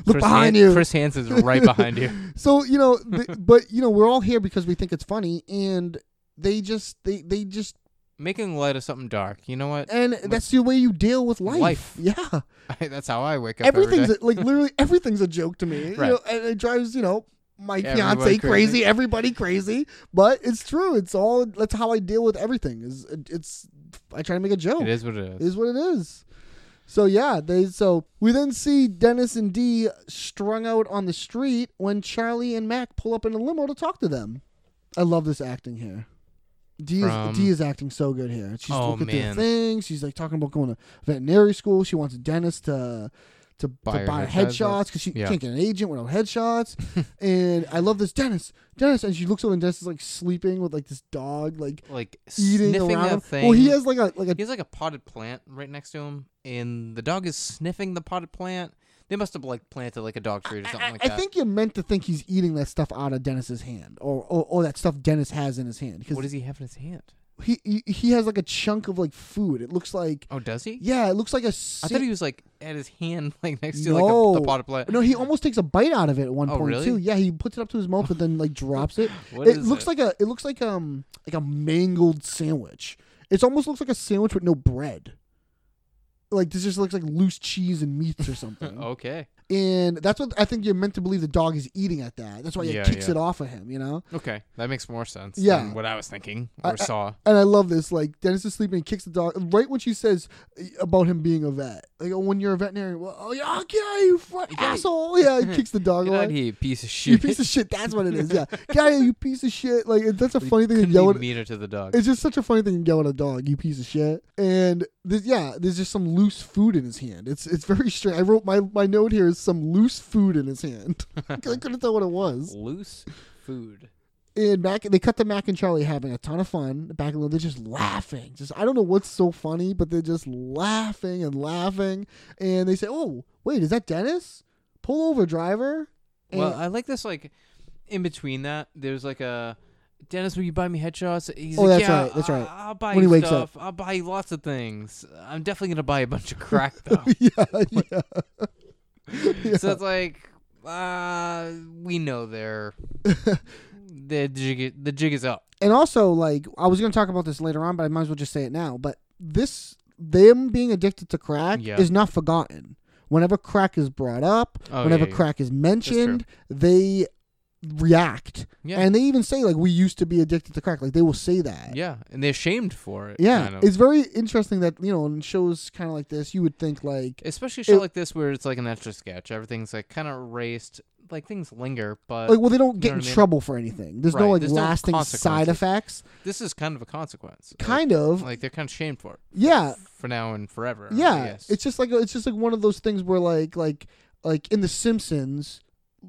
Speaker 5: Look
Speaker 1: Chris
Speaker 5: behind
Speaker 1: Han-
Speaker 5: you.
Speaker 1: Chris Hansen's right behind you.
Speaker 5: so you know th- but you know we're all here because we think it's funny and they just they they just
Speaker 1: Making light of something dark. You know what?
Speaker 5: and that's the way you deal with life,
Speaker 1: Life.
Speaker 5: yeah
Speaker 1: that's how I wake up. every
Speaker 5: everything's
Speaker 1: day.
Speaker 5: a, like literally everything's a joke to me
Speaker 1: Right.
Speaker 5: you know and it drives you know my
Speaker 1: Everybody
Speaker 5: fiance crazy.
Speaker 1: crazy.
Speaker 5: everybody crazy but it's true it's all that's how i deal with everything is it's i try to make a joke
Speaker 1: it is what it
Speaker 5: It
Speaker 1: is.
Speaker 5: is what it is. So yeah, they so we then see Dennis and Dee strung out on the street when Charlie and Mac pull up in a limo to talk to them. I love this acting here. Dee,
Speaker 1: From-
Speaker 5: is, Dee is acting so good here. She's
Speaker 1: Oh,
Speaker 5: looking
Speaker 1: man.
Speaker 5: through things. She's like talking about going to veterinary school. She wants Dennis to to
Speaker 1: Buy
Speaker 5: to
Speaker 1: her
Speaker 5: buy
Speaker 1: headshots.
Speaker 5: headshots because she
Speaker 1: Yeah.
Speaker 5: can't get an agent without headshots. and I love this Dennis, Dennis, and she looks over and Dennis is like sleeping with like this dog, like
Speaker 1: Like
Speaker 5: eating
Speaker 1: sniffing
Speaker 5: around.
Speaker 1: a
Speaker 5: him.
Speaker 1: thing.
Speaker 5: Well, he has like a like a
Speaker 1: He has like a potted plant right next to him, and the dog is sniffing the potted plant. They must have like planted like a dog treat or something
Speaker 5: I,
Speaker 1: like
Speaker 5: I
Speaker 1: that.
Speaker 5: think you're meant to think he's eating that stuff out of Dennis's hand, or or, or that stuff Dennis has in his hand. Because
Speaker 1: what does he have in his hand?
Speaker 5: he, he he has like a chunk of like food. It looks like
Speaker 1: Oh, does he?
Speaker 5: yeah, it looks like a.
Speaker 1: I
Speaker 5: sa-
Speaker 1: thought he was like at his hand, like next to
Speaker 5: no.
Speaker 1: like a, the potted plant.
Speaker 5: No, he almost takes a bite out of it at one
Speaker 1: Oh,
Speaker 5: point
Speaker 1: really?
Speaker 5: too. Yeah, he puts it up to his mouth, but then like drops it.
Speaker 1: What
Speaker 5: it
Speaker 1: is
Speaker 5: looks
Speaker 1: it?
Speaker 5: like a it looks like um like a mangled sandwich. It almost looks like a sandwich with no bread. Like this just looks like loose cheese and meats or something.
Speaker 1: Okay.
Speaker 5: And that's what I think you're meant to believe the dog is eating at that. That's why it
Speaker 1: Yeah,
Speaker 5: kicks
Speaker 1: yeah.
Speaker 5: it off of him, you know?
Speaker 1: Okay, that makes more sense.
Speaker 5: Yeah.
Speaker 1: than what I was thinking
Speaker 5: I-
Speaker 1: or saw.
Speaker 5: And I love this. Like Dennis is sleeping, he kicks the dog right when she says about him being a vet. Like oh, when you're a veterinarian, well, oh yeah, okay, you fu- asshole. Yeah, he kicks the dog
Speaker 1: Get out
Speaker 5: away.
Speaker 1: of here, you piece of shit.
Speaker 5: you piece of shit. That's what it is. Yeah, guy, you piece of shit. Like it- that's a funny thing to
Speaker 1: Couldn't
Speaker 5: yell
Speaker 1: be
Speaker 5: at.
Speaker 1: meaner to the dog.
Speaker 5: It's just such a funny thing to yell at a dog. You piece of shit. And there's, yeah, there's just some loose food in his hand. It's it's very strange. I wrote my my note here is some loose food in his hand. I couldn't tell what it was
Speaker 1: Loose food.
Speaker 5: and Mac they cut to Mac and Charlie having a ton of fun back in the they're just laughing. Just I don't know what's so funny, but they're just laughing and laughing. And they say, "Oh, wait, is that Dennis? Pull over, driver." And,
Speaker 1: Well, I like this. Like in between that, there's like a Dennis. Will you buy me headshots? He's
Speaker 5: Oh,
Speaker 1: like,
Speaker 5: that's
Speaker 1: yeah,
Speaker 5: right, that's right.
Speaker 1: I- I'll buy
Speaker 5: When
Speaker 1: you
Speaker 5: he wakes
Speaker 1: stuff. I'll buy you lots of things. I'm definitely gonna buy a bunch of crack though.
Speaker 5: yeah, yeah.
Speaker 1: So it's like, uh, we know they're the jig. The jig is up.
Speaker 5: And also, like I was gonna talk about this later on, but I might as well just say it now. But this them being addicted to crack
Speaker 1: Yeah.
Speaker 5: is not forgotten. Whenever crack is brought up,
Speaker 1: Oh,
Speaker 5: whenever
Speaker 1: yeah, yeah.
Speaker 5: crack is mentioned, they react.
Speaker 1: Yeah.
Speaker 5: And they even say like we used to be addicted to crack. Like they will say that.
Speaker 1: Yeah, and they're shamed for it.
Speaker 5: Yeah,
Speaker 1: kind of.
Speaker 5: it's very interesting that you know in shows kind of like this, you would think like
Speaker 1: especially a show
Speaker 5: it-
Speaker 1: like this where it's like an extra sketch. Everything's like kind of erased. Like things linger, but
Speaker 5: like well they don't
Speaker 1: you
Speaker 5: get
Speaker 1: know
Speaker 5: in
Speaker 1: what I mean?
Speaker 5: trouble for anything. There's
Speaker 1: Right,
Speaker 5: no like
Speaker 1: there's no
Speaker 5: lasting side
Speaker 1: consequences.
Speaker 5: effects.
Speaker 1: This is kind of a consequence. Like-
Speaker 5: Kind of.
Speaker 1: Like, they're kind of shamed for it
Speaker 5: yeah,
Speaker 1: for now and forever. I
Speaker 5: yeah.
Speaker 1: guess.
Speaker 5: It's just like it's just like one of those things where like like like in The Simpsons.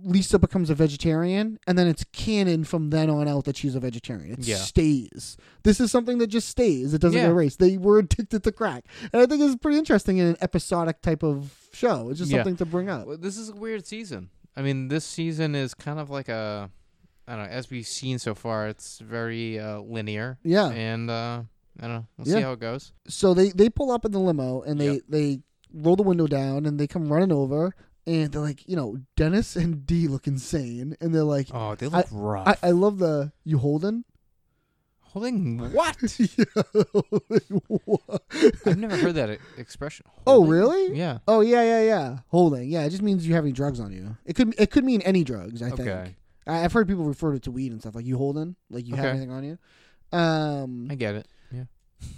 Speaker 5: Lisa becomes a vegetarian, and then it's canon from then on out that she's a vegetarian. It
Speaker 1: Yeah.
Speaker 5: stays. This is something that just stays. It doesn't
Speaker 1: Yeah.
Speaker 5: get erased. They were addicted to crack, and I think it's pretty interesting in an episodic type of show. It's just
Speaker 1: Yeah.
Speaker 5: something to bring up.
Speaker 1: Well, this is a weird season. I mean, this season is kind of like a, I don't know. As we've seen so far, it's very uh, linear.
Speaker 5: Yeah.
Speaker 1: And uh, I don't know. We'll
Speaker 5: Yeah.
Speaker 1: see how it goes.
Speaker 5: so they they pull up in the limo and they they roll the window down and they come running over and they're like you know Dennis and D look insane and they're like
Speaker 1: Oh, they
Speaker 5: I-
Speaker 1: look rough.
Speaker 5: I, I love the you holding
Speaker 1: Holding what? I've never heard that e- expression.
Speaker 5: oh
Speaker 1: Holding?
Speaker 5: really
Speaker 1: Yeah.
Speaker 5: oh yeah yeah yeah holding yeah it just means you have any drugs on you it could it could mean any drugs I think
Speaker 1: Okay.
Speaker 5: I, I've heard people refer to weed and stuff like you holding like you have
Speaker 1: Okay.
Speaker 5: anything on you um
Speaker 1: I get it. Yeah.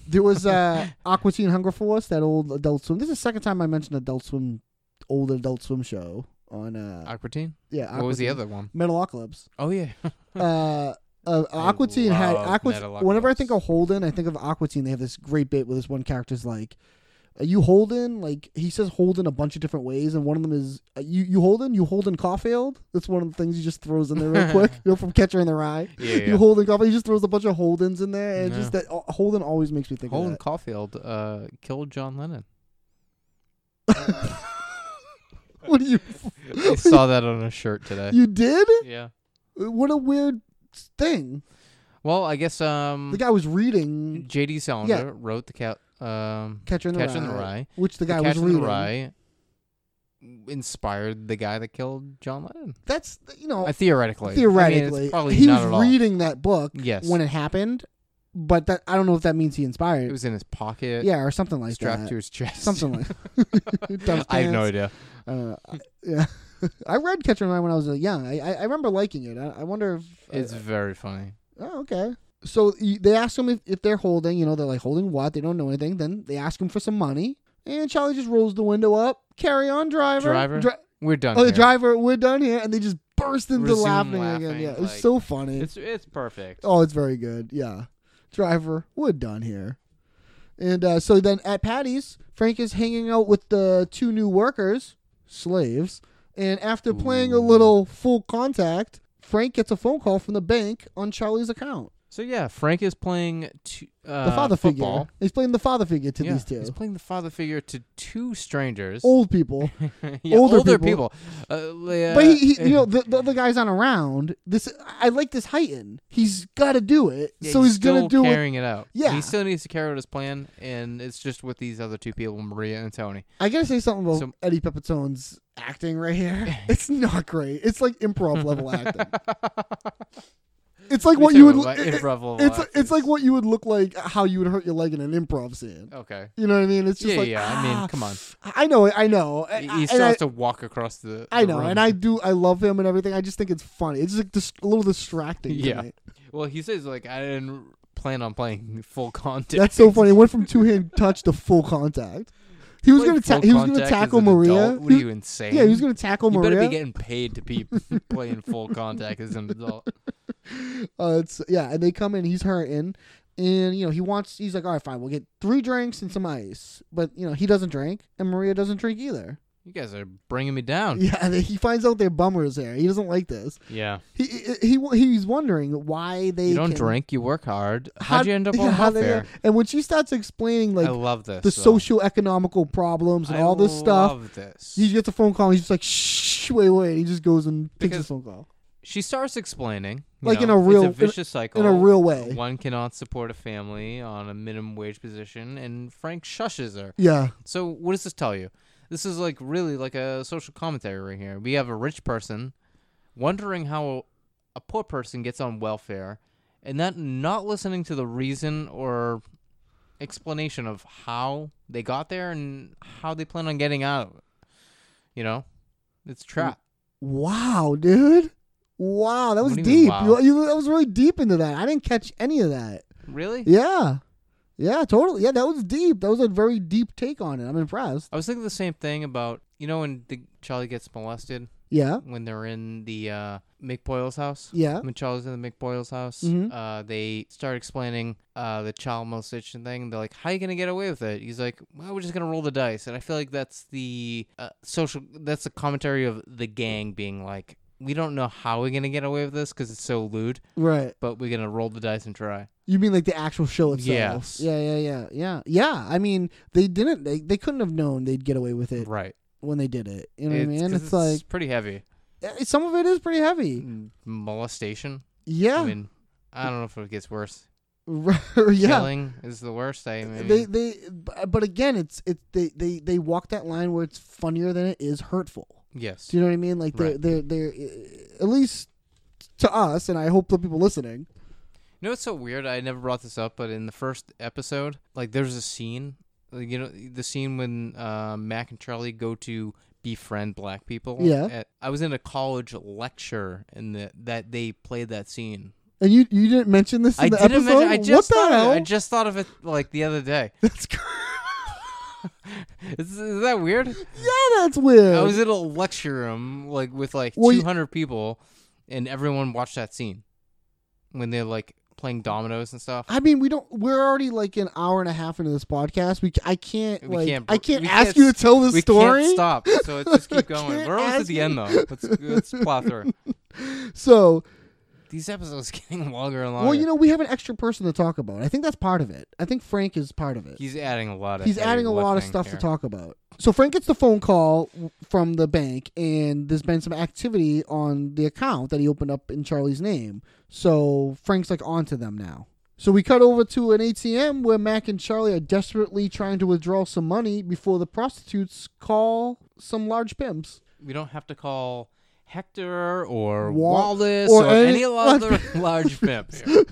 Speaker 5: There was uh, Aqua Teen Hunger Force, that old Adult Swim. This is the second time I mentioned Adult Swim, old Adult Swim show on uh,
Speaker 1: Aquatine.
Speaker 5: yeah.
Speaker 1: What was the
Speaker 5: Aquatine.
Speaker 1: other one?
Speaker 5: Metalocalypse?
Speaker 1: Oh yeah.
Speaker 5: Uh, uh, Aqua Teen had
Speaker 1: love
Speaker 5: Aqua.
Speaker 1: Metalocalypse.
Speaker 5: Whenever I think of Holden, I think of Aqua Teen. They have this great bit where this one character's like, "Are you Holden?" Like he says Holden a bunch of different ways, and one of them is "Are "You you Holden, you Holden Caulfield." That's one of the things he just throws in there real quick. You know, from Catcher in the Rye.
Speaker 1: Yeah, yeah.
Speaker 5: You Holden Caulfield. He just throws a bunch of Holdens in there, and it's
Speaker 1: Yeah.
Speaker 5: just that uh, Holden always makes me think of
Speaker 1: Holden
Speaker 5: that.
Speaker 1: Caulfield uh, killed John Lennon.
Speaker 5: What do you?
Speaker 1: I saw that on a shirt today.
Speaker 5: You did?
Speaker 1: yeah.
Speaker 5: What a weird thing.
Speaker 1: Well, I guess um,
Speaker 5: The guy was reading
Speaker 1: J.D. Salinger
Speaker 5: Yeah.
Speaker 1: wrote the cat. Um,
Speaker 5: Catcher in the
Speaker 1: Catcher
Speaker 5: Rye,
Speaker 1: in the Rye.
Speaker 5: which the guy
Speaker 1: Catch
Speaker 5: was
Speaker 1: in
Speaker 5: reading.
Speaker 1: the Rye inspired the guy that killed John Lennon.
Speaker 5: That's you know
Speaker 1: Uh, theoretically. I mean,
Speaker 5: Oh, theoretically
Speaker 1: it's probably
Speaker 5: he
Speaker 1: not
Speaker 5: was
Speaker 1: at all.
Speaker 5: reading that book
Speaker 1: Yes.
Speaker 5: when it happened, but that I don't know if that means he inspired.
Speaker 1: It was in his pocket.
Speaker 5: yeah, or something like
Speaker 1: strapped
Speaker 5: that.
Speaker 1: to his chest.
Speaker 5: something like.
Speaker 1: I have no idea.
Speaker 5: Uh, I- yeah. I read Catcher in the Rye when I was uh, young. I, I I remember liking it. I, I wonder if
Speaker 1: It's very funny.
Speaker 5: Oh, okay. So y- they ask him if, if they're holding, you know, they're like holding what? They don't know anything. Then they ask him for some money. And Charlie just rolls the window up. Carry on, driver.
Speaker 1: Driver,
Speaker 5: Dri-
Speaker 1: we're done.
Speaker 5: oh, the
Speaker 1: here.
Speaker 5: driver, we're done here. And they just burst into
Speaker 1: Resume
Speaker 5: laughing, again.
Speaker 1: laughing,
Speaker 5: Yeah, it's
Speaker 1: like-
Speaker 5: so funny.
Speaker 1: It's it's perfect.
Speaker 5: oh, it's very good. Yeah. Driver, we're done here. And uh, so then at Patty's, Frank is hanging out with the two new workers, slaves. And after playing a little full contact, Frank gets a phone call from the bank on Charlie's account
Speaker 1: So yeah, Frank is playing two, uh,
Speaker 5: the father
Speaker 1: football.
Speaker 5: figure. He's playing the father figure to
Speaker 1: Yeah,
Speaker 5: these two
Speaker 1: He's playing the father figure to two strangers.
Speaker 5: old people.
Speaker 1: Yeah,
Speaker 5: older
Speaker 1: people.
Speaker 5: people.
Speaker 1: Uh, yeah,
Speaker 5: but he, he you know, the, the other guy's not around. This I like this heighten. He's got to do it,
Speaker 1: yeah,
Speaker 5: so he's, gonna
Speaker 1: still
Speaker 5: do it.
Speaker 1: carrying it out.
Speaker 5: Yeah.
Speaker 1: he still needs to carry out his plan, and it's just with these other two people, Maria and Tony.
Speaker 5: I gotta say something about
Speaker 1: So-
Speaker 5: Eddie Pepitone's acting right here. It's not great. It's like improv level acting. It's like
Speaker 1: me
Speaker 5: what
Speaker 1: tell
Speaker 5: you
Speaker 1: you
Speaker 5: would.
Speaker 1: about
Speaker 5: it- it-
Speaker 1: improv level
Speaker 5: it's it's
Speaker 1: actors.
Speaker 5: like what you would look like. How you would hurt your leg in an improv scene.
Speaker 1: Okay.
Speaker 5: You know what I mean? It's just
Speaker 1: Oh. yeah,
Speaker 5: like
Speaker 1: yeah. I
Speaker 5: "Ah."
Speaker 1: mean, come on.
Speaker 5: I know, I know.
Speaker 1: He-
Speaker 5: and I-
Speaker 1: He
Speaker 5: and
Speaker 1: still
Speaker 5: I-
Speaker 1: has to walk across the.
Speaker 5: I
Speaker 1: the
Speaker 5: know,
Speaker 1: room.
Speaker 5: and I do. I love him and everything. I just think it's funny. It's like dis- a little distracting.
Speaker 1: Yeah.
Speaker 5: tonight.
Speaker 1: Well, he says like I didn't plan on playing full contact.
Speaker 5: that's so funny. It went from two hand touch to full contact. He was
Speaker 1: Playing
Speaker 5: gonna ta-
Speaker 1: full
Speaker 5: he was gonna
Speaker 1: contact as
Speaker 5: tackle
Speaker 1: an
Speaker 5: Maria.
Speaker 1: adult? What are
Speaker 5: He-
Speaker 1: you insane?
Speaker 5: Yeah, he was gonna tackle
Speaker 1: You
Speaker 5: Maria.
Speaker 1: better be getting paid to be playing full contact as an adult.
Speaker 5: uh, it's, yeah, and they come in. He's hurting, and you know he wants. He's like, all right, fine. We'll get three drinks and some ice. But you know he doesn't drink, and Maria doesn't drink either.
Speaker 1: You guys are bringing me down.
Speaker 5: Yeah, and he finds out they're bummers there. He doesn't like this.
Speaker 1: Yeah.
Speaker 5: He he, he he's wondering why they
Speaker 1: You don't
Speaker 5: can-
Speaker 1: drink, you work hard. How'd you end up
Speaker 5: yeah,
Speaker 1: on
Speaker 5: how'd they-
Speaker 1: welfare?
Speaker 5: And when she starts explaining like
Speaker 1: I love this.
Speaker 5: the
Speaker 1: though.
Speaker 5: socio-economical problems and
Speaker 1: I
Speaker 5: all this stuff.
Speaker 1: love this.
Speaker 5: He gets a phone call. And he's just like, "Shh, wait, wait." and He just goes and takes his
Speaker 1: Because-
Speaker 5: phone call.
Speaker 1: she starts explaining, you
Speaker 5: Like, in
Speaker 1: know,
Speaker 5: a real- in a-
Speaker 1: it's a vicious cycle
Speaker 5: in a real way.
Speaker 1: One cannot support a family on a minimum wage position, and Frank shushes her.
Speaker 5: Yeah,
Speaker 1: So what does this tell you? This is like really like a social commentary right here. We have a rich person wondering how a poor person gets on welfare, and that not listening to the reason or explanation of how they got there and how they plan on getting out of it. You know, it's trap.
Speaker 5: wow, dude, Wow, that was
Speaker 1: do you mean,
Speaker 5: deep.
Speaker 1: wow?
Speaker 5: You, you, that was really deep into that. I didn't catch any of that.
Speaker 1: Really?
Speaker 5: Yeah. Yeah, totally. Yeah, that was deep. That was a very deep take on it. I'm impressed.
Speaker 1: I was thinking the same thing about you know when the, Charlie gets molested
Speaker 5: Yeah.
Speaker 1: when they're in the uh, McBoyle's house.
Speaker 5: Yeah. Mm-hmm.
Speaker 1: When Charlie's in the McBoyle's house, uh, they start explaining uh, the child molestation thing. They're like, "How you gonna get away with it?" He's like, "Well, we're just gonna roll the dice." And I feel like that's the uh, social. That's the commentary of the gang being like, "We don't know how we're gonna get away with this because it's so lewd,
Speaker 5: Right.
Speaker 1: but we're gonna roll the dice and try."
Speaker 5: You mean like the actual show itself?
Speaker 1: Yes.
Speaker 5: Yeah, yeah, yeah, yeah, yeah. I mean, they didn't. They, they couldn't have known they'd get away with it
Speaker 1: Right.
Speaker 5: when they did it. You know
Speaker 1: it's,
Speaker 5: what I mean?
Speaker 1: 'cause
Speaker 5: It's like
Speaker 1: pretty heavy Mm,
Speaker 5: eh, some of it is pretty heavy.
Speaker 1: molestation.
Speaker 5: Yeah.
Speaker 1: I mean, I don't know if it gets worse.
Speaker 5: yeah.
Speaker 1: Killing is the worst. I mean,
Speaker 5: They they bu- but again, it's it's they they they walk that line where it's funnier than it is hurtful.
Speaker 1: yes,
Speaker 5: Do you know what I mean? Like they're
Speaker 1: Right.
Speaker 5: they're they're eh, at least to us, and I hope the people listening.
Speaker 1: You know what's so weird? I never brought this up, but in the first episode, like there's a scene, like, you know, the scene when uh, Mac and Charlie go to befriend black people.
Speaker 5: Yeah.
Speaker 1: At- I was in a college lecture, and the, that they played that scene.
Speaker 5: And you you didn't mention this in
Speaker 1: I
Speaker 5: the
Speaker 1: didn't.
Speaker 5: episode.
Speaker 1: Imagine, I just
Speaker 5: what
Speaker 1: thought.
Speaker 5: the
Speaker 1: Of
Speaker 5: hell?
Speaker 1: it. I just thought of it like the other day.
Speaker 5: That's cr-
Speaker 1: is, is that weird?
Speaker 5: yeah, that's weird.
Speaker 1: I was in a lecture room, like with like
Speaker 5: Uh, Well, you-
Speaker 1: 200 people, and everyone watched that scene when they're like playing dominoes and stuff.
Speaker 5: I mean, we don't. We're already like an hour and a half into this podcast. We, c- I can't,
Speaker 1: We
Speaker 5: like,
Speaker 1: can't.
Speaker 5: I can't
Speaker 1: we
Speaker 5: ask you to tell this
Speaker 1: we
Speaker 5: story.
Speaker 1: can't stop. So let's just keep
Speaker 5: I
Speaker 1: going.
Speaker 5: can't
Speaker 1: We're almost at
Speaker 5: ask
Speaker 1: the
Speaker 5: you.
Speaker 1: end though. Let's let's plow through.
Speaker 5: So,
Speaker 1: These episodes getting longer and longer.
Speaker 5: well, you know, we have an extra person to talk about. I think that's part of it. I think Frank is part of it.
Speaker 1: he's adding a lot of.
Speaker 5: He's
Speaker 1: heavy
Speaker 5: adding a lot of
Speaker 1: lifting
Speaker 5: stuff
Speaker 1: here.
Speaker 5: to talk about. So Frank gets the phone call w- from the bank, and there's been some activity on the account that he opened up in Charlie's name. So Frank's like onto them now. So we cut over to an ATM where Mac and Charlie are desperately trying to withdraw some money before the prostitutes call some large pimps.
Speaker 1: We don't have to call Hector or
Speaker 5: Wa-
Speaker 1: Wallace or,
Speaker 5: or
Speaker 1: any,
Speaker 5: any-
Speaker 1: other large pimp. Here.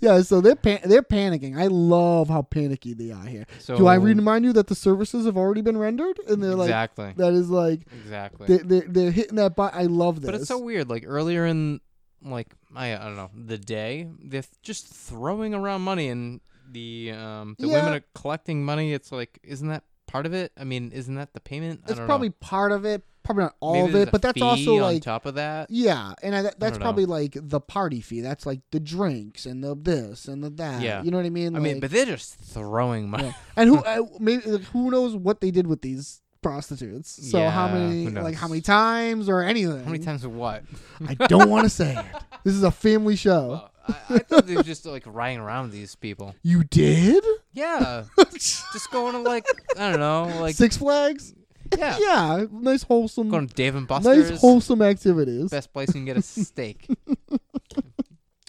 Speaker 5: yeah, so they're pan- they're panicking. I love how panicky they are here. Do I
Speaker 1: So-
Speaker 5: remind you that the services have already been rendered? And they're like,
Speaker 1: Exactly.
Speaker 5: that is like
Speaker 1: Exactly.
Speaker 5: They're, they're, they're hitting that button. I love this.
Speaker 1: But it's so weird. Like earlier in, like I, I don't know, the day they're th- just throwing around money, and the um the women
Speaker 5: Yeah.
Speaker 1: are collecting money. It's like, isn't that part of it? I mean, isn't that the payment? I
Speaker 5: it's
Speaker 1: don't
Speaker 5: probably
Speaker 1: know.
Speaker 5: part of it, probably not all
Speaker 1: Maybe
Speaker 5: of
Speaker 1: there's
Speaker 5: it,
Speaker 1: a
Speaker 5: but that's
Speaker 1: fee
Speaker 5: also
Speaker 1: on
Speaker 5: like
Speaker 1: top of that.
Speaker 5: yeah, and I, that, that's
Speaker 1: don't know.
Speaker 5: probably like the party fee. That's like the drinks and the this and the that.
Speaker 1: Yeah.
Speaker 5: you know what I mean.
Speaker 1: I mean,
Speaker 5: Like-
Speaker 1: but they're just throwing money.
Speaker 5: and who I, maybe like, who knows what they did with these prostitutes? So how
Speaker 1: Yeah,
Speaker 5: many
Speaker 1: who knows?
Speaker 5: like how many times or anything?
Speaker 1: How many times what?
Speaker 5: I don't want to say it. This is a family show.
Speaker 1: I, I thought they were just like riding around these people.
Speaker 5: you did
Speaker 1: Yeah, just going to like I don't know, like
Speaker 5: Six Flags.
Speaker 1: yeah,
Speaker 5: Yeah, nice wholesome,
Speaker 1: going to Dave and Buster's.
Speaker 5: nice wholesome activities.
Speaker 1: best place you can get a steak.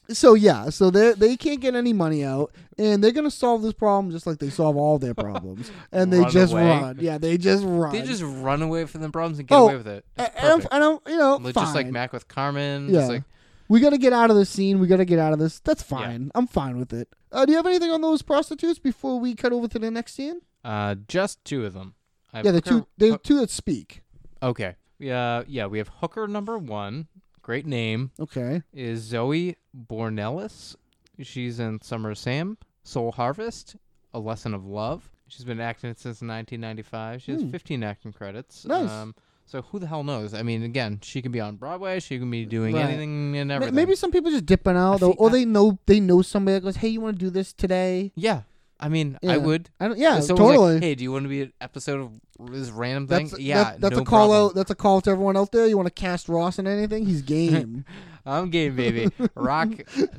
Speaker 5: So yeah, so they they can't get any money out, and they're gonna solve this problem just like they solve all their problems, and they
Speaker 1: Run
Speaker 5: just
Speaker 1: away.
Speaker 5: run. Yeah, they just run.
Speaker 1: They just run away from the problems and get
Speaker 5: Oh,
Speaker 1: away with it. It's
Speaker 5: I, I don't,
Speaker 1: perfect.
Speaker 5: I don't, you know,
Speaker 1: Like,
Speaker 5: fine.
Speaker 1: Just like Mac with Carmen.
Speaker 5: yeah,
Speaker 1: Just like
Speaker 5: we gotta get out of this scene. We gotta get out of this. That's fine. I'm fine with it. Uh, do you have anything on those prostitutes before we cut over to the next scene?
Speaker 1: uh, just two of them. I have
Speaker 5: Yeah, the
Speaker 1: Hooker-
Speaker 5: two, the
Speaker 1: Hook-
Speaker 5: two that speak.
Speaker 1: okay. Yeah, yeah. We have Hooker number one. Great name
Speaker 5: Okay.
Speaker 1: is Zoe Bornelis. She's in Summer of Sam, Soul Harvest, A Lesson of Love. She's been acting since 1995. She has 15 acting credits.
Speaker 5: Hmm.
Speaker 1: Um,
Speaker 5: Nice.
Speaker 1: so who the hell knows? I mean, again, she can be on Broadway. She can be doing
Speaker 5: Right.
Speaker 1: anything and
Speaker 5: Ma-
Speaker 1: everything.
Speaker 5: Maybe some people just dipping out, though,
Speaker 1: think
Speaker 5: or
Speaker 1: I-
Speaker 5: they know they know somebody that goes, "Hey, you want to do this today?"
Speaker 1: Yeah. I mean, I
Speaker 5: Yeah.
Speaker 1: would.
Speaker 5: I don't- yeah,
Speaker 1: If someone was like,
Speaker 5: totally.
Speaker 1: hey, do you want to be an episode of this random thing?
Speaker 5: That's
Speaker 1: yeah,
Speaker 5: that- that's
Speaker 1: no
Speaker 5: a call
Speaker 1: problem.
Speaker 5: out. That's a call to everyone out there. You want to cast Ross in anything? He's game.
Speaker 1: I'm game, baby. Rock,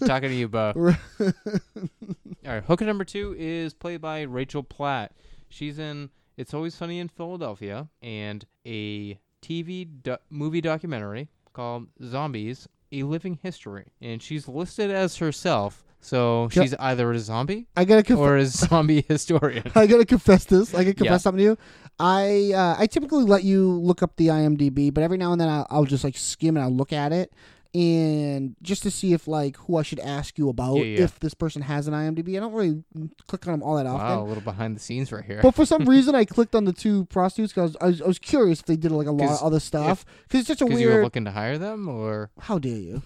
Speaker 1: talking to you, Bo. All right, hooker number two is played by Rachel Platt. She's in It's Always Sunny in Philadelphia and a TV do- movie documentary called Zombies: A Living History, and she's listed as herself. So
Speaker 5: Can-
Speaker 1: she's either a zombie
Speaker 5: I gotta conf-
Speaker 1: or a zombie historian.
Speaker 5: I gotta confess this. I can confess
Speaker 1: Yeah.
Speaker 5: something to you. I uh, I typically let you look up the IMDb, but every now and then I'll, I'll just like skim and I'll look at it. and just to see if like who I should ask you about
Speaker 1: Yeah, yeah.
Speaker 5: if this person has an IMDb. I don't really click on them all that often.
Speaker 1: Wow, a little behind the scenes right here.
Speaker 5: But for some reason, I clicked on the two prostitutes because I was, I was curious if they did like a lot
Speaker 1: 'Cause
Speaker 5: of other stuff. Because it's such a
Speaker 1: Because you were
Speaker 5: weird.
Speaker 1: looking to hire them, or
Speaker 5: How dare you?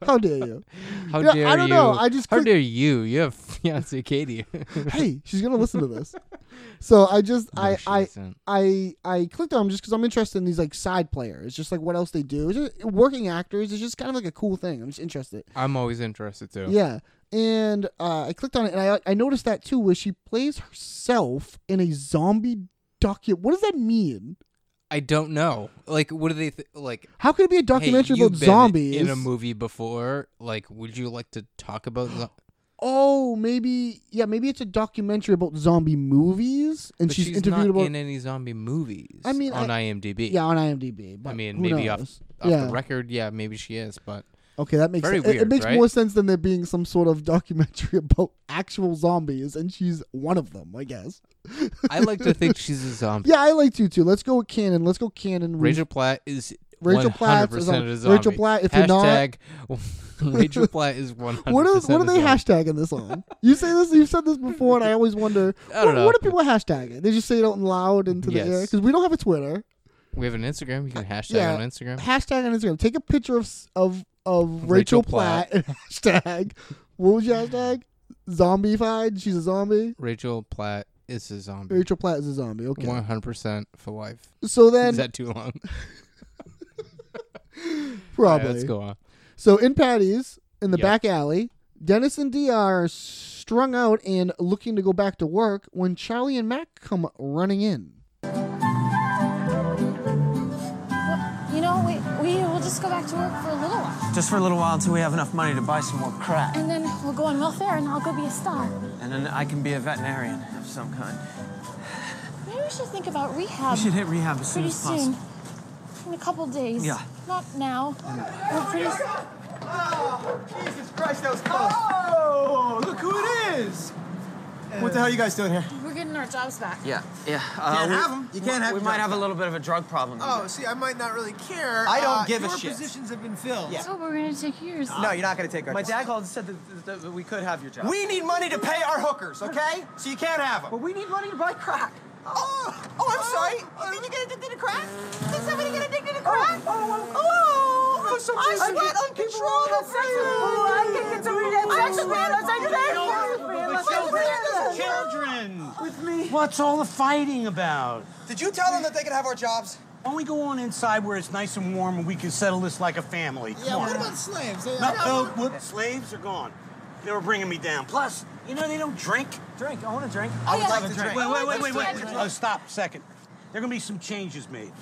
Speaker 5: How dare you?
Speaker 1: how
Speaker 5: You know, I
Speaker 1: dare you?
Speaker 5: don't know, I just
Speaker 1: how
Speaker 5: click-
Speaker 1: dare you? You have fiance Katie.
Speaker 5: hey, she's gonna listen to this. So I just
Speaker 1: No,
Speaker 5: I
Speaker 1: she
Speaker 5: I,
Speaker 1: isn't.
Speaker 5: I I clicked on them just because I'm interested in these like side players, just like what else they do. It's just- uh, working actors is just kind of like a cool thing. I'm just interested.
Speaker 1: I'm always interested too.
Speaker 5: Yeah. And uh, I clicked on it, and I I noticed that too, where she plays herself in a zombie docu. What does that mean?
Speaker 1: I don't know. Like, what do they th- like?
Speaker 5: How could it be a
Speaker 1: hey,
Speaker 5: documentary
Speaker 1: you've
Speaker 5: about
Speaker 1: been
Speaker 5: zombies
Speaker 1: in a movie before? Like, would you like to talk about? zo-
Speaker 5: Oh, maybe yeah, maybe it's a documentary about zombie movies, and
Speaker 1: But
Speaker 5: she's,
Speaker 1: she's
Speaker 5: interviewed
Speaker 1: not
Speaker 5: about
Speaker 1: in any zombie movies.
Speaker 5: I mean,
Speaker 1: on
Speaker 5: I-
Speaker 1: IMDb.
Speaker 5: yeah on IMDb. But
Speaker 1: I mean,
Speaker 5: who
Speaker 1: maybe
Speaker 5: knows?
Speaker 1: off, off
Speaker 5: yeah.
Speaker 1: the record, yeah, maybe she is, but
Speaker 5: Okay, that makes
Speaker 1: Very
Speaker 5: sense. It- It,
Speaker 1: weird,
Speaker 5: makes
Speaker 1: right?
Speaker 5: more sense than there being some sort of documentary about actual zombies, and she's one of them, I guess.
Speaker 1: I like to think she's a zombie.
Speaker 5: Yeah, I like you too. Let's go with Canon. Let's go Canon.
Speaker 1: Rachel Platt is
Speaker 5: Rachel
Speaker 1: 100%
Speaker 5: Platt's a zombie.
Speaker 1: a zombie.
Speaker 5: Rachel Platt, if you're not-
Speaker 1: Hashtag, Rachel Platt is 100%
Speaker 5: What are, what
Speaker 1: a
Speaker 5: are they
Speaker 1: zombie.
Speaker 5: hashtagging this on? You say this, you've said this before, and I always wonder
Speaker 1: I don't
Speaker 5: what,
Speaker 1: know.
Speaker 5: what do people hashtag it? They just say it out loud into the air
Speaker 1: Yes.
Speaker 5: because we don't have a Twitter.
Speaker 1: We have an Instagram. You can hashtag
Speaker 5: yeah.
Speaker 1: on Instagram.
Speaker 5: Hashtag on Instagram. Take a picture of s- of of Rachel,
Speaker 1: Rachel
Speaker 5: Platt.
Speaker 1: Platt.
Speaker 5: and hashtag. What was your hashtag? Zombified. She's a zombie.
Speaker 1: Rachel Platt is a zombie.
Speaker 5: Rachel Platt is a zombie. Okay.
Speaker 1: 100% for life.
Speaker 5: So then,
Speaker 1: is that too long? Alright,
Speaker 5: probably.
Speaker 1: let's go on.
Speaker 5: So in Patty's in the
Speaker 1: Yep.
Speaker 5: back alley, Dennis and Dr are strung out and looking to go back to work when Charlie and Mac come running in.
Speaker 8: You know, we, we will just go back to work for a little while.
Speaker 9: Just for a little while until we have enough money to buy some more crack.
Speaker 8: And then we'll go on welfare and I'll go be a star.
Speaker 9: And then I can be a veterinarian of some kind.
Speaker 8: Maybe we should think about rehab
Speaker 9: We should hit rehab as soon
Speaker 8: pretty
Speaker 9: as
Speaker 8: soon.
Speaker 9: possible.
Speaker 8: In a couple days.
Speaker 9: Yeah.
Speaker 8: Not now. We're pretty
Speaker 2: Oh, Jesus Christ, that was close. Oh, look who it is. What the hell are you guys doing here?
Speaker 8: we're getting our jobs back.
Speaker 9: Yeah, yeah.
Speaker 2: Can't have 'em. You can't have
Speaker 9: We
Speaker 2: your
Speaker 9: might
Speaker 2: jobs.
Speaker 9: have a little bit of a drug problem.
Speaker 6: Oh, see, I might not really care.
Speaker 2: I don't
Speaker 6: Uh,
Speaker 2: give a
Speaker 6: your
Speaker 2: shit.
Speaker 6: positions have been filled.
Speaker 2: Yeah.
Speaker 3: So we're gonna take yours.
Speaker 2: No, you're not going to take our
Speaker 9: My dad called and said that, that- that we could have your job.
Speaker 2: We need money to pay our hookers, okay? So you can't have them.
Speaker 9: but we need money to buy crack.
Speaker 2: Oh, oh, I'm sorry. Did you get addicted to crack? Did somebody get addicted to crack? Oh, I sweat uncontrollably. I can control it. I just realized I can't.
Speaker 9: Children! With me? What's all the fighting about?
Speaker 2: Did you tell them that they could have our jobs?
Speaker 9: Why don't we go on inside where it's nice and warm and we can settle this like a family? Come
Speaker 6: Yeah,
Speaker 9: on.
Speaker 6: what about slaves? They-
Speaker 9: No, no, whoops. Slaves are gone. They were bringing me down. Plus, you know they don't drink. Drink. I want to drink. I
Speaker 6: Oh,
Speaker 2: would like to drink.
Speaker 9: Wait,
Speaker 2: I
Speaker 9: wait,
Speaker 2: like
Speaker 9: wait,
Speaker 2: to
Speaker 9: wait,
Speaker 2: drink.
Speaker 9: wait. Oh, stop. a Second. There are going to be some changes made.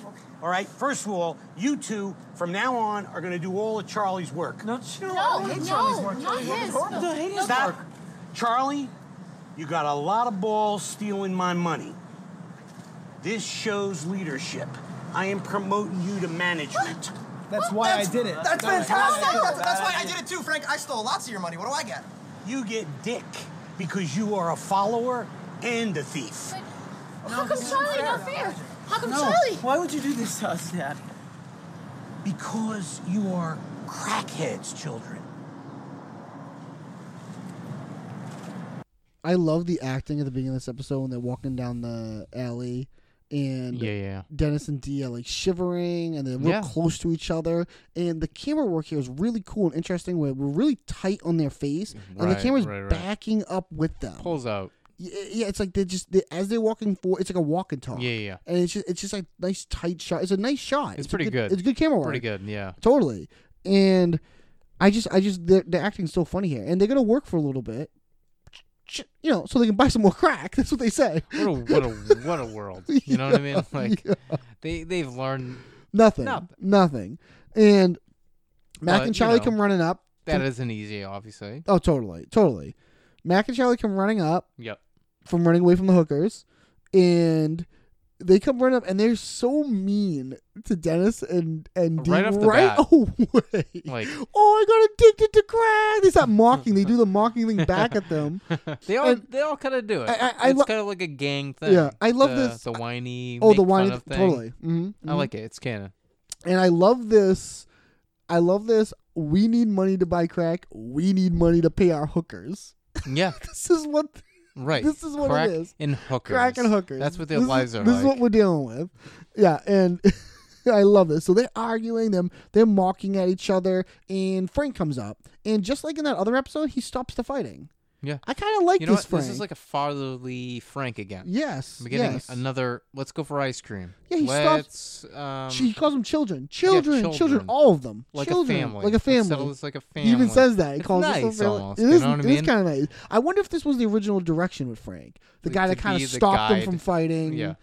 Speaker 9: All right. First of all, you two from now on are going to do all of Charlie's work. No,
Speaker 8: Oh,
Speaker 3: No, no, not his. No.
Speaker 9: stop. Charlie, you got a lot of balls stealing my money. This shows leadership. I am promoting you to management.
Speaker 6: That's why I did it.
Speaker 2: That's
Speaker 6: why I did it.
Speaker 2: fantastic. That's, that's why I did it too, Frank. I stole lots of your money. What do I get?
Speaker 9: You get dick because you are a follower and a thief.
Speaker 3: But how come Charlie not fair? How come Charlie?
Speaker 9: Why would you do this to us, Dad? Because you are crackheads, children.
Speaker 5: I love the acting at the beginning of this episode when they're walking down the alley and
Speaker 1: Yeah, yeah.
Speaker 5: Dennis and Dee are like shivering and they're real
Speaker 1: Yeah.
Speaker 5: close to each other. And the camera work here is really cool and interesting where we're really tight on their face and the
Speaker 1: Right,
Speaker 5: camera's
Speaker 1: right, right.
Speaker 5: backing up with them.
Speaker 1: Pulls out.
Speaker 5: Y- yeah, it's like they're just they as they're walking forward. It's like a walk and talk.
Speaker 1: Yeah, yeah, yeah.
Speaker 5: And it's just it's just a nice tight shot. It's a nice shot.
Speaker 1: It's
Speaker 5: a
Speaker 1: pretty good.
Speaker 5: It's good camera work.
Speaker 1: Pretty good, yeah.
Speaker 5: Totally. And I just I just the the acting's so funny here, and they're gonna work for a little bit. Ch- You know, so they can buy some more crack. That's what they say.
Speaker 1: What a what a what a world. You know what I mean? Like they they've learned
Speaker 5: Nothing.
Speaker 1: Nothing.
Speaker 5: Nothing. And
Speaker 1: But,
Speaker 5: Mac and
Speaker 1: you
Speaker 5: Charlie
Speaker 1: know,
Speaker 5: come running up.
Speaker 1: that isn't easy, obviously.
Speaker 5: Oh, totally, totally. Mac and Charlie come running up
Speaker 1: Yep.
Speaker 5: from running away from the hookers, and they come running up, and they're so mean to Dennis and and Dee
Speaker 1: Right off the
Speaker 5: right
Speaker 1: bat.
Speaker 5: away.
Speaker 1: Like-
Speaker 5: oh, I got addicted to crack. They start mocking. they do the mocking thing back at them.
Speaker 1: They all
Speaker 5: And-
Speaker 1: they all kind of do it.
Speaker 5: I- I- I
Speaker 1: it's
Speaker 5: lo-
Speaker 1: kind of like a gang thing.
Speaker 5: Yeah, I love
Speaker 1: the,
Speaker 5: this-
Speaker 1: The whiny.
Speaker 5: Oh, the
Speaker 1: make fun
Speaker 5: wine.
Speaker 1: of Oh. thing.
Speaker 5: Totally. hmm
Speaker 1: I like it. It's canon.
Speaker 5: And I love this. I love this we need money to buy crack. We need money to pay our hookers.
Speaker 1: Yeah,
Speaker 5: This is what
Speaker 1: right.
Speaker 5: This is what it
Speaker 1: Crack
Speaker 5: is.
Speaker 1: And hookers.
Speaker 5: crack and hookers.
Speaker 1: That's what their
Speaker 5: this is-
Speaker 1: lives are
Speaker 5: This
Speaker 1: like.
Speaker 5: is what we're dealing with. Yeah, and I love this. So they're arguing them. They're mocking at each other, and Frank comes up, and just like in that other episode, he stops the fighting.
Speaker 1: yeah.
Speaker 5: I kind of like
Speaker 1: You know
Speaker 5: this
Speaker 1: what?
Speaker 5: Frank.
Speaker 1: This is like a fatherly Frank again.
Speaker 5: yes,
Speaker 1: We're getting
Speaker 5: yes.
Speaker 1: another. Let's go for ice cream.
Speaker 5: Yeah, he
Speaker 1: let's, Um,
Speaker 5: she calls them children, children, children,
Speaker 1: children.
Speaker 5: all of them,
Speaker 1: like
Speaker 5: children,
Speaker 1: a family.
Speaker 5: like a
Speaker 1: Let's
Speaker 5: family.
Speaker 1: settle this like a family.
Speaker 5: He even says that. He
Speaker 1: It's
Speaker 5: calls
Speaker 1: nice
Speaker 5: us a family.
Speaker 1: almost.
Speaker 5: It
Speaker 1: you
Speaker 5: is,
Speaker 1: know what I
Speaker 5: it is
Speaker 1: mean?
Speaker 5: kind of nice. I wonder if this was the original direction with Frank, the
Speaker 1: Like,
Speaker 5: guy
Speaker 1: to
Speaker 5: that kind
Speaker 1: be
Speaker 5: of
Speaker 1: the
Speaker 5: stopped them
Speaker 1: guide.
Speaker 5: from fighting.
Speaker 1: Yeah.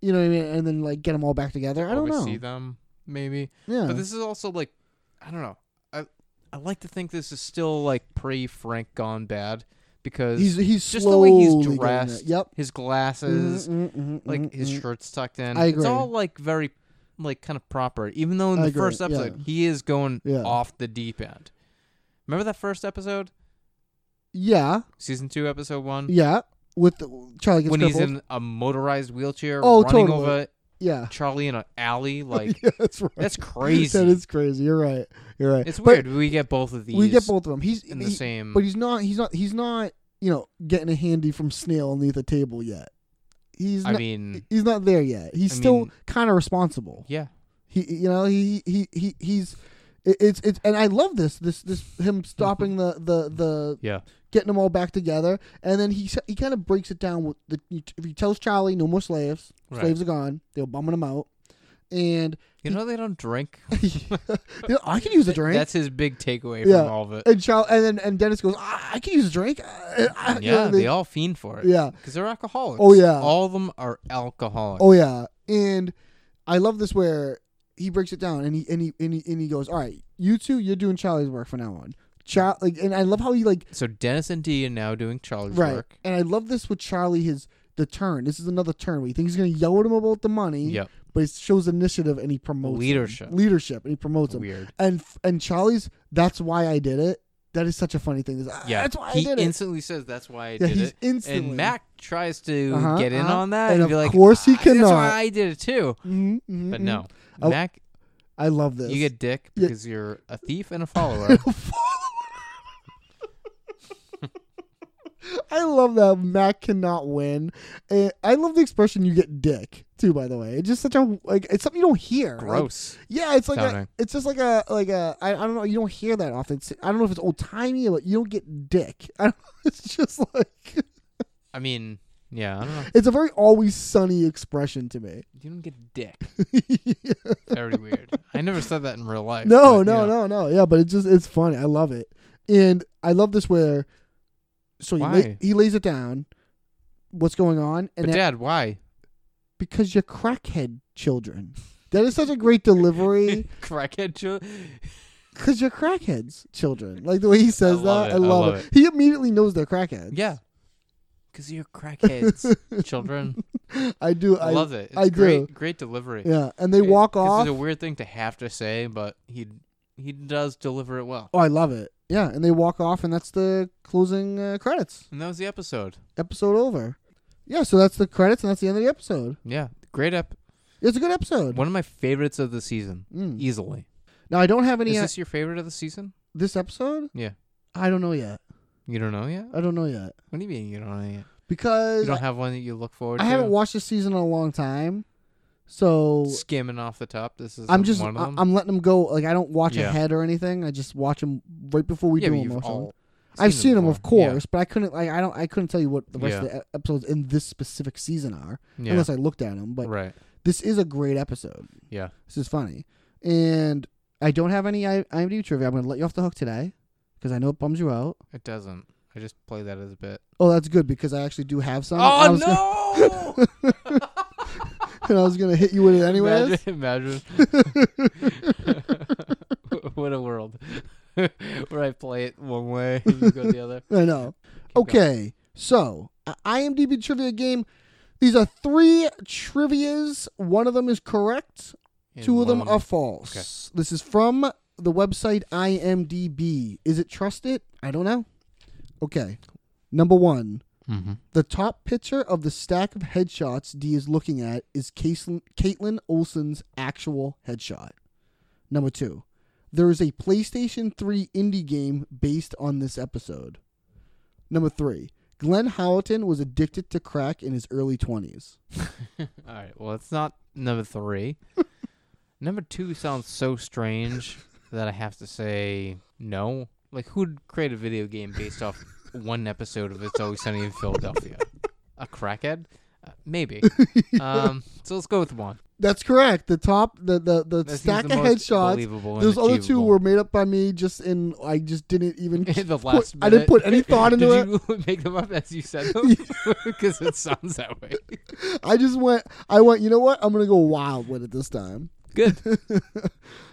Speaker 5: You know what I mean? And then like get them all back together. I don't know.
Speaker 1: oversee them, maybe.
Speaker 5: Yeah.
Speaker 1: But this is also like, I don't know. I I like to think this is still like pre Frank gone bad because
Speaker 5: He's- he's
Speaker 1: just the way
Speaker 5: slowly
Speaker 1: he's
Speaker 5: getting there.
Speaker 1: dressed.
Speaker 5: Yep.
Speaker 1: His glasses,
Speaker 5: Mhm, mhm,
Speaker 1: like
Speaker 5: mhm,
Speaker 1: his
Speaker 5: mhm.
Speaker 1: shirt's tucked in.
Speaker 5: I
Speaker 1: It's
Speaker 5: agree.
Speaker 1: all like very, like kind of proper. Even though in
Speaker 5: I
Speaker 1: the
Speaker 5: agree,
Speaker 1: first episode
Speaker 5: yeah.
Speaker 1: he is going
Speaker 5: Yeah.
Speaker 1: off the deep end. Remember that first episode,
Speaker 5: Yeah,
Speaker 1: season two, episode one,
Speaker 5: yeah. With the, Charlie gets
Speaker 1: Mm. when he's
Speaker 5: crippled.
Speaker 1: in a motorized wheelchair
Speaker 5: Oh,
Speaker 1: running
Speaker 5: totally.
Speaker 1: over
Speaker 5: yeah.
Speaker 1: Charlie in an alley. Like
Speaker 5: yeah, that's right.
Speaker 1: that's crazy.
Speaker 5: That is crazy. You're right. You're right.
Speaker 1: It's
Speaker 5: But
Speaker 1: weird. we get both of these.
Speaker 5: we get both of them. He's
Speaker 1: in the
Speaker 5: he-
Speaker 1: same-
Speaker 5: but he's not. He's not. He's not. You know, getting a handy from Snail underneath the table yet. He's.
Speaker 1: I
Speaker 5: not,
Speaker 1: mean-
Speaker 5: he's not there yet. He's
Speaker 1: I
Speaker 5: still
Speaker 1: mean-
Speaker 5: kind of responsible.
Speaker 1: Yeah.
Speaker 5: He, you know, he, he, he, he's. it- It's it's and I love this this this him stopping the the the
Speaker 1: Yeah.
Speaker 5: getting them all back together, and then he s- he kind of breaks it down with the if he tells Charlie no more slaves,
Speaker 1: Right.
Speaker 5: slaves are gone, they're bumming them out, and
Speaker 1: You know they don't drink.
Speaker 5: You know, I can use a drink.
Speaker 1: That's his big takeaway from
Speaker 5: yeah,
Speaker 1: all of it.
Speaker 5: and Charlie and then and Dennis goes, I, I can use a drink. I- I- you
Speaker 1: yeah,
Speaker 5: know, they-
Speaker 1: they all fiend for it.
Speaker 5: Yeah.
Speaker 1: Because they're alcoholics.
Speaker 5: Oh, yeah.
Speaker 1: All of them are alcoholics.
Speaker 5: Oh yeah, and I love this where he breaks it down and he and he and he, and he goes, "All right, you two, you're doing Charlie's work from now on." Char- like, and I love how he like
Speaker 1: So Dennis and Dee are now doing Charlie's
Speaker 5: right,
Speaker 1: work.
Speaker 5: and I love this with Charlie his the turn. This is another turn where you think he's gonna yell at him about the money.
Speaker 1: Yep.
Speaker 5: But it shows initiative and he promotes him.
Speaker 1: Leadership.
Speaker 5: Leadership and he promotes him.
Speaker 1: Weird.
Speaker 5: And and Charlie's that's why I did it. That is such a funny thing. He's, "Ah,
Speaker 1: Yeah.
Speaker 5: that's why
Speaker 1: he
Speaker 5: I did it.
Speaker 1: instantly says that's why I did
Speaker 5: he's
Speaker 1: it.
Speaker 5: instantly-
Speaker 1: And Mac tries to
Speaker 5: Uh-huh,
Speaker 1: get in
Speaker 5: uh-huh.
Speaker 1: on that
Speaker 5: And
Speaker 1: and,
Speaker 5: of
Speaker 1: be like,
Speaker 5: course he
Speaker 1: "Ah, That's
Speaker 5: cannot."
Speaker 1: why I did it too.
Speaker 5: Mhm, mhm,
Speaker 1: But
Speaker 5: mhm.
Speaker 1: no.
Speaker 5: Oh,
Speaker 1: Mac,
Speaker 5: I love this.
Speaker 1: you get dick
Speaker 5: Yeah.
Speaker 1: because you're a thief and a follower.
Speaker 5: I love that Mac cannot win. And I love the expression "you get dick" too. By the way, it's just such a like it's something you don't hear. Like,
Speaker 1: Gross.
Speaker 5: yeah, it's like a,
Speaker 1: Sounding.
Speaker 5: it's just like a like a I, I don't know. You don't hear that often. It's- I don't know if it's old timey, but you don't get dick. I don't, it's just like
Speaker 1: I mean, yeah, I don't know.
Speaker 5: it's a very always sunny expression to me.
Speaker 1: You don't get dick. Very weird. I never said that in real life.
Speaker 5: No,
Speaker 1: but,
Speaker 5: no,
Speaker 1: you know.
Speaker 5: no, no. Yeah, but it's just it's funny. I love it, and I love this where so he, la-
Speaker 1: Why?
Speaker 5: he lays it down. What's going on?
Speaker 1: But
Speaker 5: And then-
Speaker 1: Dad, why?
Speaker 5: because you're crackhead children. That is such a great delivery
Speaker 1: Crackhead chil-
Speaker 5: because you're crackheads children. Like the way he says
Speaker 1: I
Speaker 5: that,
Speaker 1: love
Speaker 5: I
Speaker 1: it,
Speaker 5: love, it. He immediately knows they're crackheads.
Speaker 1: Yeah. Because you're crackheads, children.
Speaker 5: I do.
Speaker 1: I,
Speaker 5: I,
Speaker 1: love it. It's
Speaker 5: I
Speaker 1: great,
Speaker 5: do.
Speaker 1: great delivery.
Speaker 5: Yeah, and they walk off.
Speaker 1: It's a weird thing to have to say, but he he does deliver it well.
Speaker 5: oh, I love it. Yeah, and they walk off, and that's the closing uh, credits.
Speaker 1: And that was the episode.
Speaker 5: Episode over. Yeah, so that's the credits, and that's the end of the episode.
Speaker 1: Yeah, great up.
Speaker 5: It's a good episode.
Speaker 1: One of my favorites of the season,
Speaker 5: Mm.
Speaker 1: easily.
Speaker 5: now I don't have any
Speaker 1: Is
Speaker 5: uh,
Speaker 1: this your favorite of the season?
Speaker 5: this episode.
Speaker 1: Yeah.
Speaker 5: I don't know yet.
Speaker 1: You don't know yet.
Speaker 5: I don't know yet
Speaker 1: What do you mean you don't know yet? You
Speaker 5: because
Speaker 1: don't have one that you look forward
Speaker 5: I
Speaker 1: to.
Speaker 5: haven't watched this season in a long time. So
Speaker 1: Skimming off the top. This is
Speaker 5: I'm just
Speaker 1: one of
Speaker 5: I-
Speaker 1: them.
Speaker 5: I'm letting them go. Like I don't watch
Speaker 1: Yeah.
Speaker 5: ahead or anything. I just watch them right before we
Speaker 1: Yeah,
Speaker 5: do
Speaker 1: but
Speaker 5: them.
Speaker 1: you've
Speaker 5: or something.
Speaker 1: all
Speaker 5: I've
Speaker 1: seen
Speaker 5: seen
Speaker 1: them
Speaker 5: them, of
Speaker 1: before. Yeah.
Speaker 5: course, but I couldn't like I don't I couldn't tell you what the rest of
Speaker 1: Yeah.
Speaker 5: the e- episodes in this specific season are
Speaker 1: Yeah.
Speaker 5: unless I looked at them. But
Speaker 1: right.
Speaker 5: this is a great episode.
Speaker 1: Yeah.
Speaker 5: This is funny, and I don't have any I- IMDb trivia. I'm going to let you off the hook today because I know it bums you out.
Speaker 1: It doesn't. I just play that as a bit.
Speaker 5: Oh, that's good because I actually do have some. and I
Speaker 1: Oh
Speaker 5: was Gonna,
Speaker 1: no!
Speaker 5: and I was going to hit you with it anyways.
Speaker 1: imagine, imagine. what a world where I play it one way and you go the other.
Speaker 5: I know. Okay, so uh, IMDb trivia game. These are three trivia's. One of them is correct.
Speaker 1: And
Speaker 5: two of
Speaker 1: one
Speaker 5: them are false. This is from the website IMDb. Is it trust it? I don't know. Okay. Number one. The top picture of the stack of headshots D is looking at is Caitlin, Caitlin Olsen's actual headshot. Number two. There is a PlayStation 3 indie game based on this episode. Number three, Glenn Howerton was addicted to crack in his early 20s.
Speaker 1: All right. Well, it's not number three. number two sounds so strange that I have to say no. Like, who'd create a video game based off one episode of It's Always Sunny in Philadelphia? A crackhead? Uh, maybe. Um, so let's go with one.
Speaker 5: That's correct. The top, the the, the
Speaker 1: That seems
Speaker 5: stack
Speaker 1: the
Speaker 5: of
Speaker 1: most believable
Speaker 5: headshots.
Speaker 1: and
Speaker 5: Those other two
Speaker 1: achievable.
Speaker 5: were made up by me. Just in, I just didn't even.
Speaker 1: the
Speaker 5: put-
Speaker 1: last
Speaker 5: I
Speaker 1: minute.
Speaker 5: didn't put any thought into it.
Speaker 1: Did you make them up as you said them? Because it sounds that way.
Speaker 5: I just went. I went. You know what? I'm gonna go wild with it this time.
Speaker 1: Good.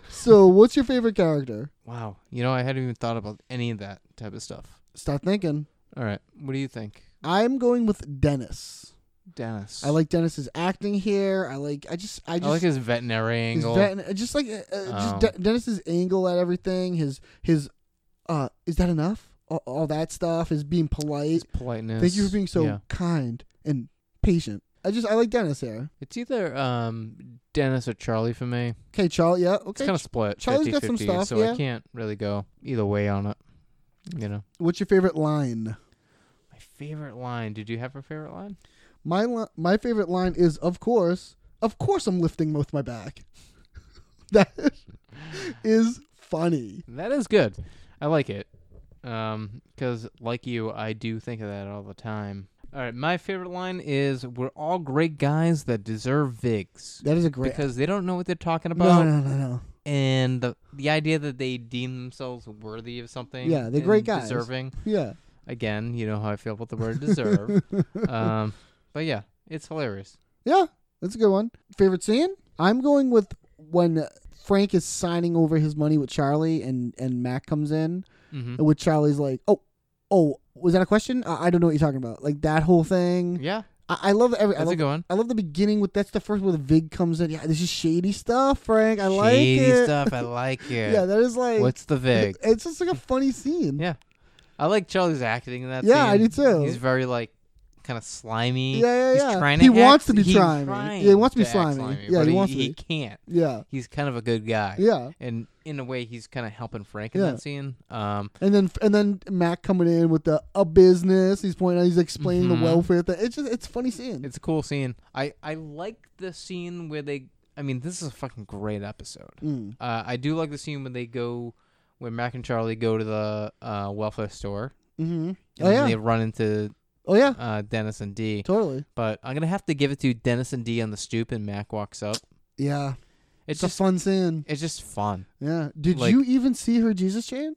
Speaker 5: So, what's your favorite character?
Speaker 1: Wow. You know, I hadn't even thought about any of that type of stuff.
Speaker 5: Stop thinking.
Speaker 1: All right. What do you think,
Speaker 5: I'm going with Dennis.
Speaker 1: Dennis?
Speaker 5: I like Dennis's acting here. I like. I just. I just.
Speaker 1: I like his veterinary
Speaker 5: his
Speaker 1: angle.
Speaker 5: vet- just like uh, uh, just
Speaker 1: Oh.
Speaker 5: De- Dennis's angle at everything. His his. Uh, is that enough? All, all that stuff. His being polite.
Speaker 1: his politeness.
Speaker 5: Thank you for being so
Speaker 1: Yeah.
Speaker 5: kind and patient. I just. I like Dennis here.
Speaker 1: It's either um, Dennis or Charlie for me.
Speaker 5: Okay, Charlie. Yeah.
Speaker 1: It's
Speaker 5: Okay.
Speaker 1: kind of split.
Speaker 5: Charlie's
Speaker 1: 50
Speaker 5: got some stuff,
Speaker 1: so
Speaker 5: yeah.
Speaker 1: I can't really go either way on it. You know,
Speaker 5: What's your favorite line?
Speaker 1: my favorite line. Did you have a favorite line?
Speaker 5: My li- my favorite line is of course, of course I'm lifting with my back. that is funny.
Speaker 1: That is good. I like it. Um, because like you, I do think of that all the time. All right, my favorite line is "We're all great guys that deserve Vigs."
Speaker 5: That is a great.
Speaker 1: because they don't know what they're talking
Speaker 5: no,
Speaker 1: about,
Speaker 5: no, no, no.
Speaker 1: and the the idea that they deem themselves worthy of something.
Speaker 5: Yeah, they're great
Speaker 1: and
Speaker 5: guys.
Speaker 1: Deserving.
Speaker 5: Yeah.
Speaker 1: Again, you know how I feel about the word deserve. um, but yeah, it's hilarious.
Speaker 5: Yeah, that's a good one. Favorite scene? I'm going with when Frank is signing over his money with Charlie and and Mac comes in,
Speaker 1: Mhm.
Speaker 5: and with Charlie's like, "Oh, oh, was that a question? I, I don't know what you're talking about." Like that whole thing.
Speaker 1: Yeah,
Speaker 5: I, I love every. I
Speaker 1: That's a
Speaker 5: love,
Speaker 1: good one.
Speaker 5: I love the beginning with that's the first where the Vig comes in. Yeah, this is shady stuff, Frank. I like
Speaker 1: shady
Speaker 5: it.
Speaker 1: stuff. I like it.
Speaker 5: Yeah, that is like
Speaker 1: What's the vig?
Speaker 5: It's just like a funny scene.
Speaker 1: Yeah. I like Charlie's acting in that.
Speaker 5: Yeah, I
Speaker 1: scene.
Speaker 5: do too.
Speaker 1: He's very like kind of slimy.
Speaker 5: Yeah, yeah,
Speaker 1: He's
Speaker 5: yeah.
Speaker 1: trying
Speaker 5: He
Speaker 1: to
Speaker 5: wants
Speaker 1: act-
Speaker 5: to be
Speaker 1: he's
Speaker 5: trying.
Speaker 1: trying
Speaker 5: Yeah, he wants to be
Speaker 1: act
Speaker 5: slimy. Yeah,
Speaker 1: but
Speaker 5: he wants to
Speaker 1: He
Speaker 5: be.
Speaker 1: can't.
Speaker 5: Yeah.
Speaker 1: He's kind of a good guy.
Speaker 5: Yeah.
Speaker 1: And in a way, he's kind of helping Frank in
Speaker 5: Yeah.
Speaker 1: that scene. Um,
Speaker 5: And then and then Mac coming in with the a business. He's pointing out. He's explaining the welfare thing. It's just it's a funny scene.
Speaker 1: Mm-hmm. It's a cool scene. I I like the scene where they. I mean, this is a fucking great episode.
Speaker 5: Mm.
Speaker 1: Uh, I do like the scene when they go, when Mac and Charlie go to the uh, welfare store.
Speaker 5: hmm
Speaker 1: And
Speaker 5: Oh
Speaker 1: then
Speaker 5: yeah.
Speaker 1: They run into
Speaker 5: oh yeah.
Speaker 1: uh, Dennis and D.
Speaker 5: Totally.
Speaker 1: But I'm gonna have to give it to Dennis and D on the stoop, and Mac walks up.
Speaker 5: Yeah.
Speaker 1: It's
Speaker 5: It's,
Speaker 1: just
Speaker 5: a fun scene.
Speaker 1: it's just fun.
Speaker 5: Yeah. Did
Speaker 1: like-
Speaker 5: you even see her Jesus chain?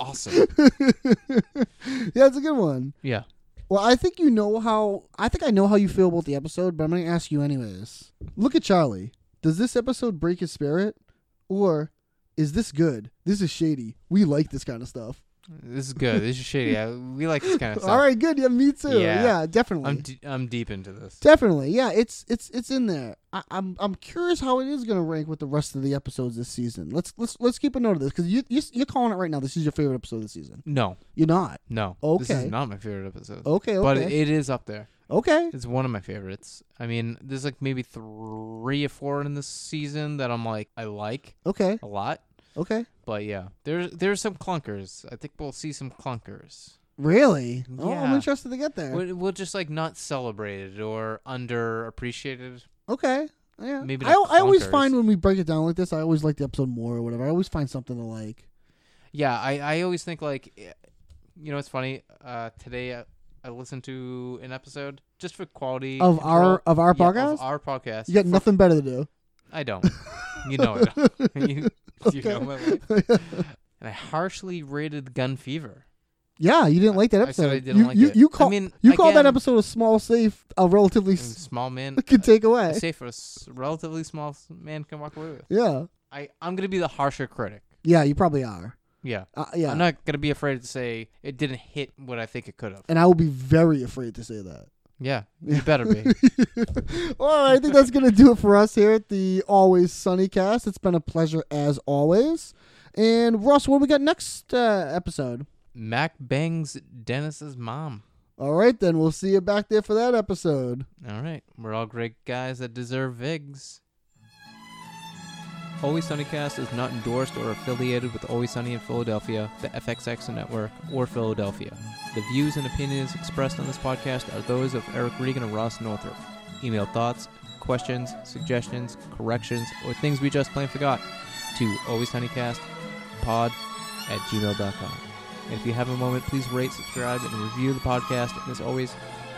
Speaker 1: Awesome.
Speaker 5: yeah, it's a good one.
Speaker 1: yeah.
Speaker 5: Well, I think you know how. I think I know how you feel about the episode, but I'm going to ask you anyways. Look at Charlie. Does this episode break his spirit, or is this good? This is shady. We like this kind of stuff.
Speaker 1: This is good. This is shitty. I, we like this kind of stuff.
Speaker 5: All right, good. Yeah, me too. Yeah,
Speaker 1: Yeah.
Speaker 5: definitely.
Speaker 1: I'm d- I'm deep into this.
Speaker 5: Definitely, yeah. It's it's it's in there. I, I'm I'm curious how it is going to rank with the rest of the episodes this season. Let's let's let's keep a note of this because you you're, you're calling it right now. This is your favorite episode of the season.
Speaker 1: No,
Speaker 5: You're not.
Speaker 1: no. This
Speaker 5: Okay.
Speaker 1: is not my favorite episode.
Speaker 5: Okay,
Speaker 1: But
Speaker 5: okay.
Speaker 1: it is up there.
Speaker 5: Okay.
Speaker 1: It's one of my favorites. I mean, there's like maybe three or four in this season that I'm like I like
Speaker 5: Okay.
Speaker 1: a lot.
Speaker 5: Okay.
Speaker 1: But yeah, there's there's some clunkers. I think we'll see some clunkers.
Speaker 5: Really? Oh, I'm
Speaker 1: Yeah.
Speaker 5: interested to get there.
Speaker 1: We'll, we'll just like not celebrated or underappreciated.
Speaker 5: Okay. Yeah.
Speaker 1: Maybe
Speaker 5: I,
Speaker 1: not
Speaker 5: I always
Speaker 1: clunkers.
Speaker 5: find when we break it down like this, I always like the episode more or whatever. I always find something to like.
Speaker 1: Yeah, I I always think like, eh, you know, it's funny. Uh, today I, I listened to an episode just for quality
Speaker 5: Of
Speaker 1: control.
Speaker 5: our- of our
Speaker 1: Yeah,
Speaker 5: podcast?
Speaker 1: Of our podcast.
Speaker 5: You got
Speaker 1: For-
Speaker 5: nothing better to do.
Speaker 1: I don't. You know I don't. you, you know my life. And I harshly rated Gun Fever.
Speaker 5: Yeah, you didn't like that
Speaker 1: I said
Speaker 5: episode.
Speaker 1: I didn't
Speaker 5: you,
Speaker 1: like
Speaker 5: you,
Speaker 1: it.
Speaker 5: You
Speaker 1: I
Speaker 5: call,
Speaker 1: mean,
Speaker 5: you call that
Speaker 1: again- Mm.
Speaker 5: episode a small, safe, a relatively
Speaker 1: And
Speaker 5: s-
Speaker 1: small man
Speaker 5: can take
Speaker 1: I
Speaker 5: away.
Speaker 1: say for a s- relatively small s- man can walk away with.
Speaker 5: Yeah,
Speaker 1: I I'm gonna be the harsher critic.
Speaker 5: yeah, you probably are.
Speaker 1: Yeah.
Speaker 5: Uh, yeah,
Speaker 1: I'm not gonna be afraid to say it didn't hit what I think it could have.
Speaker 5: and I will be very afraid to say that.
Speaker 1: Yeah, you better be.
Speaker 5: All right, I think that's going to do it for us here at the Always Sunny cast. It's been a pleasure as always. And Russ, what do we got next uh, episode?
Speaker 1: Mac bangs Dennis's mom.
Speaker 5: All right, then we'll see you back there for that episode.
Speaker 1: All right, we're all great guys that deserve Vigs. Always Sunnycast is not endorsed or affiliated with Always Sunny in Philadelphia, the FXX Network, or Philadelphia. The views and opinions expressed on this podcast are those of Eric Regan and Ross Northrup. Email thoughts, questions, suggestions, corrections, or things we just plain forgot to alwayshoneycastpod at gmail.com. And if you have a moment, please rate, subscribe, and review the podcast. And as always,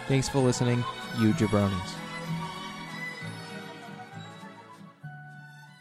Speaker 1: thanks for listening, you jabronis.